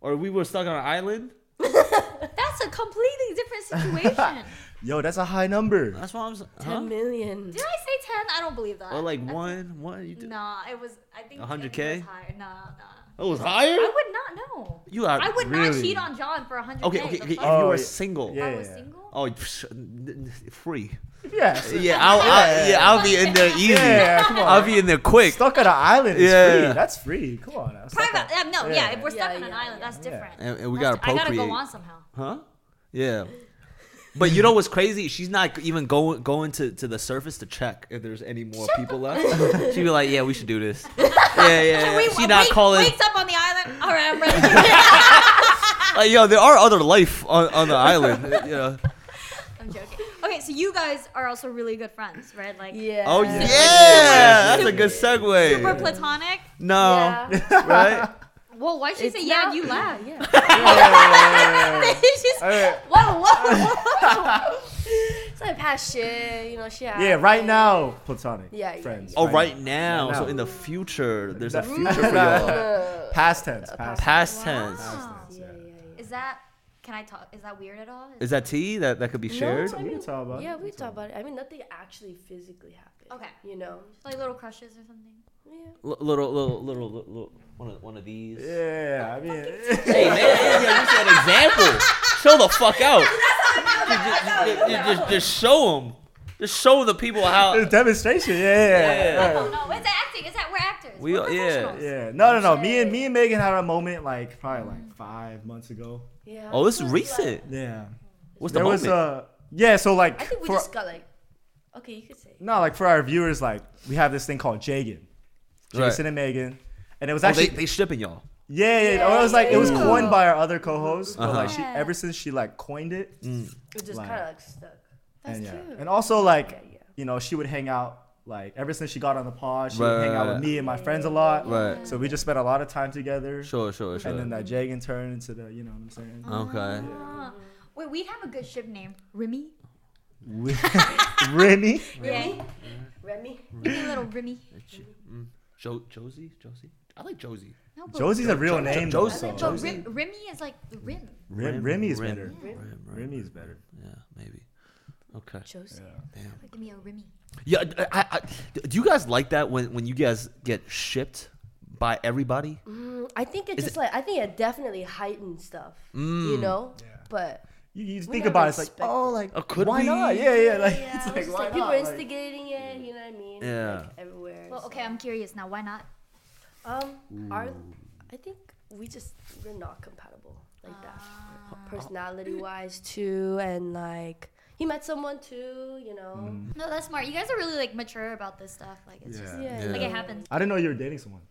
[SPEAKER 2] or we were stuck on an island.
[SPEAKER 3] That's a completely different situation.
[SPEAKER 1] Yo, that's a high number.
[SPEAKER 2] That's what I'm saying.
[SPEAKER 4] A
[SPEAKER 2] Huh?
[SPEAKER 4] million.
[SPEAKER 3] Did I say ten? I don't believe that.
[SPEAKER 2] Or like
[SPEAKER 3] I think-
[SPEAKER 2] one, one. You do.
[SPEAKER 3] Nah, it was. I think I think it
[SPEAKER 2] 100K?
[SPEAKER 3] was higher. Nah, nah.
[SPEAKER 2] Oh, It was higher.
[SPEAKER 3] I would not know.
[SPEAKER 2] You are
[SPEAKER 3] I would not
[SPEAKER 1] really-
[SPEAKER 3] cheat on John for a hundred.
[SPEAKER 2] okay. Okay. okay. If
[SPEAKER 1] Oh,
[SPEAKER 2] you were
[SPEAKER 1] yeah.
[SPEAKER 2] single,
[SPEAKER 1] Yeah.
[SPEAKER 3] I was single.
[SPEAKER 2] oh, psh, n- n- free.
[SPEAKER 1] Yeah.
[SPEAKER 2] Yeah, I'll, I'll yeah, I'll be in there easy.
[SPEAKER 1] Yeah, come on.
[SPEAKER 2] I'll be in there quick.
[SPEAKER 1] Stuck on an island is
[SPEAKER 2] Yeah.
[SPEAKER 1] free. That's free. Come on. now, stuck
[SPEAKER 3] Private. Um, no, yeah.
[SPEAKER 1] Yeah.
[SPEAKER 3] If we're stuck
[SPEAKER 4] Yeah,
[SPEAKER 3] on an
[SPEAKER 4] yeah,
[SPEAKER 3] island, that's different.
[SPEAKER 2] And, and we
[SPEAKER 3] That's-
[SPEAKER 2] gotta procreate.
[SPEAKER 3] I gotta go on somehow.
[SPEAKER 2] Huh? Yeah. But you know what's crazy? She's not even going going to, to the surface to check if there's any more people left. She'd be like, "Yeah, we should do this." Yeah, yeah. yeah.
[SPEAKER 3] Wait,
[SPEAKER 2] She not
[SPEAKER 3] wait,
[SPEAKER 2] calling.
[SPEAKER 3] Wakes up on the island. All right, I'm ready.
[SPEAKER 2] Like, yo, there are other life on, on the island. You know.
[SPEAKER 3] I'm joking. Okay, so you guys are also really good friends, right? Like
[SPEAKER 4] Yeah.
[SPEAKER 2] Oh yeah, that's a good
[SPEAKER 3] super
[SPEAKER 2] segue.
[SPEAKER 3] platonic.
[SPEAKER 2] No,
[SPEAKER 4] Yeah.
[SPEAKER 2] right?
[SPEAKER 3] Well, why she
[SPEAKER 4] It's
[SPEAKER 3] say yeah?
[SPEAKER 4] not-
[SPEAKER 3] You laugh.
[SPEAKER 4] Yeah.
[SPEAKER 3] She's
[SPEAKER 1] Alright.
[SPEAKER 3] whoa, whoa.
[SPEAKER 4] It's like past shit, you know, shit.
[SPEAKER 1] Yeah, right now, platonic.
[SPEAKER 4] Yeah, yeah,
[SPEAKER 1] friends.
[SPEAKER 4] yeah.
[SPEAKER 2] Oh, right now.
[SPEAKER 1] Right
[SPEAKER 2] So
[SPEAKER 1] now.
[SPEAKER 2] in the future, there's a
[SPEAKER 1] That-
[SPEAKER 2] future for y'all.
[SPEAKER 4] Uh,
[SPEAKER 1] Past tense. Past,
[SPEAKER 2] Past tense.
[SPEAKER 3] Wow.
[SPEAKER 1] tense.
[SPEAKER 4] yeah,
[SPEAKER 1] Yeah.
[SPEAKER 4] yeah,
[SPEAKER 3] Is that? Can I talk? Is that weird at all?
[SPEAKER 2] Is that tea that that could be shared?
[SPEAKER 1] We can talk about
[SPEAKER 4] yeah.
[SPEAKER 1] it.
[SPEAKER 4] Yeah, we talked about it. I mean, nothing actually physically happened.
[SPEAKER 3] Okay.
[SPEAKER 4] You know?
[SPEAKER 3] like little crushes or something?
[SPEAKER 4] Yeah.
[SPEAKER 2] L- little, little, little, little, little- one of one of these.
[SPEAKER 1] Yeah, I mean,
[SPEAKER 2] Hey man, yeah, just an example. Show the fuck out. Ju- ju- ju- ju- ju- just, just show them. Just show the people how.
[SPEAKER 1] it's demonstration. Yeah, yeah,
[SPEAKER 2] Yeah.
[SPEAKER 1] yeah.
[SPEAKER 3] Oh no, it's acting. Is that we're actors?
[SPEAKER 2] We
[SPEAKER 3] We're
[SPEAKER 2] are- yeah.
[SPEAKER 3] professionals.
[SPEAKER 1] Yeah, no, no, no. Me and me and Megan had a moment like probably
[SPEAKER 4] Mm.
[SPEAKER 1] like five months ago.
[SPEAKER 4] yeah.
[SPEAKER 2] Oh, this is recent.
[SPEAKER 1] Yeah,
[SPEAKER 2] What's the
[SPEAKER 1] there was uh,
[SPEAKER 2] moment?
[SPEAKER 1] a yeah. So like
[SPEAKER 4] I think we
[SPEAKER 1] for
[SPEAKER 4] just got like. Okay, you could say.
[SPEAKER 1] no, like for our viewers, like we have this thing called Jagan,
[SPEAKER 2] Right.
[SPEAKER 1] Jason and Megan, and it was
[SPEAKER 2] Oh, they
[SPEAKER 1] actually
[SPEAKER 2] they shipping y'all.
[SPEAKER 1] yeah, yeah. yeah. It was like it was
[SPEAKER 4] Yeah.
[SPEAKER 1] coined by our other co-host, but like she
[SPEAKER 3] Uh-huh.
[SPEAKER 1] ever since she like coined it,
[SPEAKER 2] Mm.
[SPEAKER 4] We're just
[SPEAKER 1] Like-
[SPEAKER 4] kind of like stuck. That's
[SPEAKER 1] and yeah,
[SPEAKER 4] cute.
[SPEAKER 1] and also like
[SPEAKER 4] Yeah, yeah.
[SPEAKER 1] you know she would hang out like ever since she got on the pod, she would
[SPEAKER 2] Right,
[SPEAKER 1] hang out
[SPEAKER 2] right,
[SPEAKER 1] with
[SPEAKER 2] right.
[SPEAKER 1] me and my friends a lot.
[SPEAKER 2] Right.
[SPEAKER 1] So we just spent a lot of time together,
[SPEAKER 2] Sure, sure, sure.
[SPEAKER 1] and then that Jagan turned into the you know what I'm saying.
[SPEAKER 4] Uh.
[SPEAKER 2] okay.
[SPEAKER 3] Ah. Wait, we have a good ship name, Remy.
[SPEAKER 1] Remy.
[SPEAKER 3] Yeah,
[SPEAKER 4] Remy?
[SPEAKER 3] give me a little Remy.
[SPEAKER 2] Jo- mm. Josie, Josie, I like Josie.
[SPEAKER 3] No, but
[SPEAKER 1] Josie's a real name. though,
[SPEAKER 3] I
[SPEAKER 1] so-
[SPEAKER 3] like, but Rim, Remy is like the Rim.
[SPEAKER 1] Rim, Remy's
[SPEAKER 2] Rim,
[SPEAKER 1] better.
[SPEAKER 2] Rim, Rim, Rim.
[SPEAKER 1] Remy's better.
[SPEAKER 2] Yeah, maybe. Okay.
[SPEAKER 4] Josie.
[SPEAKER 3] Like, give me a Remy.
[SPEAKER 2] Yeah, I, I, I- do you guys like that when when you guys get shipped by everybody?
[SPEAKER 4] Mm, I think it just like I think it definitely heightened stuff.
[SPEAKER 2] Mm.
[SPEAKER 4] You know, but
[SPEAKER 1] You, you
[SPEAKER 4] We
[SPEAKER 1] think
[SPEAKER 4] gotta
[SPEAKER 1] about it, it's like,
[SPEAKER 4] respect
[SPEAKER 1] oh, like,
[SPEAKER 2] Oh, could
[SPEAKER 1] why
[SPEAKER 2] we?
[SPEAKER 1] not? Yeah, yeah, like,
[SPEAKER 3] Yeah,
[SPEAKER 1] it's
[SPEAKER 3] it's
[SPEAKER 1] like,
[SPEAKER 4] just,
[SPEAKER 1] why
[SPEAKER 4] like people
[SPEAKER 1] not? Like,
[SPEAKER 4] instigating it. You know what I mean?
[SPEAKER 2] Yeah.
[SPEAKER 4] Like, everywhere.
[SPEAKER 3] Well,
[SPEAKER 4] so-
[SPEAKER 3] okay, I'm curious now. Why not?
[SPEAKER 4] Um, our, I think we just we're not compatible like that, Ah. personality wise too, and like he met someone too. You know.
[SPEAKER 2] Mm.
[SPEAKER 3] No, that's smart. You guys are really like mature about this stuff. Like it's just
[SPEAKER 1] Yeah.
[SPEAKER 4] Yeah.
[SPEAKER 2] Yeah.
[SPEAKER 3] like it happens.
[SPEAKER 1] I didn't know you were dating someone.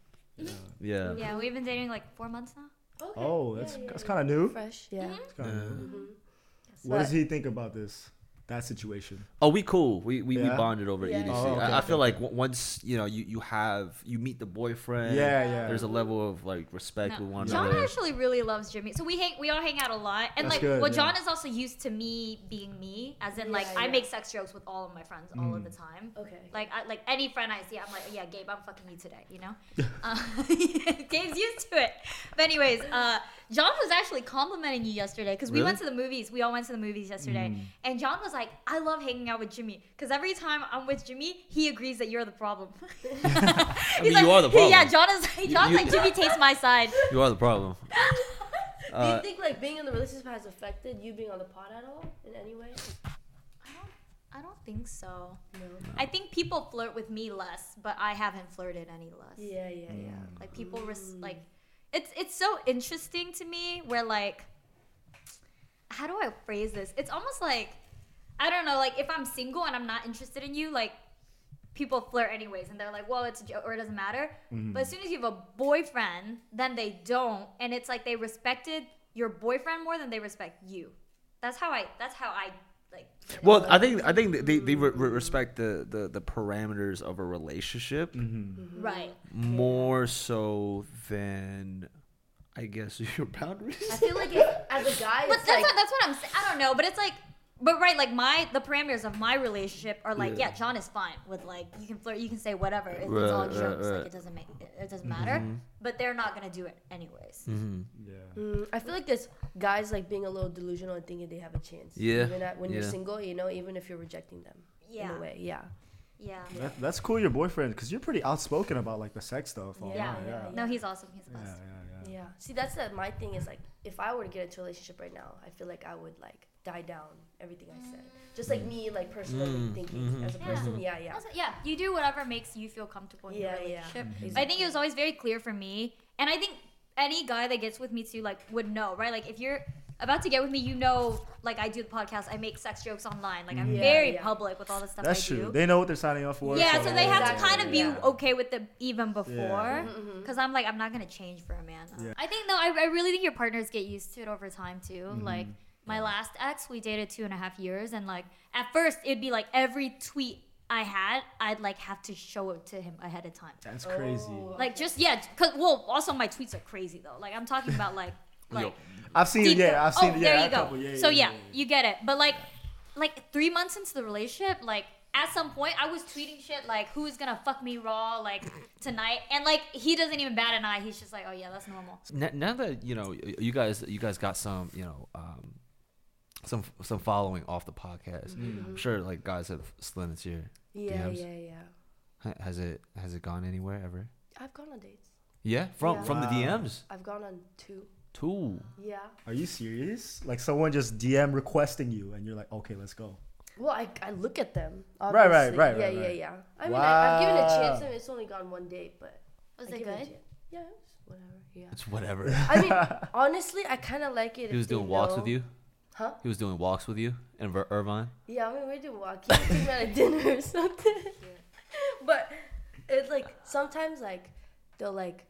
[SPEAKER 2] Yeah.
[SPEAKER 3] Yeah, we've been dating like four months now.
[SPEAKER 4] Okay.
[SPEAKER 1] Oh, that's that's kind of new.
[SPEAKER 4] fresh. Yeah.
[SPEAKER 1] It's kinda
[SPEAKER 2] Mm-hmm.
[SPEAKER 1] new. What
[SPEAKER 4] But-
[SPEAKER 1] does he think about this? That situation.
[SPEAKER 2] Oh, we cool. We we, we
[SPEAKER 1] Yeah?
[SPEAKER 2] bonded over
[SPEAKER 4] Yeah.
[SPEAKER 2] EDC.
[SPEAKER 1] Oh, okay,
[SPEAKER 2] I, I
[SPEAKER 1] okay,
[SPEAKER 2] feel like w- once you know you you have you meet the boyfriend.
[SPEAKER 1] Yeah, yeah.
[SPEAKER 2] There's a level of like respect
[SPEAKER 3] No.
[SPEAKER 2] with one
[SPEAKER 3] John
[SPEAKER 2] another.
[SPEAKER 3] actually really loves Jimmy, so we hang, we all hang out a lot. And
[SPEAKER 1] That's
[SPEAKER 3] like,
[SPEAKER 1] good,
[SPEAKER 3] well,
[SPEAKER 1] yeah.
[SPEAKER 3] John is also used to me being me, as in like
[SPEAKER 4] Yeah,
[SPEAKER 3] I
[SPEAKER 4] yeah.
[SPEAKER 3] make sex jokes with all of my friends all
[SPEAKER 1] Mm.
[SPEAKER 3] of the time.
[SPEAKER 4] Okay.
[SPEAKER 3] Like, I, like any friend I see, I'm like, yeah, Gabe, I'm fucking you today, you know. uh, Gabe's used to it. But anyways, uh, John was actually complimenting you yesterday because we
[SPEAKER 2] Really?
[SPEAKER 3] went
[SPEAKER 2] Mm.
[SPEAKER 3] to the movies. We all went to the movies yesterday, and John was like, I love hanging out with Jimmy because every time I'm with Jimmy, he agrees that you're the problem. I
[SPEAKER 2] mean, you are the problem.
[SPEAKER 3] Yeah, John is like, John's
[SPEAKER 2] you-
[SPEAKER 3] like, Jimmy takes my side.
[SPEAKER 2] You are the problem.
[SPEAKER 4] Do
[SPEAKER 2] Uh,
[SPEAKER 4] you think like being in the relationship has affected you being on the pod at all in any way?
[SPEAKER 3] I don't think so.
[SPEAKER 4] No.
[SPEAKER 3] I think people flirt with me less, but I haven't flirted any less.
[SPEAKER 4] Yeah, yeah,
[SPEAKER 2] Mm.
[SPEAKER 4] yeah.
[SPEAKER 3] Like people res- like it's it's so interesting to me where like how do I phrase this? It's almost like I don't know, like if I'm single and I'm not interested in you, like people flirt anyways and they're like, "Well, it's a joke or it doesn't matter." But as soon as you have a boyfriend, then they don't and it's like they respected your boyfriend more than they respect you. That's how I that's how I like did it.
[SPEAKER 2] Well, I think I think they they re- re- respect the, the the parameters of a relationship
[SPEAKER 1] Mm-hmm.
[SPEAKER 3] right.
[SPEAKER 2] more so than I guess your boundaries.
[SPEAKER 4] I feel like it, as a guy,
[SPEAKER 3] But
[SPEAKER 4] it's
[SPEAKER 3] that's
[SPEAKER 4] like
[SPEAKER 3] what that's what I'm. sa- I don't know, but it's like, but right, like my the parameters of my relationship are like, yeah,
[SPEAKER 2] Yeah.
[SPEAKER 3] John is fine with like you can flirt, you can say whatever, it,
[SPEAKER 2] Right,
[SPEAKER 3] it's all
[SPEAKER 2] right,
[SPEAKER 3] jokes, like
[SPEAKER 2] right.
[SPEAKER 3] it doesn't make it, it doesn't matter. But they're not gonna do it anyways.
[SPEAKER 1] Yeah.
[SPEAKER 4] Mm, I feel like this guys like being a little delusional and thinking they have a chance.
[SPEAKER 2] Yeah,
[SPEAKER 4] Even at, when you're
[SPEAKER 2] yeah.
[SPEAKER 4] single, you know, even if you're rejecting them. In
[SPEAKER 3] Yeah.
[SPEAKER 4] a way, yeah.
[SPEAKER 3] Yeah.
[SPEAKER 1] That, that's cool, your boyfriend, because you're pretty outspoken about like the sex stuff. all
[SPEAKER 3] Yeah.
[SPEAKER 1] around,
[SPEAKER 4] yeah,
[SPEAKER 3] No, he's awesome. He's the
[SPEAKER 1] yeah,
[SPEAKER 3] best.
[SPEAKER 1] yeah, yeah.
[SPEAKER 4] Yeah. See, that's the, my thing is like, if I were to get into a relationship right now, I feel like I would like die down everything I said. Just like me, like personally thinking as a
[SPEAKER 3] Yeah.
[SPEAKER 4] person. Mm. Yeah, yeah.
[SPEAKER 3] Also, yeah, you do whatever makes you feel comfortable in
[SPEAKER 4] Yeah,
[SPEAKER 3] your
[SPEAKER 4] yeah.
[SPEAKER 3] relationship.
[SPEAKER 1] Mm-hmm.
[SPEAKER 4] Mhm.
[SPEAKER 3] I think it was always very clear for me, and I think any guy that gets with me too, like, would know, right? Like, if you're about to get with me, you know, like, I do the podcast, I make sex jokes online, like, I'm
[SPEAKER 4] Yeah,
[SPEAKER 3] very
[SPEAKER 4] yeah.
[SPEAKER 3] public with all the stuff
[SPEAKER 1] That's
[SPEAKER 3] I
[SPEAKER 1] true.
[SPEAKER 3] do.
[SPEAKER 1] They know what they're signing up for.
[SPEAKER 3] yeah, so they have to
[SPEAKER 4] Exactly,
[SPEAKER 3] kind of be
[SPEAKER 4] yeah. Mm-hmm.
[SPEAKER 3] okay with it even before, because I'm like, I'm not gonna change for a man. I think though, I, I really think your partners get used to it over time too. Like my last ex, we dated two and a half years, and like at first it'd be like every tweet I had, I'd like have to show it to him ahead of time.
[SPEAKER 1] That's crazy.
[SPEAKER 3] Like just yeah, cause well, also my tweets are crazy though. Like I'm talking about like like
[SPEAKER 1] I've seen it.
[SPEAKER 3] deep
[SPEAKER 1] Yeah,
[SPEAKER 3] down.
[SPEAKER 1] I've seen
[SPEAKER 3] oh,
[SPEAKER 1] it. Yeah,
[SPEAKER 3] there you
[SPEAKER 1] a
[SPEAKER 3] go.
[SPEAKER 1] couple, yeah,
[SPEAKER 3] so
[SPEAKER 1] yeah,
[SPEAKER 3] yeah, you get it. But like, like three months into the relationship, like at some point, I was tweeting shit like, "Who's gonna fuck me raw like tonight?" And like, he doesn't even bat an eye. He's just like, "Oh yeah, that's normal."
[SPEAKER 2] now, now that you know y- you guys you guys got some you know um some some following off the podcast
[SPEAKER 1] Mm-hmm.
[SPEAKER 2] i'm sure like guys have slid into your
[SPEAKER 4] Yeah,
[SPEAKER 2] DMs.
[SPEAKER 4] yeah, yeah.
[SPEAKER 2] Ha- has it has it gone anywhere ever
[SPEAKER 4] I've gone on dates.
[SPEAKER 2] yeah from
[SPEAKER 4] Yeah.
[SPEAKER 2] from the
[SPEAKER 1] Wow.
[SPEAKER 2] dms
[SPEAKER 4] I've gone on two.
[SPEAKER 2] too
[SPEAKER 4] Yeah.
[SPEAKER 1] Are you serious? Like someone just DM requesting you, and you're like, okay, let's go.
[SPEAKER 4] Well, I, I look at them.
[SPEAKER 1] Right, right,
[SPEAKER 4] obviously.
[SPEAKER 1] right,
[SPEAKER 4] Yeah,
[SPEAKER 1] right,
[SPEAKER 4] yeah,
[SPEAKER 1] right.
[SPEAKER 4] yeah. I mean, I, I've given it a chance.
[SPEAKER 1] Wow.
[SPEAKER 4] and It's only gone one date, but.
[SPEAKER 3] Was
[SPEAKER 4] I
[SPEAKER 3] it
[SPEAKER 4] give a
[SPEAKER 3] good?
[SPEAKER 4] chance. Yeah, it's whatever. Yeah.
[SPEAKER 2] it's whatever
[SPEAKER 4] I mean, honestly, I kind of like it.
[SPEAKER 2] he was doing walks with you
[SPEAKER 4] Huh?
[SPEAKER 2] he was doing walks with you in Ver- irvine
[SPEAKER 4] Yeah, I mean, we do walk. You take me out at dinner or something. but it's like sometimes like they'll like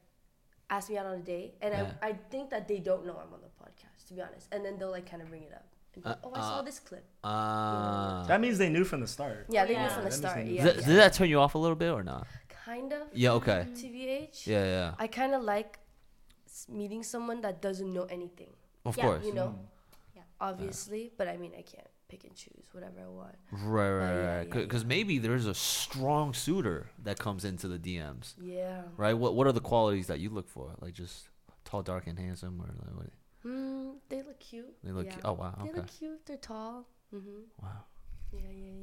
[SPEAKER 4] ask me out on a date, and
[SPEAKER 2] Yeah.
[SPEAKER 4] I, I think that they don't know I'm on the podcast to be honest, and then they'll like kind of bring it up. And be like, oh, I saw this clip.
[SPEAKER 2] uh
[SPEAKER 1] That means they knew from the start.
[SPEAKER 4] Yeah, they
[SPEAKER 3] yeah.
[SPEAKER 4] knew
[SPEAKER 1] That
[SPEAKER 4] from the
[SPEAKER 1] means
[SPEAKER 4] start.
[SPEAKER 1] they knew.
[SPEAKER 4] Yeah,
[SPEAKER 2] Th-
[SPEAKER 4] yeah.
[SPEAKER 2] did that turn you off a little bit or not
[SPEAKER 4] kind of.
[SPEAKER 2] yeah okay
[SPEAKER 4] Tbh.
[SPEAKER 2] Mm. yeah yeah
[SPEAKER 4] I kind of like s- meeting someone that doesn't know anything.
[SPEAKER 2] of
[SPEAKER 3] Yeah,
[SPEAKER 2] course Mm.
[SPEAKER 4] You know.
[SPEAKER 3] Yeah.
[SPEAKER 4] Obviously, but I mean, I can't pick and choose whatever I want.
[SPEAKER 2] Right, right,
[SPEAKER 4] Oh, yeah,
[SPEAKER 2] right.
[SPEAKER 4] yeah,
[SPEAKER 2] Because maybe there's a strong suitor that comes into the DMs,
[SPEAKER 4] Yeah.
[SPEAKER 2] right? What What are the qualities that you look for? Like just tall, dark, and handsome, or like what?
[SPEAKER 4] Mm, they look cute.
[SPEAKER 2] They look.
[SPEAKER 4] Yeah.
[SPEAKER 2] Oh wow.
[SPEAKER 4] They
[SPEAKER 2] Okay.
[SPEAKER 4] look cute. They're tall. Mm-hmm.
[SPEAKER 2] Wow.
[SPEAKER 4] Yeah, yeah,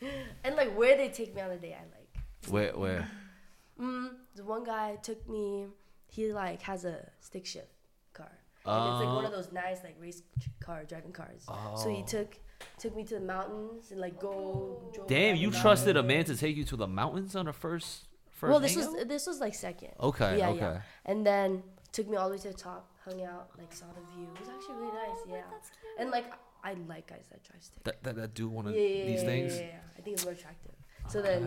[SPEAKER 4] yeah. And like where they take me on a date, I like.
[SPEAKER 2] Where Where?
[SPEAKER 4] Mm, the one guy took me. He like has a stick shift car. And it's like
[SPEAKER 2] Uh.
[SPEAKER 4] one of those nice like race ch- car driving cars. So
[SPEAKER 2] Oh.
[SPEAKER 4] he took took me to the mountains and like go. drove
[SPEAKER 2] Damn,
[SPEAKER 4] around
[SPEAKER 2] you
[SPEAKER 4] the mountains.
[SPEAKER 2] trusted a man to take you to the mountains on a first first.
[SPEAKER 4] Well, this
[SPEAKER 2] hangout?
[SPEAKER 4] was this was like second.
[SPEAKER 2] Okay,
[SPEAKER 4] Yeah,
[SPEAKER 2] okay.
[SPEAKER 4] yeah. And then took me all the way to the top, hung out, like saw the view. It was actually really
[SPEAKER 2] Oh,
[SPEAKER 4] nice. Yeah. And like I like guys that drive stick.
[SPEAKER 2] that, that, that do one of
[SPEAKER 4] yeah, yeah,
[SPEAKER 2] these
[SPEAKER 4] yeah,
[SPEAKER 2] things.
[SPEAKER 4] Yeah, yeah, yeah. I think it's more attractive. So
[SPEAKER 2] Okay.
[SPEAKER 4] then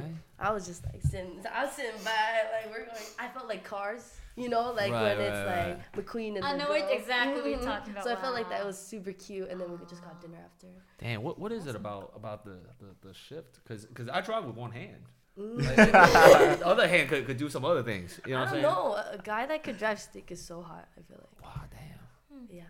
[SPEAKER 4] I was just like sitting, I was sitting by, like we're going. I felt like cars, you know, like
[SPEAKER 2] Right,
[SPEAKER 4] when it's
[SPEAKER 2] right,
[SPEAKER 4] like McQueen and
[SPEAKER 3] I
[SPEAKER 4] the
[SPEAKER 3] know what-
[SPEAKER 4] girl. Mm-hmm.
[SPEAKER 3] exactly what you're talking about.
[SPEAKER 4] So I felt like that
[SPEAKER 3] Wow.
[SPEAKER 4] was super cute, and then we just got dinner after.
[SPEAKER 2] Damn, what, what is it about about the, the, the shift? Because I drive with one hand. Like, the other hand could, could do some other things. You know
[SPEAKER 4] Mm. I
[SPEAKER 2] what I'm
[SPEAKER 4] don't
[SPEAKER 2] saying?
[SPEAKER 4] know. A a guy that could drive stick is so hot. I feel like.
[SPEAKER 2] Wow, damn.
[SPEAKER 3] Hmm.
[SPEAKER 4] Yeah.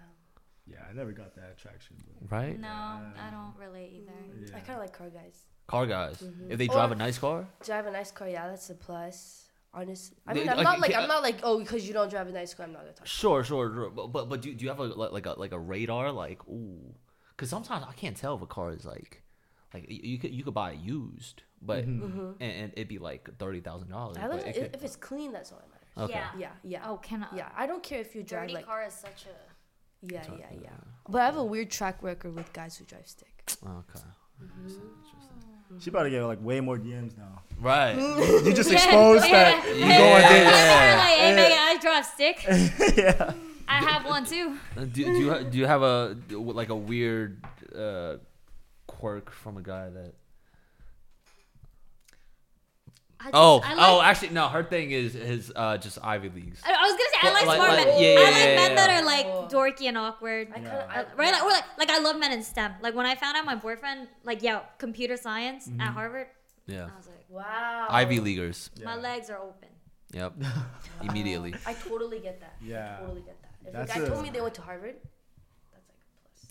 [SPEAKER 1] Yeah, I never got that attraction. But
[SPEAKER 2] Right?
[SPEAKER 3] No, I don't relate either.
[SPEAKER 4] I kind of like car guys.
[SPEAKER 2] Car guys. If they drive
[SPEAKER 4] Mm-hmm. Or-
[SPEAKER 2] a nice car,
[SPEAKER 4] Drive a nice car, yeah, that's a plus. Honestly, I
[SPEAKER 2] They-
[SPEAKER 4] mean, I'm
[SPEAKER 2] like,
[SPEAKER 4] not like
[SPEAKER 2] ca-
[SPEAKER 4] I'm not like oh because you don't drive a nice car, I'm not gonna talk.
[SPEAKER 2] sure, sure. sure. But but, but do, do you have a like like a like a radar? Like ooh, because sometimes I can't tell if a car is like like y- you could you could buy it used, but
[SPEAKER 4] Mm-hmm.
[SPEAKER 2] and, and it'd be like thirty thousand dollars.
[SPEAKER 4] I don't, if, if it's clean, that's all that matters.
[SPEAKER 2] Okay.
[SPEAKER 3] Yeah.
[SPEAKER 4] Yeah, yeah,
[SPEAKER 3] Oh, can I?
[SPEAKER 4] yeah. I don't care if you drive
[SPEAKER 3] Dirty
[SPEAKER 4] like
[SPEAKER 3] car is such a.
[SPEAKER 4] Yeah, yeah, yeah. But I have a weird track record with guys who drive stick.
[SPEAKER 2] Okay. Interesting, interesting.
[SPEAKER 3] Mm-hmm.
[SPEAKER 1] she about to get like way more DMs now.
[SPEAKER 2] Right.
[SPEAKER 1] You just exposed that.
[SPEAKER 3] Yeah.
[SPEAKER 1] You go on dates.
[SPEAKER 3] I'm like, hey, man, I drive stick.
[SPEAKER 1] yeah.
[SPEAKER 3] I have one too.
[SPEAKER 2] Uh, do, do you ha- do you have a do- like a weird uh, quirk from a guy that?
[SPEAKER 3] I just-
[SPEAKER 2] Oh,
[SPEAKER 3] I
[SPEAKER 2] oh,
[SPEAKER 3] like-
[SPEAKER 2] actually, no. Her thing is his uh, just Ivy leagues.
[SPEAKER 3] I, I was gonna say I
[SPEAKER 2] Well,
[SPEAKER 3] like,
[SPEAKER 2] like-
[SPEAKER 3] smart
[SPEAKER 2] like-
[SPEAKER 3] men.
[SPEAKER 2] yeah, yeah,
[SPEAKER 3] I like
[SPEAKER 2] yeah,
[SPEAKER 3] men that
[SPEAKER 2] yeah.
[SPEAKER 3] are like dorky and awkward.
[SPEAKER 4] I kind of, I,
[SPEAKER 3] Uh, right? Like, or like, like I love men in STEM. Like when I found out my boyfriend, like yeah, computer science
[SPEAKER 1] Mm-hmm.
[SPEAKER 3] at Harvard,
[SPEAKER 2] Yeah,
[SPEAKER 3] I was like,
[SPEAKER 4] wow.
[SPEAKER 3] Oh.
[SPEAKER 2] Ivy leaguers.
[SPEAKER 3] my legs are open.
[SPEAKER 2] Yep, immediately.
[SPEAKER 4] I totally get that.
[SPEAKER 1] Yeah.
[SPEAKER 4] I totally get that. If
[SPEAKER 1] That's
[SPEAKER 4] a guy
[SPEAKER 1] a-
[SPEAKER 4] told me they went to Harvard,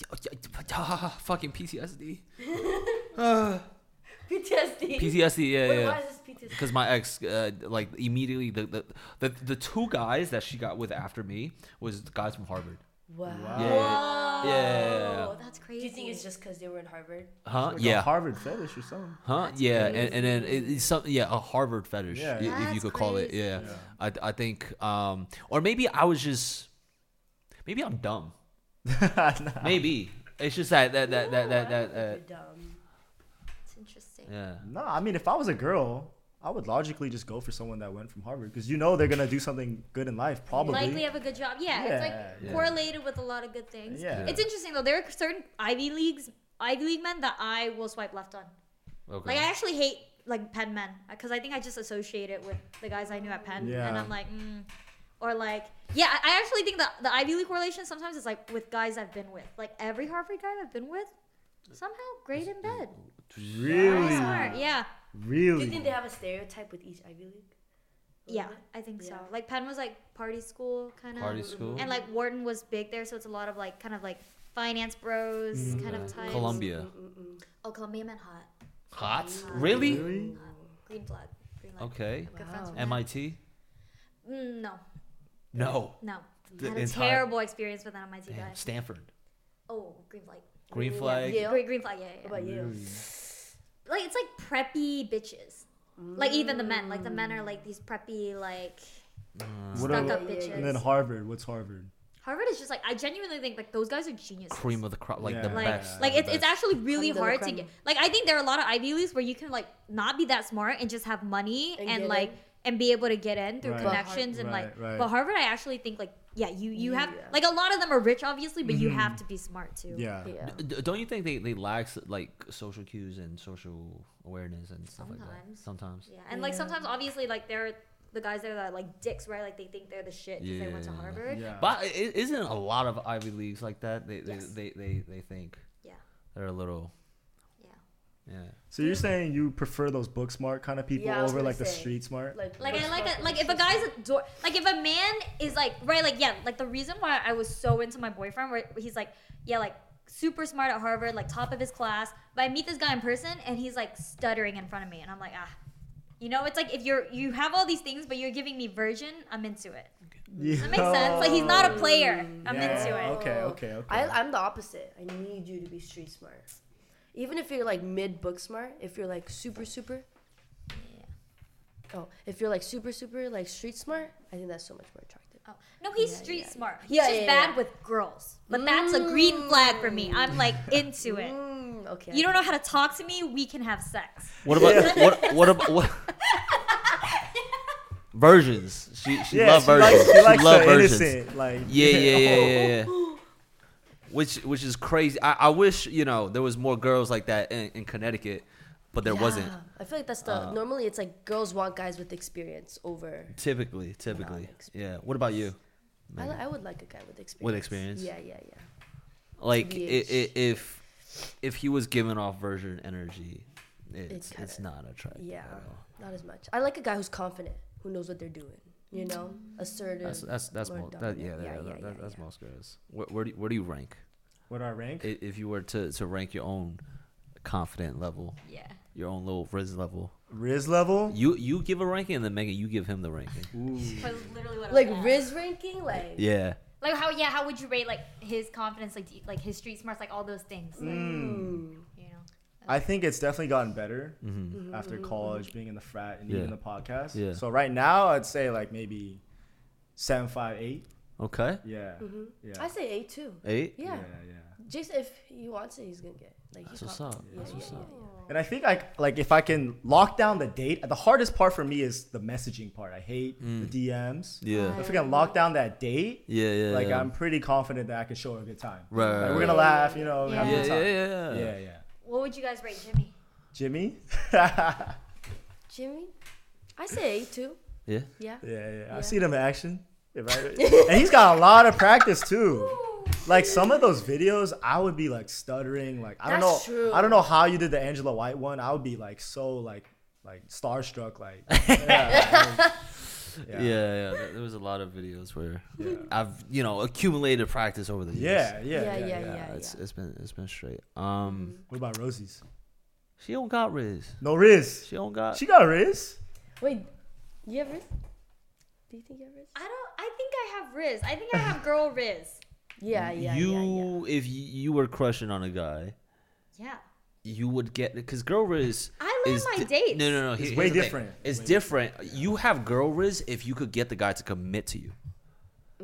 [SPEAKER 4] that's like
[SPEAKER 2] Fucking PTSD.
[SPEAKER 4] a plus. PTSD.
[SPEAKER 2] PTSD. Yeah,
[SPEAKER 4] Wait,
[SPEAKER 2] yeah.
[SPEAKER 4] why is this PTSD?
[SPEAKER 2] Because my ex, uh, like immediately, the, the the the two guys that she got with after me was guys from Harvard.
[SPEAKER 4] Wow.
[SPEAKER 2] Yeah, yeah, yeah, yeah, yeah. Uh,
[SPEAKER 3] Oh, that's
[SPEAKER 4] Do
[SPEAKER 3] crazy.
[SPEAKER 4] you think it's just because they were in Harvard?
[SPEAKER 2] Huh?
[SPEAKER 1] Like a
[SPEAKER 2] Yeah.
[SPEAKER 1] Harvard fetish or something.
[SPEAKER 2] Huh? yeah, and, and then it, it's something. Yeah, a Harvard fetish,
[SPEAKER 1] Yeah.
[SPEAKER 2] i- if you
[SPEAKER 3] That's
[SPEAKER 2] could call it.
[SPEAKER 3] crazy.
[SPEAKER 2] Yeah, I, I think, um, or maybe I was just, maybe I'm dumb.
[SPEAKER 1] Nah.
[SPEAKER 2] Maybe it's just that that that that that, that,
[SPEAKER 4] You're
[SPEAKER 2] that
[SPEAKER 4] dumb.
[SPEAKER 3] It's interesting.
[SPEAKER 2] yeah.
[SPEAKER 1] No, I mean, if I was a girl, I would logically just go for someone that went from Harvard because you know they're gonna do something good in life, probably.
[SPEAKER 3] Likely have a good job. Yeah, it's
[SPEAKER 1] Yeah,
[SPEAKER 3] like
[SPEAKER 2] yeah.
[SPEAKER 3] correlated with a lot of good things.
[SPEAKER 1] Yeah.
[SPEAKER 3] It's interesting though. There are certain Ivy leagues, Ivy League men that I will swipe left on.
[SPEAKER 2] Okay.
[SPEAKER 3] Like I actually hate like Penn men because I think I just associate it with the guys I knew at Penn, and
[SPEAKER 1] Yeah.
[SPEAKER 3] I'm like, mm. or like, yeah, I- I actually think that the Ivy League correlation sometimes is like with guys I've been with. Like every Harvard guy I've been with, somehow great in bed,
[SPEAKER 1] really,
[SPEAKER 3] smart, yeah,
[SPEAKER 4] Do
[SPEAKER 1] really.
[SPEAKER 4] you think they have a stereotype with each Ivy League?
[SPEAKER 3] yeah, I think so. Like Penn was like party school kind of,
[SPEAKER 2] Party school.
[SPEAKER 3] and like Wharton was big there, so it's a lot of like kind of like finance bros
[SPEAKER 2] Mm-hmm.
[SPEAKER 3] kind of types.
[SPEAKER 2] Columbia.
[SPEAKER 4] Mm,
[SPEAKER 3] oh, Columbia men hot,
[SPEAKER 2] Hot? Really?
[SPEAKER 1] Really?
[SPEAKER 3] green flag, green flag.
[SPEAKER 2] Okay.
[SPEAKER 3] Good friends with Penn.
[SPEAKER 2] MIT?
[SPEAKER 3] Mm, no,
[SPEAKER 2] No.
[SPEAKER 3] no.
[SPEAKER 2] The
[SPEAKER 3] had a
[SPEAKER 2] entire-
[SPEAKER 3] terrible experience with an MIT guy.
[SPEAKER 2] Damn. Stanford.
[SPEAKER 3] Oh, green flag.
[SPEAKER 2] Green
[SPEAKER 4] Yeah,
[SPEAKER 2] flag.
[SPEAKER 4] Yale.
[SPEAKER 3] Green, green flag, yeah, yeah,
[SPEAKER 4] What about you?
[SPEAKER 3] yeah. Like, it's like preppy bitches. Like, even the men. Like, the men are like these preppy, like,
[SPEAKER 2] Uh,
[SPEAKER 1] What
[SPEAKER 3] stuck
[SPEAKER 1] a-
[SPEAKER 3] up bitches.
[SPEAKER 1] and then Harvard. What's Harvard?
[SPEAKER 3] Harvard is just like, I genuinely think, like, those guys are geniuses.
[SPEAKER 2] Cream of the crop, like the
[SPEAKER 1] Yeah.
[SPEAKER 3] like,
[SPEAKER 2] best.
[SPEAKER 3] like
[SPEAKER 2] the
[SPEAKER 3] it's, it's
[SPEAKER 2] best.
[SPEAKER 3] actually really
[SPEAKER 4] Creme de la
[SPEAKER 3] hard to
[SPEAKER 4] creme.
[SPEAKER 3] get. Like, I think there are a lot of Ivy Leagues where you can, like, not be that smart and just have money
[SPEAKER 4] And
[SPEAKER 3] and,
[SPEAKER 4] get
[SPEAKER 3] like,
[SPEAKER 4] in.
[SPEAKER 3] and be able to get in through
[SPEAKER 1] Right. But Har-
[SPEAKER 3] connections and, like,
[SPEAKER 1] right, right.
[SPEAKER 3] but Harvard, I actually think, like, yeah, you, you have,
[SPEAKER 4] Yeah.
[SPEAKER 3] like, a lot of them are rich, obviously, but you have to be smart, too.
[SPEAKER 1] Mm-hmm. Yeah.
[SPEAKER 4] Yeah.
[SPEAKER 2] D- Don't you think they, they lack like social cues and social awareness and stuff like that?
[SPEAKER 3] Sometimes.
[SPEAKER 2] Sometimes.
[SPEAKER 3] Yeah, and like sometimes, obviously, like they're the guys there that are like dicks, right? Like they think they're the shit because they went to
[SPEAKER 2] Yeah.
[SPEAKER 3] Harvard.
[SPEAKER 1] Yeah.
[SPEAKER 2] But i- i- isn't a lot of Ivy Leagues like that? They they,
[SPEAKER 3] Yes.
[SPEAKER 2] they, they, they think
[SPEAKER 3] Yeah,
[SPEAKER 2] they're a little
[SPEAKER 3] yeah.
[SPEAKER 2] yeah.
[SPEAKER 1] So you're saying you prefer those book smart kind of people
[SPEAKER 4] Yeah, I was
[SPEAKER 1] over
[SPEAKER 4] gonna
[SPEAKER 1] like the
[SPEAKER 4] say.
[SPEAKER 1] street smart?
[SPEAKER 3] Like I
[SPEAKER 4] those
[SPEAKER 3] like a,
[SPEAKER 4] fucking
[SPEAKER 3] like if a
[SPEAKER 4] sisters.
[SPEAKER 3] guy's a door, like if a man is like right, like yeah, like the reason why I was so into my boyfriend, where he's like, yeah, like super smart at Harvard, like top of his class. But I meet this guy in person and he's like stuttering in front of me, and I'm like, ah. You know, it's like if you're you have all these things, but you're giving me version, I'm into it. Does that make sense? Like he's not a player. I'm
[SPEAKER 1] Yeah,
[SPEAKER 3] into it.
[SPEAKER 1] Okay, okay, okay.
[SPEAKER 4] I, I'm the opposite. I need you to be street smart. Even if you're like mid book smart, if you're like super super. Oh, if you're like super super like street smart, I think that's so much more attractive.
[SPEAKER 3] Oh. No, he's
[SPEAKER 4] Yeah,
[SPEAKER 3] street
[SPEAKER 4] yeah.
[SPEAKER 3] smart. He's
[SPEAKER 4] Yeah,
[SPEAKER 3] just
[SPEAKER 4] yeah,
[SPEAKER 3] bad
[SPEAKER 4] yeah.
[SPEAKER 3] with girls. But that's a green flag for me. I'm like into it.
[SPEAKER 4] Mm, okay.
[SPEAKER 3] You don't know how to talk to me, we can have sex.
[SPEAKER 2] What about what what about what? versions. She she
[SPEAKER 1] yeah,
[SPEAKER 2] loved
[SPEAKER 1] she
[SPEAKER 2] versions.
[SPEAKER 1] likes,
[SPEAKER 2] She,
[SPEAKER 1] she likes
[SPEAKER 2] loved
[SPEAKER 1] the
[SPEAKER 2] versions.
[SPEAKER 1] innocent. Like
[SPEAKER 2] Yeah, yeah, yeah, yeah, yeah. Which which is crazy. I, I wish you know there was more girls like that in, in Connecticut, but there wasn't. Uh,
[SPEAKER 4] Yeah. I feel like that's the normally it's like girls want guys with experience over.
[SPEAKER 2] Typically, typically,
[SPEAKER 4] experience.
[SPEAKER 2] yeah. What about you?
[SPEAKER 4] I, li- I would like a guy with experience.
[SPEAKER 2] experience?
[SPEAKER 4] Yeah, yeah, yeah.
[SPEAKER 2] Like i
[SPEAKER 4] TBH.
[SPEAKER 2] i if if he was giving off version energy, it's
[SPEAKER 4] kinda-
[SPEAKER 2] it's not attractive.
[SPEAKER 4] Yeah,
[SPEAKER 2] at all.
[SPEAKER 4] not as much. I like a guy who's confident, who knows what they're doing. You know,
[SPEAKER 1] Mm.
[SPEAKER 4] assertive.
[SPEAKER 2] That's that's that's
[SPEAKER 4] or
[SPEAKER 2] mo- that, yeah,
[SPEAKER 4] dominant.
[SPEAKER 2] that, that, that, that's
[SPEAKER 4] yeah.
[SPEAKER 2] most girls. Where, where do you, where do you rank?
[SPEAKER 1] What do I rank?
[SPEAKER 2] I- If you were to to rank your own confident level,
[SPEAKER 3] Yeah.
[SPEAKER 2] your own little riz level,
[SPEAKER 1] Riz level?
[SPEAKER 2] you you give a ranking and then Megan you give him the ranking.
[SPEAKER 3] Was literally what I was
[SPEAKER 4] Like
[SPEAKER 3] at.
[SPEAKER 4] Riz ranking, like
[SPEAKER 2] Yeah.
[SPEAKER 3] Like how yeah, how would you rate like his confidence, like do you- like his street smarts, like all those things. Like,
[SPEAKER 4] Mm.
[SPEAKER 3] You know.
[SPEAKER 1] I think it's definitely gotten better after college, being in the frat, and
[SPEAKER 2] Mm-hmm. Yeah.
[SPEAKER 1] even the podcast.
[SPEAKER 2] Yeah.
[SPEAKER 1] So right now, I'd say like maybe seven, five, eight.
[SPEAKER 2] Okay.
[SPEAKER 1] Yeah.
[SPEAKER 2] Mm-hmm.
[SPEAKER 1] Yeah.
[SPEAKER 4] I say eight too.
[SPEAKER 2] Eight.
[SPEAKER 4] Yeah.
[SPEAKER 1] yeah, yeah.
[SPEAKER 4] Jason, if he wants it, he's gonna get. it. Like
[SPEAKER 2] That's
[SPEAKER 4] he's
[SPEAKER 2] what's up.
[SPEAKER 4] confident.
[SPEAKER 2] That's what's up.
[SPEAKER 1] And I think like like if I can lock down the date, the hardest part for me is the messaging part. I hate
[SPEAKER 2] Mm.
[SPEAKER 1] the DMs.
[SPEAKER 2] Yeah.
[SPEAKER 1] If I can lock down that date,
[SPEAKER 2] Yeah. Yeah.
[SPEAKER 1] like
[SPEAKER 2] yeah.
[SPEAKER 1] I'm pretty confident that I can show her a good time.
[SPEAKER 2] Right,
[SPEAKER 1] Like,
[SPEAKER 2] right,
[SPEAKER 1] we're gonna
[SPEAKER 2] right.
[SPEAKER 1] laugh, you know, have a
[SPEAKER 2] Yeah.
[SPEAKER 1] good
[SPEAKER 2] Yeah.
[SPEAKER 1] time.
[SPEAKER 2] Yeah.
[SPEAKER 1] yeah, yeah.
[SPEAKER 3] What would you guys rate Jimmy?
[SPEAKER 1] Jimmy? yeah,
[SPEAKER 4] Jimmy, I say eight too.
[SPEAKER 2] yeah.
[SPEAKER 4] Yeah.
[SPEAKER 1] yeah.
[SPEAKER 4] Yeah.
[SPEAKER 1] I've seen him in action. Yeah, right. and he's got a lot of practice too. Like some of those videos, I would be like stuttering. Like I don't
[SPEAKER 4] That's
[SPEAKER 1] know.
[SPEAKER 4] true.
[SPEAKER 1] I don't know how you did the Angela White one. I would be like so like like starstruck. Like
[SPEAKER 2] Yeah. yeah, There- There was a lot of videos where I've you know accumulated practice over the years.
[SPEAKER 1] yeah, yeah, yeah.
[SPEAKER 4] Yeah,
[SPEAKER 1] yeah,
[SPEAKER 4] yeah,
[SPEAKER 2] Yeah.
[SPEAKER 4] yeah,
[SPEAKER 2] it's
[SPEAKER 4] yeah.
[SPEAKER 2] it's been it's been straight.
[SPEAKER 3] Mm-hmm.
[SPEAKER 2] Um,
[SPEAKER 1] What about Rosie's?
[SPEAKER 2] she don't got riz.
[SPEAKER 1] No Riz.
[SPEAKER 2] She don't got.
[SPEAKER 1] She got Riz.
[SPEAKER 4] Wait, you have Riz? Do you think you have Riz?
[SPEAKER 3] I don't I think I have Riz. I think I have girl Riz.
[SPEAKER 4] Yeah, yeah,
[SPEAKER 2] you
[SPEAKER 4] yeah, yeah.
[SPEAKER 2] if you, you were crushing on a guy,
[SPEAKER 3] Yeah.
[SPEAKER 2] you would get because girl riz.
[SPEAKER 3] I love
[SPEAKER 2] is
[SPEAKER 3] my
[SPEAKER 2] di-
[SPEAKER 3] dates.
[SPEAKER 2] No, no, no. here-
[SPEAKER 1] It's
[SPEAKER 2] here's
[SPEAKER 1] way
[SPEAKER 2] the thing.
[SPEAKER 1] different.
[SPEAKER 2] It's
[SPEAKER 1] Way
[SPEAKER 2] different. You have girl riz if you could get the guy to commit to you.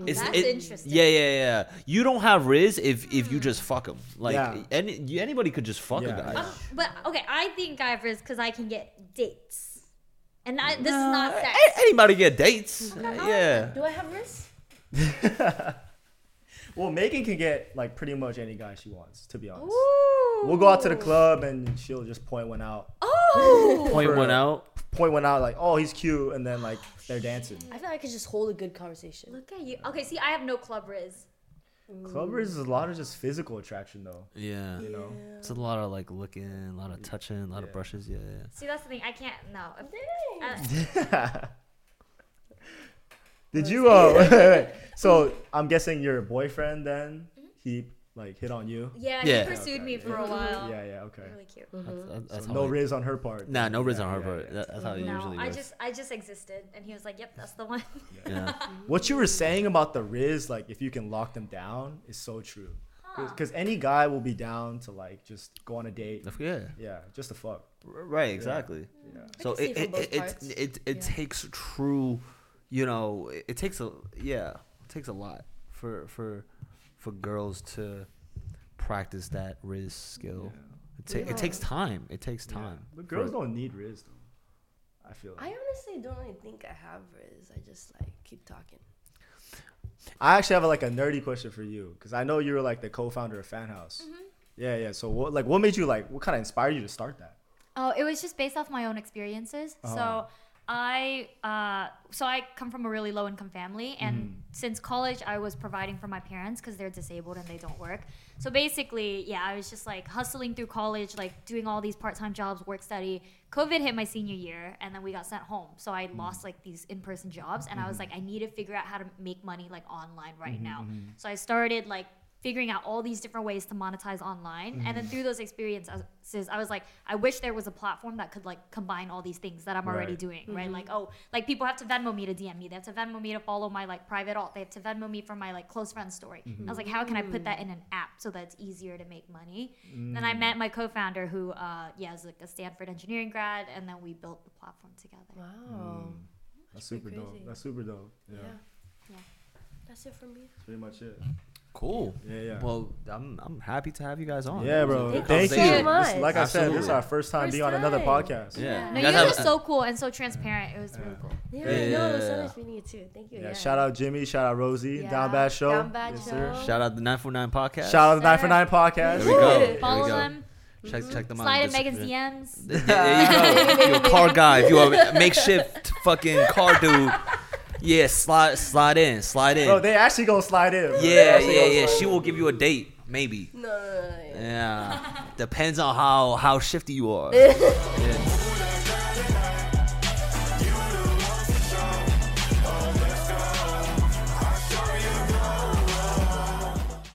[SPEAKER 2] It's,
[SPEAKER 3] Mm, That's interesting. Hmm.
[SPEAKER 2] Yeah, yeah, yeah. You don't have riz if if you just fuck him. Like
[SPEAKER 1] Yeah.
[SPEAKER 2] any you- anybody could just fuck
[SPEAKER 1] Yeah.
[SPEAKER 2] a guy.
[SPEAKER 1] Um,
[SPEAKER 3] But okay, I think I have Riz because I can get dates. And I, this is not sex.
[SPEAKER 2] A- anybody get dates? yeah.
[SPEAKER 4] Do I have Riz?
[SPEAKER 1] Well, Megan can get like pretty much any guy she wants. To be honest,
[SPEAKER 3] Ooh.
[SPEAKER 1] we'll go out to the club and she'll just point one out.
[SPEAKER 3] Oh.
[SPEAKER 2] Point
[SPEAKER 1] For-
[SPEAKER 2] one out.
[SPEAKER 1] Point one out like, oh, he's cute, and then like they're dancing.
[SPEAKER 4] I feel like I could just hold a good conversation.
[SPEAKER 3] Look at you. Okay, see, I have no club Riz.
[SPEAKER 1] Club Riz is a lot of just physical attraction though.
[SPEAKER 2] Yeah.
[SPEAKER 1] You know,
[SPEAKER 2] It's a lot of like looking, a lot of touching, a lot of brushes. Yeah, yeah.
[SPEAKER 3] See, that's the thing. I can't. No. Uh,
[SPEAKER 1] did you? Uh, wait, wait. so I'm guessing your boyfriend then he like hit on you.
[SPEAKER 3] yeah,
[SPEAKER 2] Yeah.
[SPEAKER 3] he pursued me for a while.
[SPEAKER 1] Yeah, yeah, okay.
[SPEAKER 3] Really cute.
[SPEAKER 2] That's, that's how
[SPEAKER 1] No
[SPEAKER 2] it-
[SPEAKER 1] Riz on her part.
[SPEAKER 2] Nah, no riz
[SPEAKER 1] Yeah,
[SPEAKER 2] on her
[SPEAKER 1] yeah,
[SPEAKER 2] part.
[SPEAKER 1] yeah.
[SPEAKER 2] That- That's how it
[SPEAKER 3] No,
[SPEAKER 2] usually
[SPEAKER 3] I
[SPEAKER 2] goes.
[SPEAKER 3] just I just existed, and he was like, "Yep, that's the one."
[SPEAKER 2] Yeah.
[SPEAKER 1] What you were saying about the Riz, like if you can lock them down, is so true. Because any guy will be down to like just go on a date.
[SPEAKER 2] Yeah.
[SPEAKER 1] Yeah, just to fuck.
[SPEAKER 2] Right. Exactly. So
[SPEAKER 4] see
[SPEAKER 2] it
[SPEAKER 4] from
[SPEAKER 2] it,
[SPEAKER 4] both
[SPEAKER 2] it, it,
[SPEAKER 4] parts.
[SPEAKER 2] it, it takes true, you know, it, it takes a yeah, it takes a lot for for for girls to practice that riz skill. It, ta- it takes time. It takes time.
[SPEAKER 1] But
[SPEAKER 2] for
[SPEAKER 1] girls
[SPEAKER 2] it.
[SPEAKER 1] don't need Riz though. I feel
[SPEAKER 4] I
[SPEAKER 1] like.
[SPEAKER 4] honestly don't really think I have Riz. I just like keep talking.
[SPEAKER 1] I actually have like a nerdy question for you because I know you were like the co-founder of Fan House.
[SPEAKER 4] Mm-hmm.
[SPEAKER 1] Yeah, yeah. So what, like, what made you like? What kind of inspired you to start that?
[SPEAKER 3] Oh, it was just based off my own experiences. So I uh, so I come from a really low income family, and since college, I was providing for my parents because they're disabled and they don't work. So basically, yeah, I was just like hustling through college, like doing all these part time jobs, work study. COVID hit my senior year, and then we got sent home. So I lost like these in person jobs, and I was like, I need to figure out how to make money like online right now. So I started like figuring out all these different ways to monetize online. And
[SPEAKER 2] Mm.
[SPEAKER 3] then through those experiences, I was like, I wish there was a platform that could like combine all these things that I'm already
[SPEAKER 1] Right.
[SPEAKER 3] doing, right? Like, oh, like people have to Venmo me to DM me. They have to Venmo me to follow my like private alt. They have to Venmo me for my like close friend story.
[SPEAKER 2] Mm-hmm.
[SPEAKER 3] I was like, how can I put that in an app so that it's easier to make money? Then
[SPEAKER 2] Mm.
[SPEAKER 3] I met my co-founder who, uh, yeah, is like a Stanford engineering grad, and then we built the platform together.
[SPEAKER 2] Mm.
[SPEAKER 4] Wow.
[SPEAKER 1] Hmm. That's
[SPEAKER 4] Oh,
[SPEAKER 1] super
[SPEAKER 4] pretty
[SPEAKER 1] dope.
[SPEAKER 4] crazy.
[SPEAKER 1] That's super dope. Yeah.
[SPEAKER 4] Yeah.
[SPEAKER 3] Yeah.
[SPEAKER 4] That's it for me.
[SPEAKER 1] That's pretty much it.
[SPEAKER 2] Cool.
[SPEAKER 1] Yeah, yeah.
[SPEAKER 2] Well, I'm I'm happy to have you guys on.
[SPEAKER 1] yeah,
[SPEAKER 2] It was a
[SPEAKER 1] bro.
[SPEAKER 2] good
[SPEAKER 1] Thank you.
[SPEAKER 2] conversation.
[SPEAKER 4] so much.
[SPEAKER 1] This- like I said, this is
[SPEAKER 2] Absolutely.
[SPEAKER 1] our first time
[SPEAKER 4] First
[SPEAKER 1] being on another
[SPEAKER 4] time.
[SPEAKER 1] podcast.
[SPEAKER 3] No,
[SPEAKER 2] Yeah. You
[SPEAKER 3] you
[SPEAKER 2] guys
[SPEAKER 3] guys
[SPEAKER 2] have-
[SPEAKER 3] are so cool and so transparent. It was really cool.
[SPEAKER 4] Yeah,
[SPEAKER 2] Yeah.
[SPEAKER 4] no, it was so nice meeting you too. Thank you.
[SPEAKER 1] Yeah,
[SPEAKER 4] again.
[SPEAKER 1] shout out Jimmy, shout out Rosie,
[SPEAKER 4] Yeah.
[SPEAKER 1] Down Bad Show.
[SPEAKER 4] Down Bad Show.
[SPEAKER 2] Shout out the 949 podcast.
[SPEAKER 1] Shout out the
[SPEAKER 3] Sir.
[SPEAKER 1] 949
[SPEAKER 2] There
[SPEAKER 1] podcast.
[SPEAKER 2] we go. There we
[SPEAKER 3] Follow
[SPEAKER 2] go.
[SPEAKER 3] them.
[SPEAKER 2] Check, check them out.
[SPEAKER 3] Slide
[SPEAKER 2] in
[SPEAKER 3] in Megan's DMs.
[SPEAKER 2] description. there you go. You're a car guy. If you are a makeshift fucking car dude, yeah, slide slide in, slide in.
[SPEAKER 1] Bro, Oh, they actually gonna slide in. bro. They
[SPEAKER 2] yeah,
[SPEAKER 1] actually
[SPEAKER 2] yeah,
[SPEAKER 1] gonna
[SPEAKER 2] yeah.
[SPEAKER 1] slide
[SPEAKER 2] She
[SPEAKER 1] in.
[SPEAKER 2] will give you a date, maybe.
[SPEAKER 4] No, no, no, no, no.
[SPEAKER 2] Yeah, depends on how how shifty you are. Yeah.